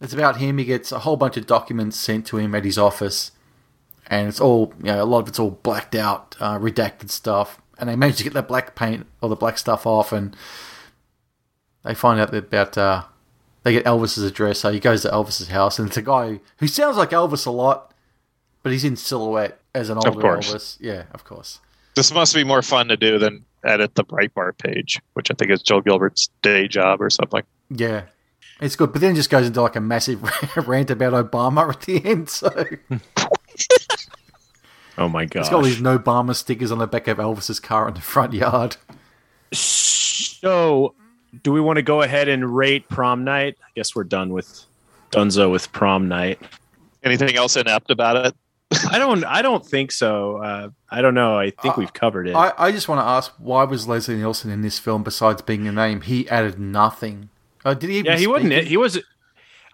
F: it's about him. He gets a whole bunch of documents sent to him at his office, and it's all you know, a lot of it's all blacked out, uh, redacted stuff. And they manage to get the black paint or the black stuff off, and they find out that about uh, they get Elvis's address. So he goes to Elvis's house, and it's a guy who sounds like Elvis a lot, but he's in silhouette as an older
E: course.
F: Elvis. Yeah, of course.
E: This must be more fun to do than edit the Breitbart page, which I think is Joe Gilbert's day job or something.
F: Yeah. It's good, but then it just goes into like a massive rant about Obama at the end. So
D: Oh my god.
F: It's got all these no Obama stickers on the back of Elvis's car in the front yard.
D: So, do we want to go ahead and rate prom night? I guess we're done with Dunzo with prom night.
E: Anything else inept about it?
D: I don't. I don't think so. Uh, I don't know. Uh, I think we've covered it.
F: I, I just want to ask, why was Leslie Nielsen in this film besides being a name? He added nothing. Uh, did he? Even
D: yeah, he wasn't.
F: speak?
D: It. He was.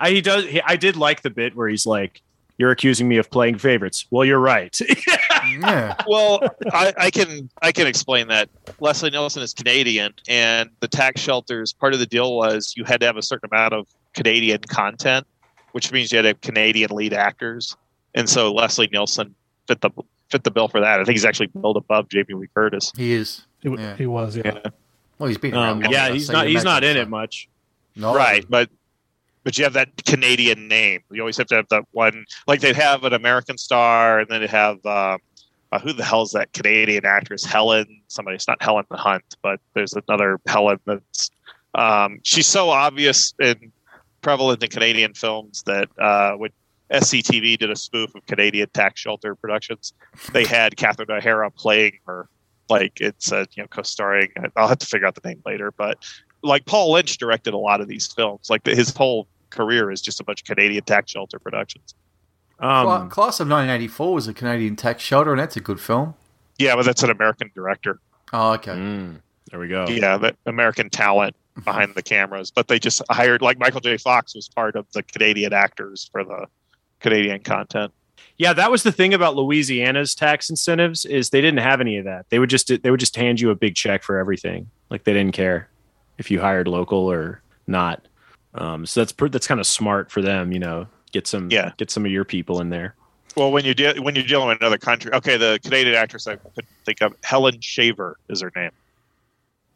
D: I he does. He, I did like the bit where he's like, "You're accusing me of playing favorites." Well, you're right.
F: Yeah,
E: Well, I, I can I can explain that. Leslie Nielsen is Canadian, and the tax shelters part of the deal was you had to have a certain amount of Canadian content, which means you had to have Canadian lead actors, and so Leslie Nielsen fit the fit the bill for that. I think he's actually billed above Jamie Lee Curtis.
F: he is.
B: He, w-
F: Yeah.
B: he was. Yeah.
F: Well, he's been.
D: um,
F: around long
D: yeah,
F: enough,
D: he's
F: so
D: not.
F: you
D: He's not in
F: imagine
D: it
F: so.
D: much.
F: No,
E: right but but you have that canadian name you always have to have that one like they'd have an american star and then they'd have um, uh, who the hell's that canadian actress helen somebody it's not helen hunt but there's another helen that's um, she's so obvious and prevalent in canadian films that uh, when sctv did a spoof of canadian tax shelter productions they had catherine o'hara playing her like it's uh, you know co-starring i'll have to figure out the name later but like Paul Lynch directed a lot of these films. Like his whole career is just a bunch of Canadian tax shelter productions.
D: Um,
F: Cla- Class of 1984 was a Canadian tax shelter, and that's a good film.
E: Yeah, but that's an American director.
F: Oh, okay.
D: mm, there we go.
E: Yeah, that American talent behind the cameras. But they just hired like Michael J. Fox was part of the Canadian actors for the Canadian content.
D: Yeah, that was the thing about Louisiana's tax incentives is they didn't have any of that. They would just they would just hand you a big check for everything. Like they didn't care if you hired local or not. Um, so that's pr- that's kind of smart for them, you know. Get some
E: Yeah.
D: get some of your people in there.
E: Well, when you de- when you're dealing with another country, okay, the Canadian actress I couldn't think of, Helen Shaver is her name,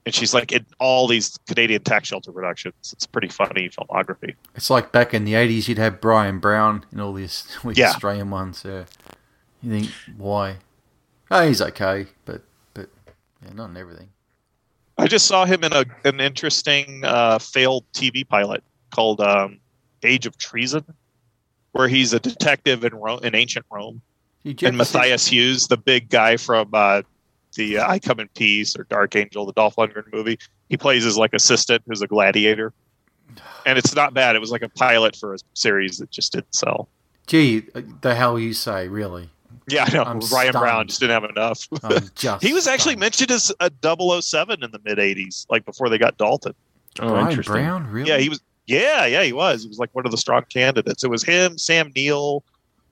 E: and she's like in all these Canadian tax shelter productions. It's pretty funny filmography.
F: It's like back in the eighties, you'd have Brian Brown and all these all these
E: Yeah.
F: Australian ones. Yeah, you think why? Oh, he's okay, but but yeah, not in everything.
E: I just saw him in a an interesting uh, failed TV pilot called um, Age of Treason, where he's a detective in Rome, in ancient Rome,
F: You
E: and Matthias Hughes, the big guy from uh, the uh, I Come in Peace or Dark Angel, the Dolph Lundgren movie. He plays his like assistant who's a gladiator, and it's not bad. It was like a pilot for a series that just didn't sell.
F: Gee, the hell you say? Really?
E: Yeah, I know.
F: I'm
E: Ryan
F: stunned.
E: Brown just didn't have enough.
F: I'm just
E: he was actually
F: stunned.
E: mentioned as a 007 in the mid 80s, like before they got Dalton.
D: Oh,
F: Brian
D: interesting.
F: Brown, really?
E: Yeah, he was. Yeah, yeah, he was. He was like one of the strong candidates. It was him, Sam Neill,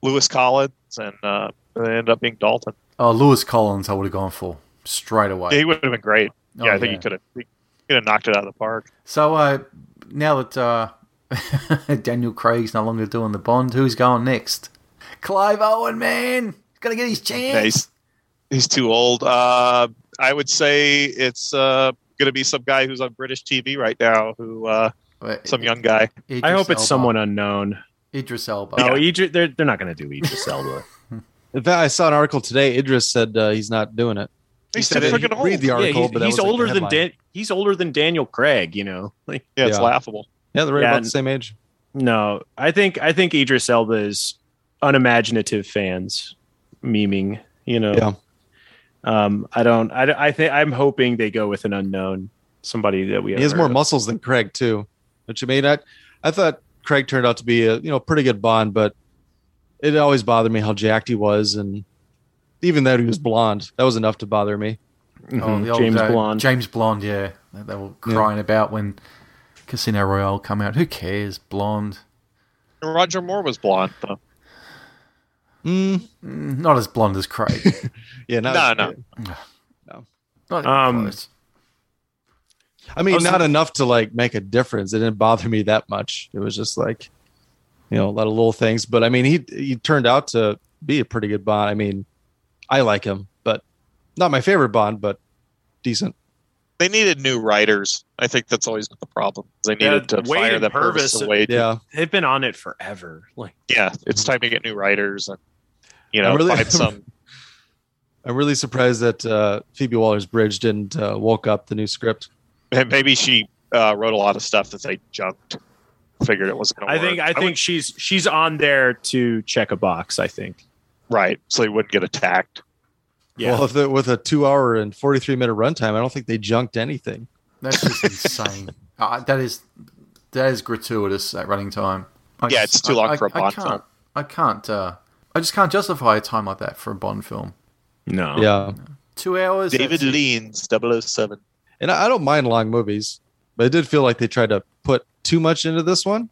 E: Lewis Collins, and uh, it ended up being Dalton.
F: Oh, Lewis Collins, I would have gone for straight away.
E: Yeah, he would have been great.
F: Oh,
E: Yeah, I think he could have. He could have knocked it out of the park.
F: So uh, now that uh, Daniel Craig's no longer doing the Bond, who's going next? Clive Owen, man, he's gonna get his chance.
E: Yeah, he's he's too old. Uh, I would say it's uh, going to be some guy who's on British TV right now, who uh,
F: Wait,
E: some young guy.
F: Idris
D: I hope
F: Elba.
D: it's someone unknown.
F: Idris Elba.
D: Oh, Idris, they're, they're not going to do Idris Elba.
G: In fact, I saw an article today. Idris said uh, he's not doing it.
E: He's too
G: said it-
E: freaking old.
G: Read the
E: yeah,
G: article,
D: yeah, he's,
G: but that
D: he's
G: was, like, the
D: older than
G: headline.
D: Dan, he's older than Daniel Craig. You know, like
E: it's
G: Yeah.
E: laughable.
G: Yeah, they're right
D: Yeah,
G: about
D: and-
G: the same age.
D: no, I think I think Idris Elba is unimaginative fans memeing. You know,
G: Yeah.
D: um, I don't. I, I think I'm hoping they go with an unknown somebody that we.
G: He has
D: haven't
G: more
D: heard of.
G: muscles than Craig too, which I mean, I, I thought Craig turned out to be a you know pretty good Bond, but it always bothered me how jacked he was, and even that he was blonde, that was enough to bother me.
D: Mhm,
E: Mm-hmm.
F: the old,
D: James
F: uh,
D: Blonde.
F: James Blonde, yeah. That They were crying about when Casino Royale come out. Who cares? Blonde.
E: Roger Moore was blonde though.
G: Mm,
F: Mm, Not as blonde as Craig.
G: yeah, not
E: No,
G: as
E: no.
G: good.
F: Not
D: Um,
F: close.
G: I mean,
D: Also-
G: not enough to like make a difference. It didn't bother me that much. It was just like, you know, a lot of little things. But I mean, he he turned out to be a pretty good Bond. I mean, I like him, but not my favorite Bond, but decent.
E: They needed new writers. I think that's always been the problem. They
D: Yeah,
E: needed to
D: Wade
E: fire
D: and
E: that Purvis
D: Purvis,
E: away.
G: Yeah,
D: They've been on it forever. Like
E: yeah, it's time to get new writers and you know
G: I'm really-
E: find some.
G: I'm really surprised that uh, Phoebe Waller-Bridge didn't uh, woke up the new script.
E: Maybe she uh, wrote a lot of stuff that they junked. Figured it wasn't. Gonna
D: I think
E: work.
D: I think
E: Oh, would-
D: she's she's on there to check a box. I think.
E: right, so they wouldn't get attacked.
D: Yeah.
G: Well, if it, with a two-hour and forty-three-minute runtime, I don't think they junked anything.
F: That's just insane. Uh, that is that is gratuitous at running time. I
E: Yeah,
F: just-
E: it's too long for a Bond
F: can't,
E: film.
F: I can't. Uh, I just can't justify a time like that for a Bond film.
D: no.
G: Yeah,
F: Two hours.
E: David
F: that's it.
E: Leans, 007.
G: and I, I don't mind long movies, but it did feel like they tried to put too much into this one.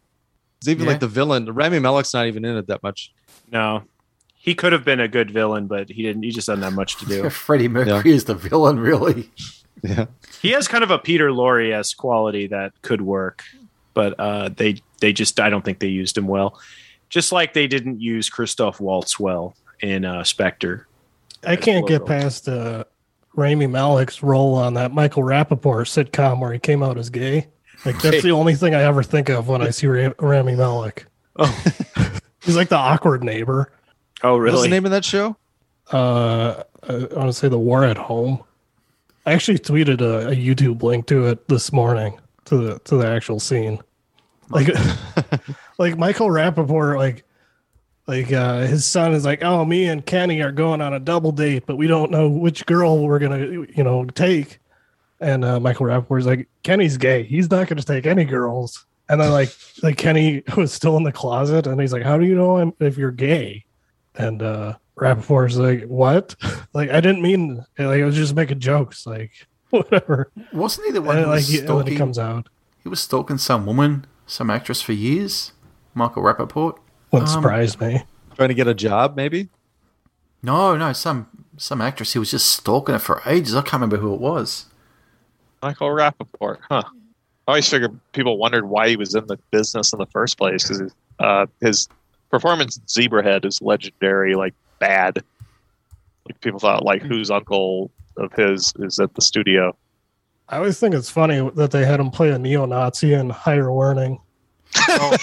G: It's even
F: Yeah.
G: like the villain, Rami Malek's not even in it that much.
D: No. He could have been a good villain, but he didn't. He just doesn't have much to do.
F: Freddie Mercury is the villain, really.
G: Yeah,
D: he has kind of a Peter Lorre esque quality that could work, but uh, they they just I don't think they used him well. Just like they didn't use Christoph Waltz well in uh, Spectre.
B: I can't get past uh, Rami Malek's role on that Michael Rappaport sitcom where he came out as gay. Like that's the only thing I ever think of when I see Ra- Rami Malek.
D: Oh,
B: He's like the awkward neighbor.
D: oh
G: what's
D: really?
G: the name of that show?
B: Uh, I want to say the War at Home. I actually tweeted a, a YouTube link to it this morning to the to the actual scene. Like, like Michael Rappaport, like, like uh, his son is like, oh, me and Kenny are going on a double date, but we don't know which girl we're gonna, you know, take. And uh, Michael Rappaport's like, Kenny's gay. He's not gonna take any girls. And then like, like Kenny was still in the closet, and he's like, how do you know I'm, if you're gay? And uh Rappaport's like, what? like, I didn't mean like I was just making jokes, like whatever.
F: Wasn't he the one
B: And,
F: who
B: Uh, like
F: was
B: he- when it
F: stalking?
B: comes out,
F: He was stalking some woman, some actress for years. Michael Rappaport.
B: wouldn't
F: Um,
B: surprise me.
G: Trying to get a job, maybe.
F: No, no, some some actress. He was just stalking her for ages. I can't remember who it was.
E: Michael Rappaport, huh? I always figured people wondered why he was in the business in the first place because uh, his performance in Zebrahead is legendary, like bad. Like people thought, like whose uncle of his is at the studio.
B: I always think it's funny that they had him play a neo-Nazi in Higher Learning.
F: Oh.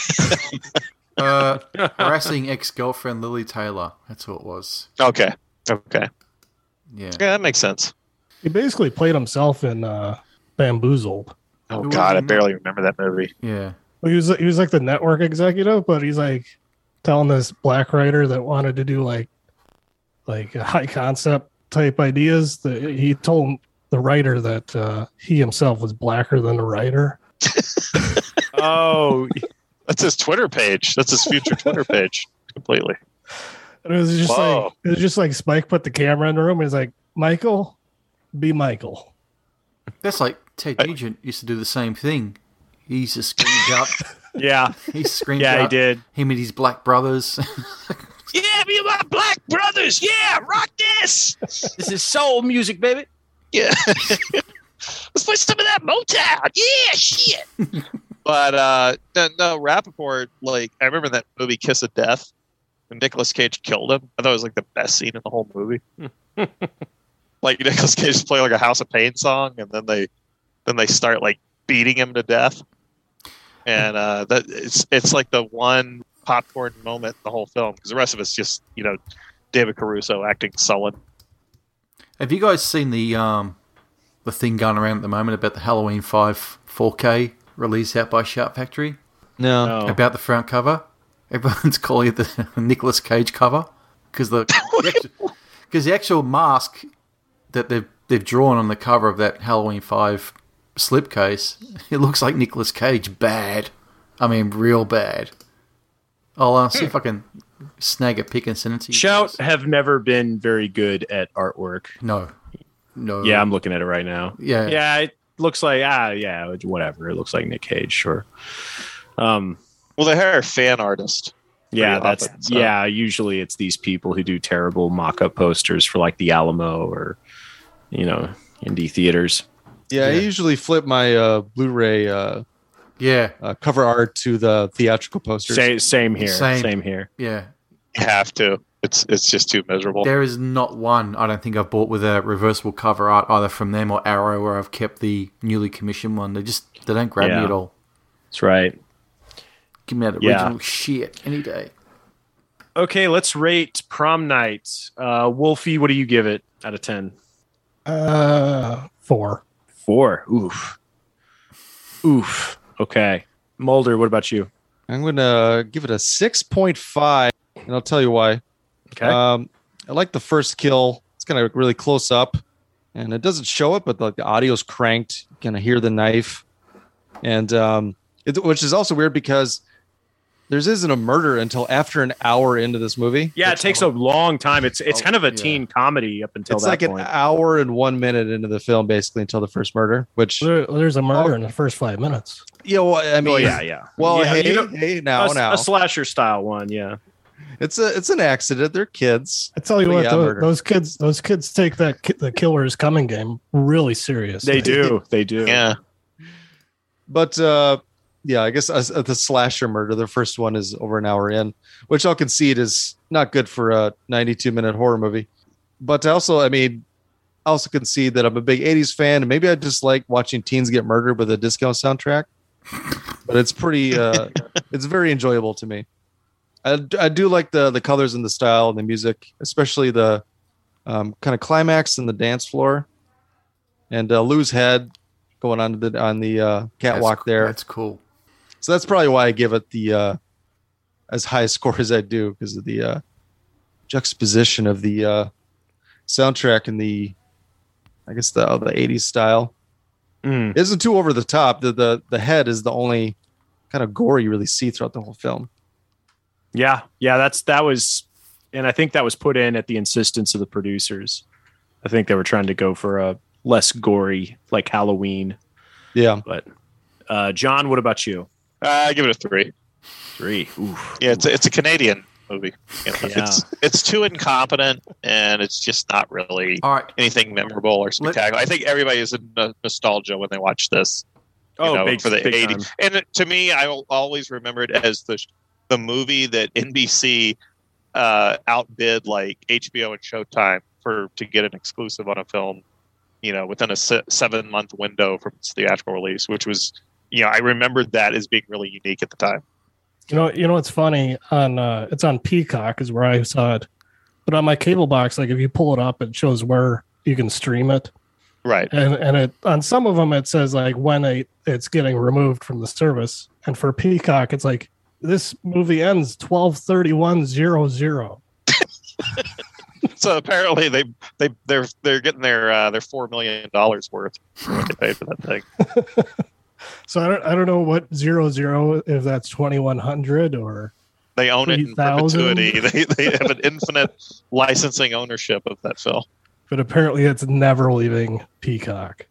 F: uh, harassing ex-girlfriend Lily Taylor. That's who it was.
E: Okay, okay,
F: Yeah.
E: yeah, that makes sense.
B: He basically played himself in uh, Bamboozled.
E: Oh
F: Who was
E: God, I
F: in-
E: barely remember that movie.
F: Yeah.
B: He was he was like the network executive, but he's like telling this black writer that wanted to do like like high concept type ideas. That he told the writer that uh, he himself was blacker than the writer.
D: Oh,
E: That's his Twitter page. That's his future Twitter page. Completely.
B: And it was just like
E: Whoa.
B: it was just like Spike put the camera in the room. and He's like, Michael, be Michael.
F: That's like Ted Nugent used to do the same thing. He used to screamed out.
D: yeah,
F: He screamed
D: yeah,
F: out.
D: he did.
F: Him and his black brothers.
E: Yeah, me and my black brothers. Yeah, rock this.
D: This is soul music, baby.
E: Yeah. Let's play some of that Motown. Yeah, shit. but uh no, no Rappaport, like I remember that movie Kiss of Death when Nicolas Cage killed him. I thought it was like the best scene in the whole movie. like Nicolas Cage is playing like a House of Pain song and then they then they start like beating him to death. And uh that it's it's like the one popcorn moment in the whole film because the rest of it's just, you know, David Caruso acting sullen.
F: Have you guys seen the um, the thing going around at the moment about the Halloween Five 4K release out by Sharp Factory
G: No.
D: No.
F: about the front cover? Everyone's calling it the Nicolas Cage cover because the because the actual mask that they've they've drawn on the cover of that Halloween Five slipcase it looks like Nicolas Cage bad. I mean, real bad. I'll uh, see if I can snag a pic and send it to you.
D: Shout
F: guys.
D: have never been very good at artwork.
F: No, no.
D: Yeah, I'm looking at it right now.
F: Uh, yeah,
D: Yeah, it looks like ah, yeah, whatever. It looks like Nick Cage, sure. Um,
E: Well, they hire a fan artist.
D: yeah,
E: Pretty
D: that's
E: often, so.
D: yeah. Usually, it's these people who do terrible mock-up posters for like the Alamo or you know indie theaters.
G: Yeah,
F: Yeah.
G: I usually flip my uh, Blu-ray uh,
F: yeah.
G: uh, cover art to the theatrical posters.
D: Same, same here.
F: Same.
D: Same, here.
F: Yeah,
E: You have to. It's it's just too miserable.
F: there is not one I don't think I've bought with a reversible cover art either from them or Arrow, where I've kept the newly commissioned one. They just they don't grab me
D: Yeah.
F: at all.
D: That's right.
F: Give me that
D: Yeah.
F: original shit any day.
D: Okay, let's rate prom night. Uh, Wolfie, what do you give it out of ten?
B: Uh, four.
D: Four. Oof. Oof. Okay. Mulder, what about you?
G: I'm gonna give it a six point five, and I'll tell you why.
D: Okay.
G: Um, I like the first kill. It's kind of really close up, and it doesn't show it, but like the audio's cranked. You kind of hear the knife, and um, it, which is also weird because there isn't a murder until after an hour into this movie.
D: yeah, it takes a long time. It's it's
F: Oh,
D: kind of a
F: yeah.
D: teen comedy up until
G: It's
D: that
G: like
D: point.
G: an hour and one minute into the film, basically until the first murder. Which
B: There- there's a murder in the first five minutes.
G: yeah, well, I mean,
D: oh yeah, yeah.
G: Well,
D: yeah,
G: hey,
D: you know,
G: hey,
D: a,
G: now, now,
D: a slasher style one. Yeah.
G: it's a, it's an accident. They're kids.
B: I tell you
G: But
B: what,
G: yeah,
B: tho-
G: murder.
B: those kids, those kids take that ki- the killer's coming game really serious.
D: They do. They do.
E: yeah,
G: But uh, yeah, I guess uh, the slasher murder, the first one is over an hour in, which I'll concede is not good for a 92 minute horror movie. But I also, I mean, I also concede that I'm a big 80s fan, and maybe I just like watching teens get murdered with a disco soundtrack. But it's pretty, uh, it's very enjoyable to me. I, I do like the the colors and the style and the music, especially the um, kind of climax and the dance floor, and uh, Lou's head going on to the on the uh,
F: That's
G: catwalk
F: c-
G: there.
F: That's cool.
G: So that's probably why I give it the uh, as high a score as I do because of the uh, juxtaposition of the uh, soundtrack and the I guess the the 80s style.
D: Mm.
G: It isn't too over the top. The the the head is the only kind of gore you really see throughout the whole film.
D: Yeah, yeah, that's that was, and I think that was put in at the insistence of the producers. I think they were trying to go for a less gory, like Halloween.
G: Yeah.
D: Uh, John, what about you?
E: uh, I give it a three.
D: Three. Oof.
E: Yeah, it's a, it's a Canadian movie. You know,
D: Yeah.
E: It's it's too incompetent, and it's just not really
F: All right,
E: anything memorable or spectacular. I think everybody is in no- nostalgia when they watch this. you
D: oh,
E: know,
D: big,
E: for the
D: big
E: 80s.
D: time.
E: And it- to me, I will always remember it as the sh- the movie that NBC uh, outbid like HBO and Showtime for to get an exclusive on a film, you know, within a se- seven month window from its theatrical release, which was, you know, I remembered that as being really unique at the time.
B: You know, you know what's funny on uh, it's on Peacock is where I saw it, but on my cable box, like if you pull it up, it shows where you can stream it,
E: Right.
B: and and it on some of them it says like when it it's getting removed from the service, and for Peacock it's like this movie ends twelve thirty one zero zero.
E: So apparently they they they're they're getting their uh, their four million dollars worth for what they paid for that thing.
B: So I don't I don't know what zero zero if that's twenty one hundred or
E: They own it in
B: 3,000?
E: perpetuity. They they have an infinite licensing ownership of that film.
B: but apparently it's never leaving Peacock.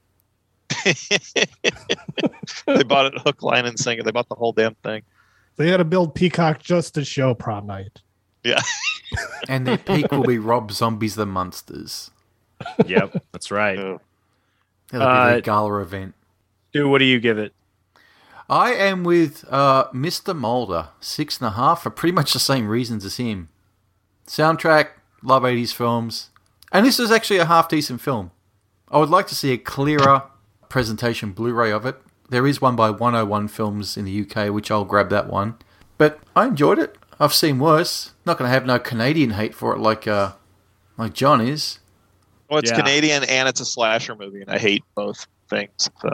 E: They bought it hook, line, and sinker. They bought the whole damn thing.
B: They had to build Peacock just to show prom night.
F: and their peak will be Rob Zombies the Monsters.
D: yep, that's right.
E: Ugh.
F: That'll be
D: Uh,
F: their gala event.
D: Dude, what do you give it?
F: I am with uh, Mr. Mulder, six and a half, for pretty much the same reasons as him. Soundtrack, love 80s films. And this is actually a half decent film. I would like to see a clearer presentation Blu ray of it. There is one by 101 Films in the UK, which I'll grab that one. But I enjoyed it. I've seen worse. Not going to have no Canadian hate for it like uh, like John is.
E: Well, it's
D: Yeah.
E: Canadian and it's a slasher movie, and I hate both things. So.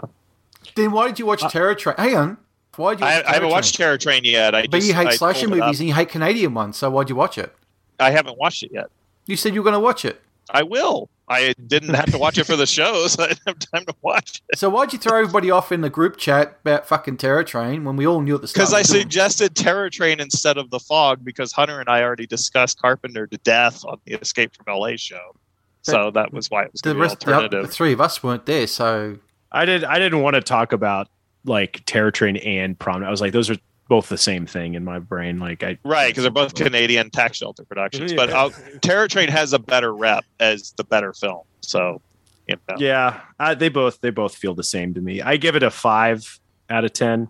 F: Then why did you watch Terror Train? Hang on. Why did you watch
E: Uh, I, I
F: Terror
E: haven't watched
F: Train?
E: Terror Train yet. I
F: But
E: just,
F: you hate
E: I
F: slasher
E: pulled it up.
F: movies and you hate Canadian ones, so why'd you watch it?
E: I haven't watched it yet.
F: You said you were going to watch it.
E: I will. I didn't have to watch it for the show, so I didn't have time to watch it.
F: So why'd you throw everybody off in the group chat about fucking Terror Train when we all knew at the start?
E: Because I
F: it was-
E: suggested Terror Train instead of The Fog because Hunter and I already discussed Carpenter to death on the Escape from LA show. So that was why it was
F: the
E: gonna be
F: rest the, other-
E: alternative.
F: the three of us weren't there, so
D: I did. I didn't want to talk about like Terror Train and Prom. Night. I was like, those are both the same thing in my brain. Like I
E: Right, because they're both Canadian tax shelter productions. But uh, Terror Train has a better rep as the better film. So, you know.
D: Yeah, uh, they both they both feel the same to me. I give it a five out of ten.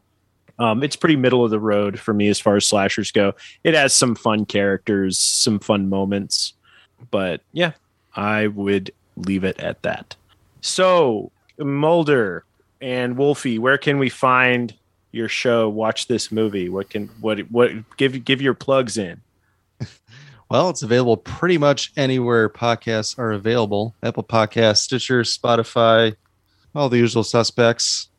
D: Um, it's pretty middle of the road for me as far as slashers go. It has some fun characters, some fun moments, but yeah, I would leave it at that. So Mulder and Wolfie, where can we find your show? Watch this movie. What can what what give give your plugs in?
G: Well, it's available pretty much anywhere podcasts are available Apple Podcasts, Stitcher, Spotify, all the usual suspects.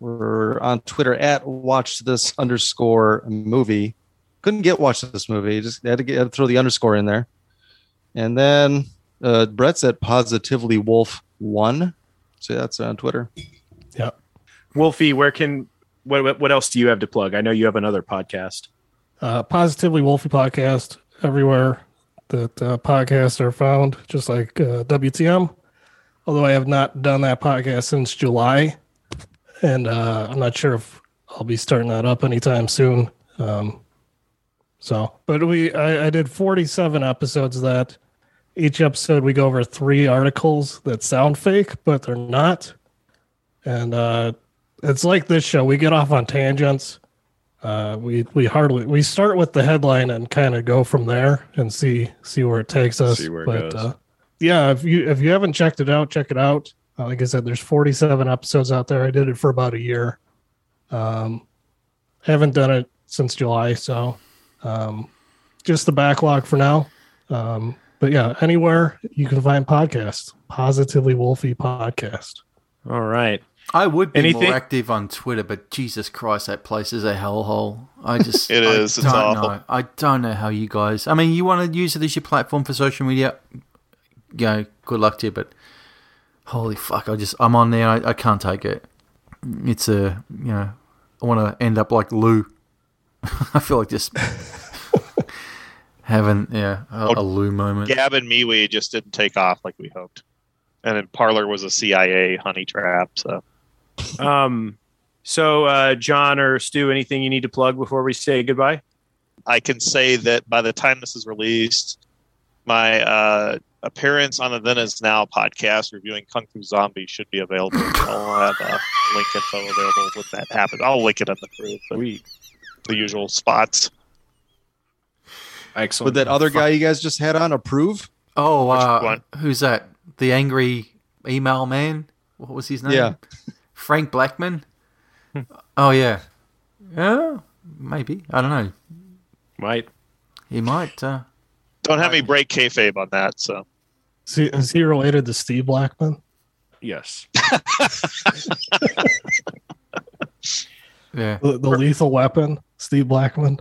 G: We're on Twitter at watch this underscore movie. Couldn't get watch this movie, just had to, get, had to throw the underscore in there. And then uh, Brett's at positively wolf one. So that's on Twitter.
D: Wolfie, where can what what- what else do you have to plug? I know you have another podcast.
B: Uh, Positively Wolfie podcast everywhere that uh, podcasts are found, just like uh, WTM. Although I have not done that podcast since July, and uh, I'm not sure if I'll be starting that up anytime soon. Um, so, but we I, I did 47 episodes of that. Each episode we go over three articles that sound fake, but they're not. And uh, it's like this show. We get off on tangents. Uh, we we hardly we start with the headline and kind of go from there and see see where it takes us.
D: See where it goes.
B: Uh, yeah, if you if you haven't checked it out, check it out. Uh, like I said, there's 47 episodes out there. I did it for about a year. Um, haven't done it since July, so um, just the backlog for now. Um, but yeah, anywhere you can find podcasts, positively Wolfie podcast.
D: All right.
F: I would be
D: Anything-
F: more active on Twitter. But Jesus Christ, that place is a hellhole. I just
E: It
F: I
E: is. It's
F: don't
E: awful.
F: Know. I don't know how you guys. I mean, you want to use it as your platform for social media. You know, good luck to you. But holy fuck, I just I'm on there. I, I can't take it. It's a you know I want to end up like Lou. I feel like just having yeah a, a Lou moment.
E: Gab and Miwi just didn't take off like we hoped. And then Parlor was a CIA honey trap. So
D: Um, so, uh, John or Stu, anything you need to plug before we say goodbye?
E: I can say that by the time this is released, my uh, appearance on the Then Is Now podcast reviewing Kung Fu Zombie should be available. I'll have a link info available when that happens. I'll link it on the group, but
D: We
E: the usual spots.
D: Excellent.
G: Would that other guy you guys just had on approve?
F: Oh, uh,
E: one?
F: who's that? The angry email man. What was his name?
G: Yeah.
F: Frank Blackman. oh yeah, yeah, maybe. I don't know.
D: might.
F: He might. Uh,
E: Don't have me break kayfabe on that. So
B: Is he, is he related to Steve Blackman?
D: Yes.
F: yeah.
B: The, the lethal weapon, Steve Blackman?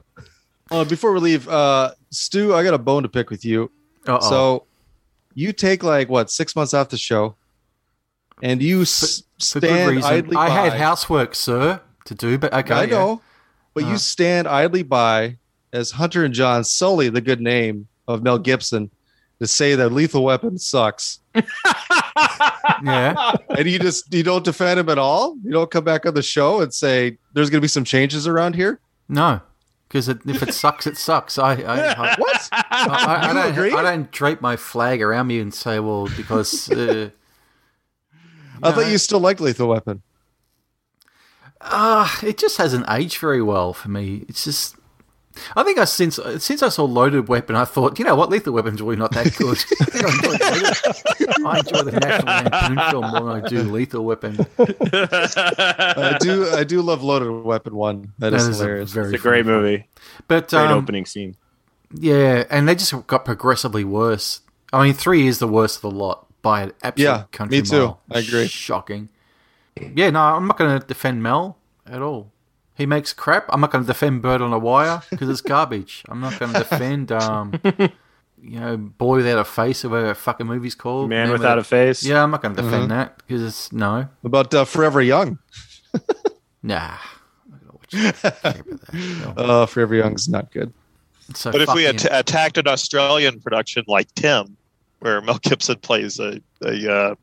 G: Uh, before we leave, uh, Stu, I got a bone to pick with you.
F: Uh-oh.
G: So you take like what six months off the show, and you s-
F: for good
G: stand
F: reason.
G: idly.
F: I had
G: by.
F: housework, sir, to do. But okay,
G: I
F: yeah.
G: know, but
F: Uh.
G: you stand idly by as Hunter and John sully the good name of
F: Mm-hmm.
G: Mel Gibson to say that Lethal Weapon sucks,
F: Yeah.
G: and you just you don't defend him at all. You don't come back on the show and say there's going to be some changes around here.
F: No, because it, if it sucks, it sucks. I, I, I
G: What?
F: I, I, I,
G: You
F: don't,
G: agree?
F: I don't drape my flag around me and say, well, because uh,
G: I
F: No.
G: thought you still liked Lethal Weapon.
F: uh, it just hasn't aged very well for me. It's just. I think I since since I saw Loaded Weapon, I thought, you know what, Lethal Weapon's really not that good. I enjoy the National Lampoon film more than I do Lethal Weapon.
G: I do I do love Loaded Weapon One.
F: That
G: that is
F: is a
G: hilarious.
F: very
D: It's a great movie.
F: but
D: Great
F: um,
D: opening scene.
F: yeah, and they just got progressively worse. I mean, three is the worst of the lot by an absolute
G: Yeah,
F: country
G: me too.
F: mile.
G: I agree.
F: Shocking. Yeah, no, I'm not going to defend Mel at all. He makes crap. I'm not going to defend Bird on a Wire because it's garbage. I'm not going to defend, um, you know, Boy Without a Face or whatever that fucking movie's called.
D: Man without a face.
F: Yeah, I'm not going to
G: Mm-hmm.
F: defend that because it's no,
G: About uh, Forever Young.
F: nah. I'm not gonna watch that. Care about that. No.
G: Uh, Forever Young's not good.
F: So
E: But if we
F: fucking-
E: at- attacked an Australian production like Tim, where Mel Gibson plays a, a uh,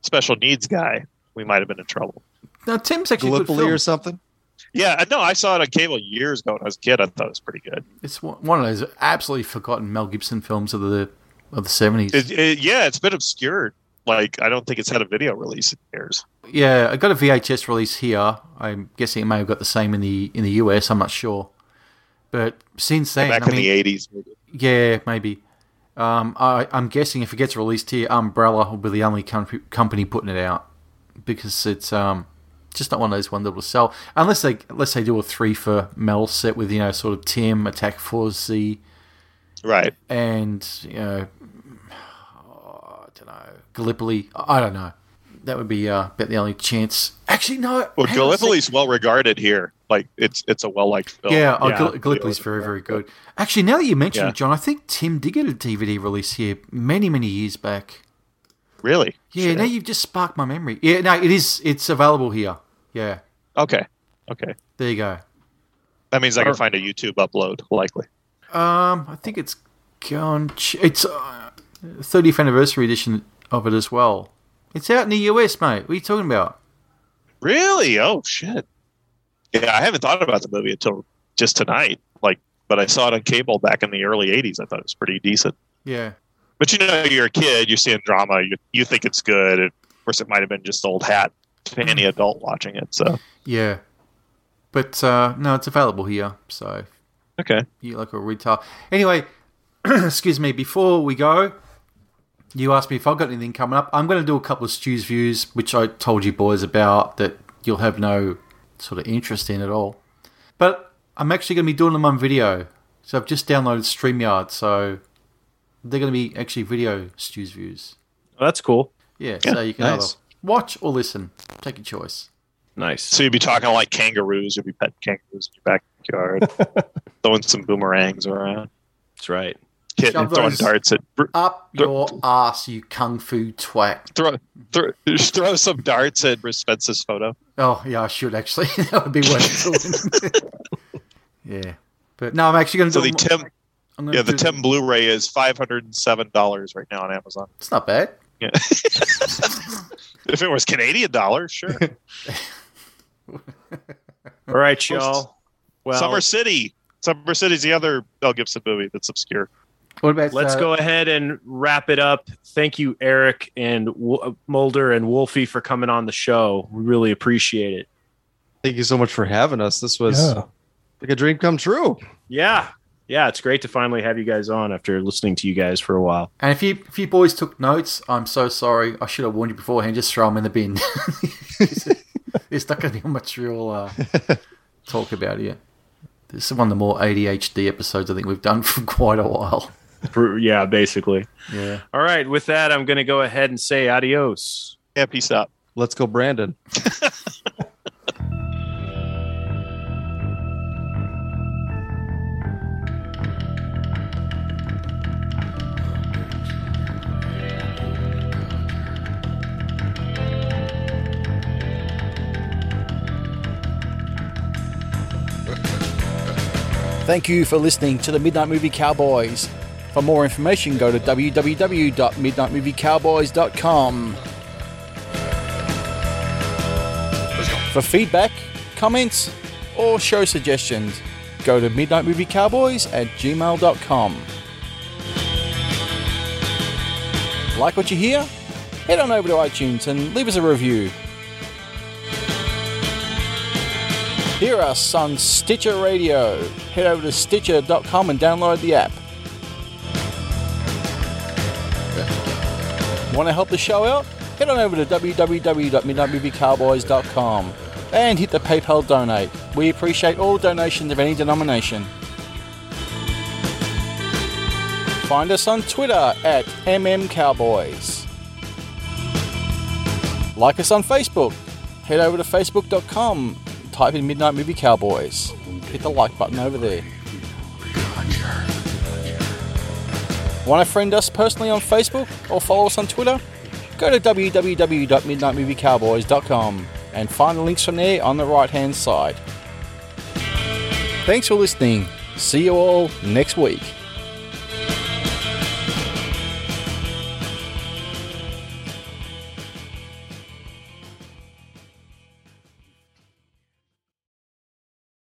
E: special needs guy, we might have been in trouble.
F: no, Tim's actually a good
G: Gallipoli
F: film.
G: or something.
E: Yeah, I- no, I saw it on cable years ago when I was a kid. I thought it was pretty good.
F: It's one one of those absolutely forgotten Mel Gibson films of the of the seventies.
E: It, it, yeah, it's been obscured. Like I don't think it's had a video release in years.
F: Yeah, I got a VHS release here. I'm guessing it may have got the same in the in the US. I'm not sure, but since then,
E: Back
F: I
E: in
F: mean,
E: the eighties, maybe.
F: yeah, maybe. Um, I, I'm guessing if it gets released here, Umbrella will be the only com- company putting it out because it's um just not one of those ones that will sell unless they unless they do a three for Mel set with you know sort of Tim Attack Force Z.
E: Right.
F: and you know, I don't know Gallipoli. I I don't know. That would be uh, about the only chance. Actually, no.
E: Well,
F: hang on a sec.
E: Gallipoli's well regarded here. Like it's it's a well liked film.
F: Yeah, oh,
D: Yeah.
F: Gal- Gallipoli's very, very good. Actually, now that you mention
E: Yeah.
F: it, John, I think Tim did get a DVD release here many, many years back.
E: Really.
F: Yeah, now you've just sparked my memory. Yeah, no, it is. It's available here. Yeah,
E: Okay. Okay.
F: there you go.
E: That means I can find a YouTube upload likely.
F: Um, I think it's gone. ch- It's uh, 30th anniversary edition of it as well. It's out in the US, mate. What are you talking about?
E: Really? Oh shit. Yeah, I haven't thought about the movie until just tonight. Like, but I saw it on cable back in the early '80s. I thought it was pretty decent.
F: Yeah.
E: But you know, you're a kid. You're seeing drama. You you think it's good. Of course, it might have been just old hat to any adult watching it. So
F: Yeah. But uh, no, it's available here, so
E: okay.
F: you like a retail. Anyway, excuse me. Before we go, you asked me if I've got anything coming up. I'm going to do a couple of Stu's views, which I told you boys about that you'll have no sort of interest in at all. But I'm actually going to be doing them on video. So I've just downloaded StreamYard, so they're going to be actually video Stu's views.
D: Oh, that's cool.
F: Yeah, so you can
G: nice.
F: either watch or listen. Take your choice.
D: Nice.
E: So you'd be talking like kangaroos. You'd be petting kangaroos in your backyard, throwing some boomerangs around,
D: That's right.
E: hitting,
F: Shove
E: throwing
F: those-
E: darts at, br-
F: Up
E: Th-
F: your ass, you kung fu twat.
E: throw, throw, throw some darts at Bruce Spence's photo.
F: Oh yeah, I should actually. that would be worth it. yeah, but no, I'm actually going to
E: So
F: do.
E: the Tim,
F: I'm gonna
E: yeah, the
F: do-
E: Tim Blu-ray is five hundred and seven dollars right now on Amazon.
F: It's not bad.
E: Yeah. if it was Canadian dollars, sure.
D: All right, y'all. Well,
E: Summer City. Summer City's the other Mel Gibson movie that's obscure.
F: What about?
D: let's
F: uh,
D: go ahead and wrap it up. Thank you, Eric and w- Mulder and Wolfie, for coming on the show. We really appreciate it.
G: Thank you so much for having us. This was
B: yeah.
G: like a dream come true.
D: Yeah, yeah, it's great to finally have you guys on after listening to you guys for a while.
I: And if you if you boys took notes, I'm so sorry. I should have warned you beforehand. Just throw them in the bin. There's not going to be much real uh, talk about here. This is one of the more ADHD episodes I think we've done for quite a while.
D: For- yeah, basically.
I: Yeah.
D: All right, with that, I'm going to go ahead and say adios.
E: Yeah, peace out.
G: Let's go, Brandon.
J: Thank you for listening to the Midnight Movie Cowboys. For more information, go to www.midnightmoviecowboys.com. For feedback, comments, or show suggestions, go to midnightmoviecowboys at gmail.com. Like what you hear? Head on over to iTunes and leave us a review. Hear us on Stitcher Radio. Head over to stitcher.com and download the app. Want to help the show out? Head on over to www.midnightmoviecowboys.com and hit the PayPal donate. We appreciate all donations of any denomination. Find us on Twitter at MMCowboys. Like us on Facebook. Head over to facebook.com, type in Midnight Movie Cowboys. Hit the like button over there. Want to friend us personally on Facebook or follow us on Twitter? Go to www.midnightmoviecowboys.com and find the links from there on the right hand side. Thanks for listening. See you all next week.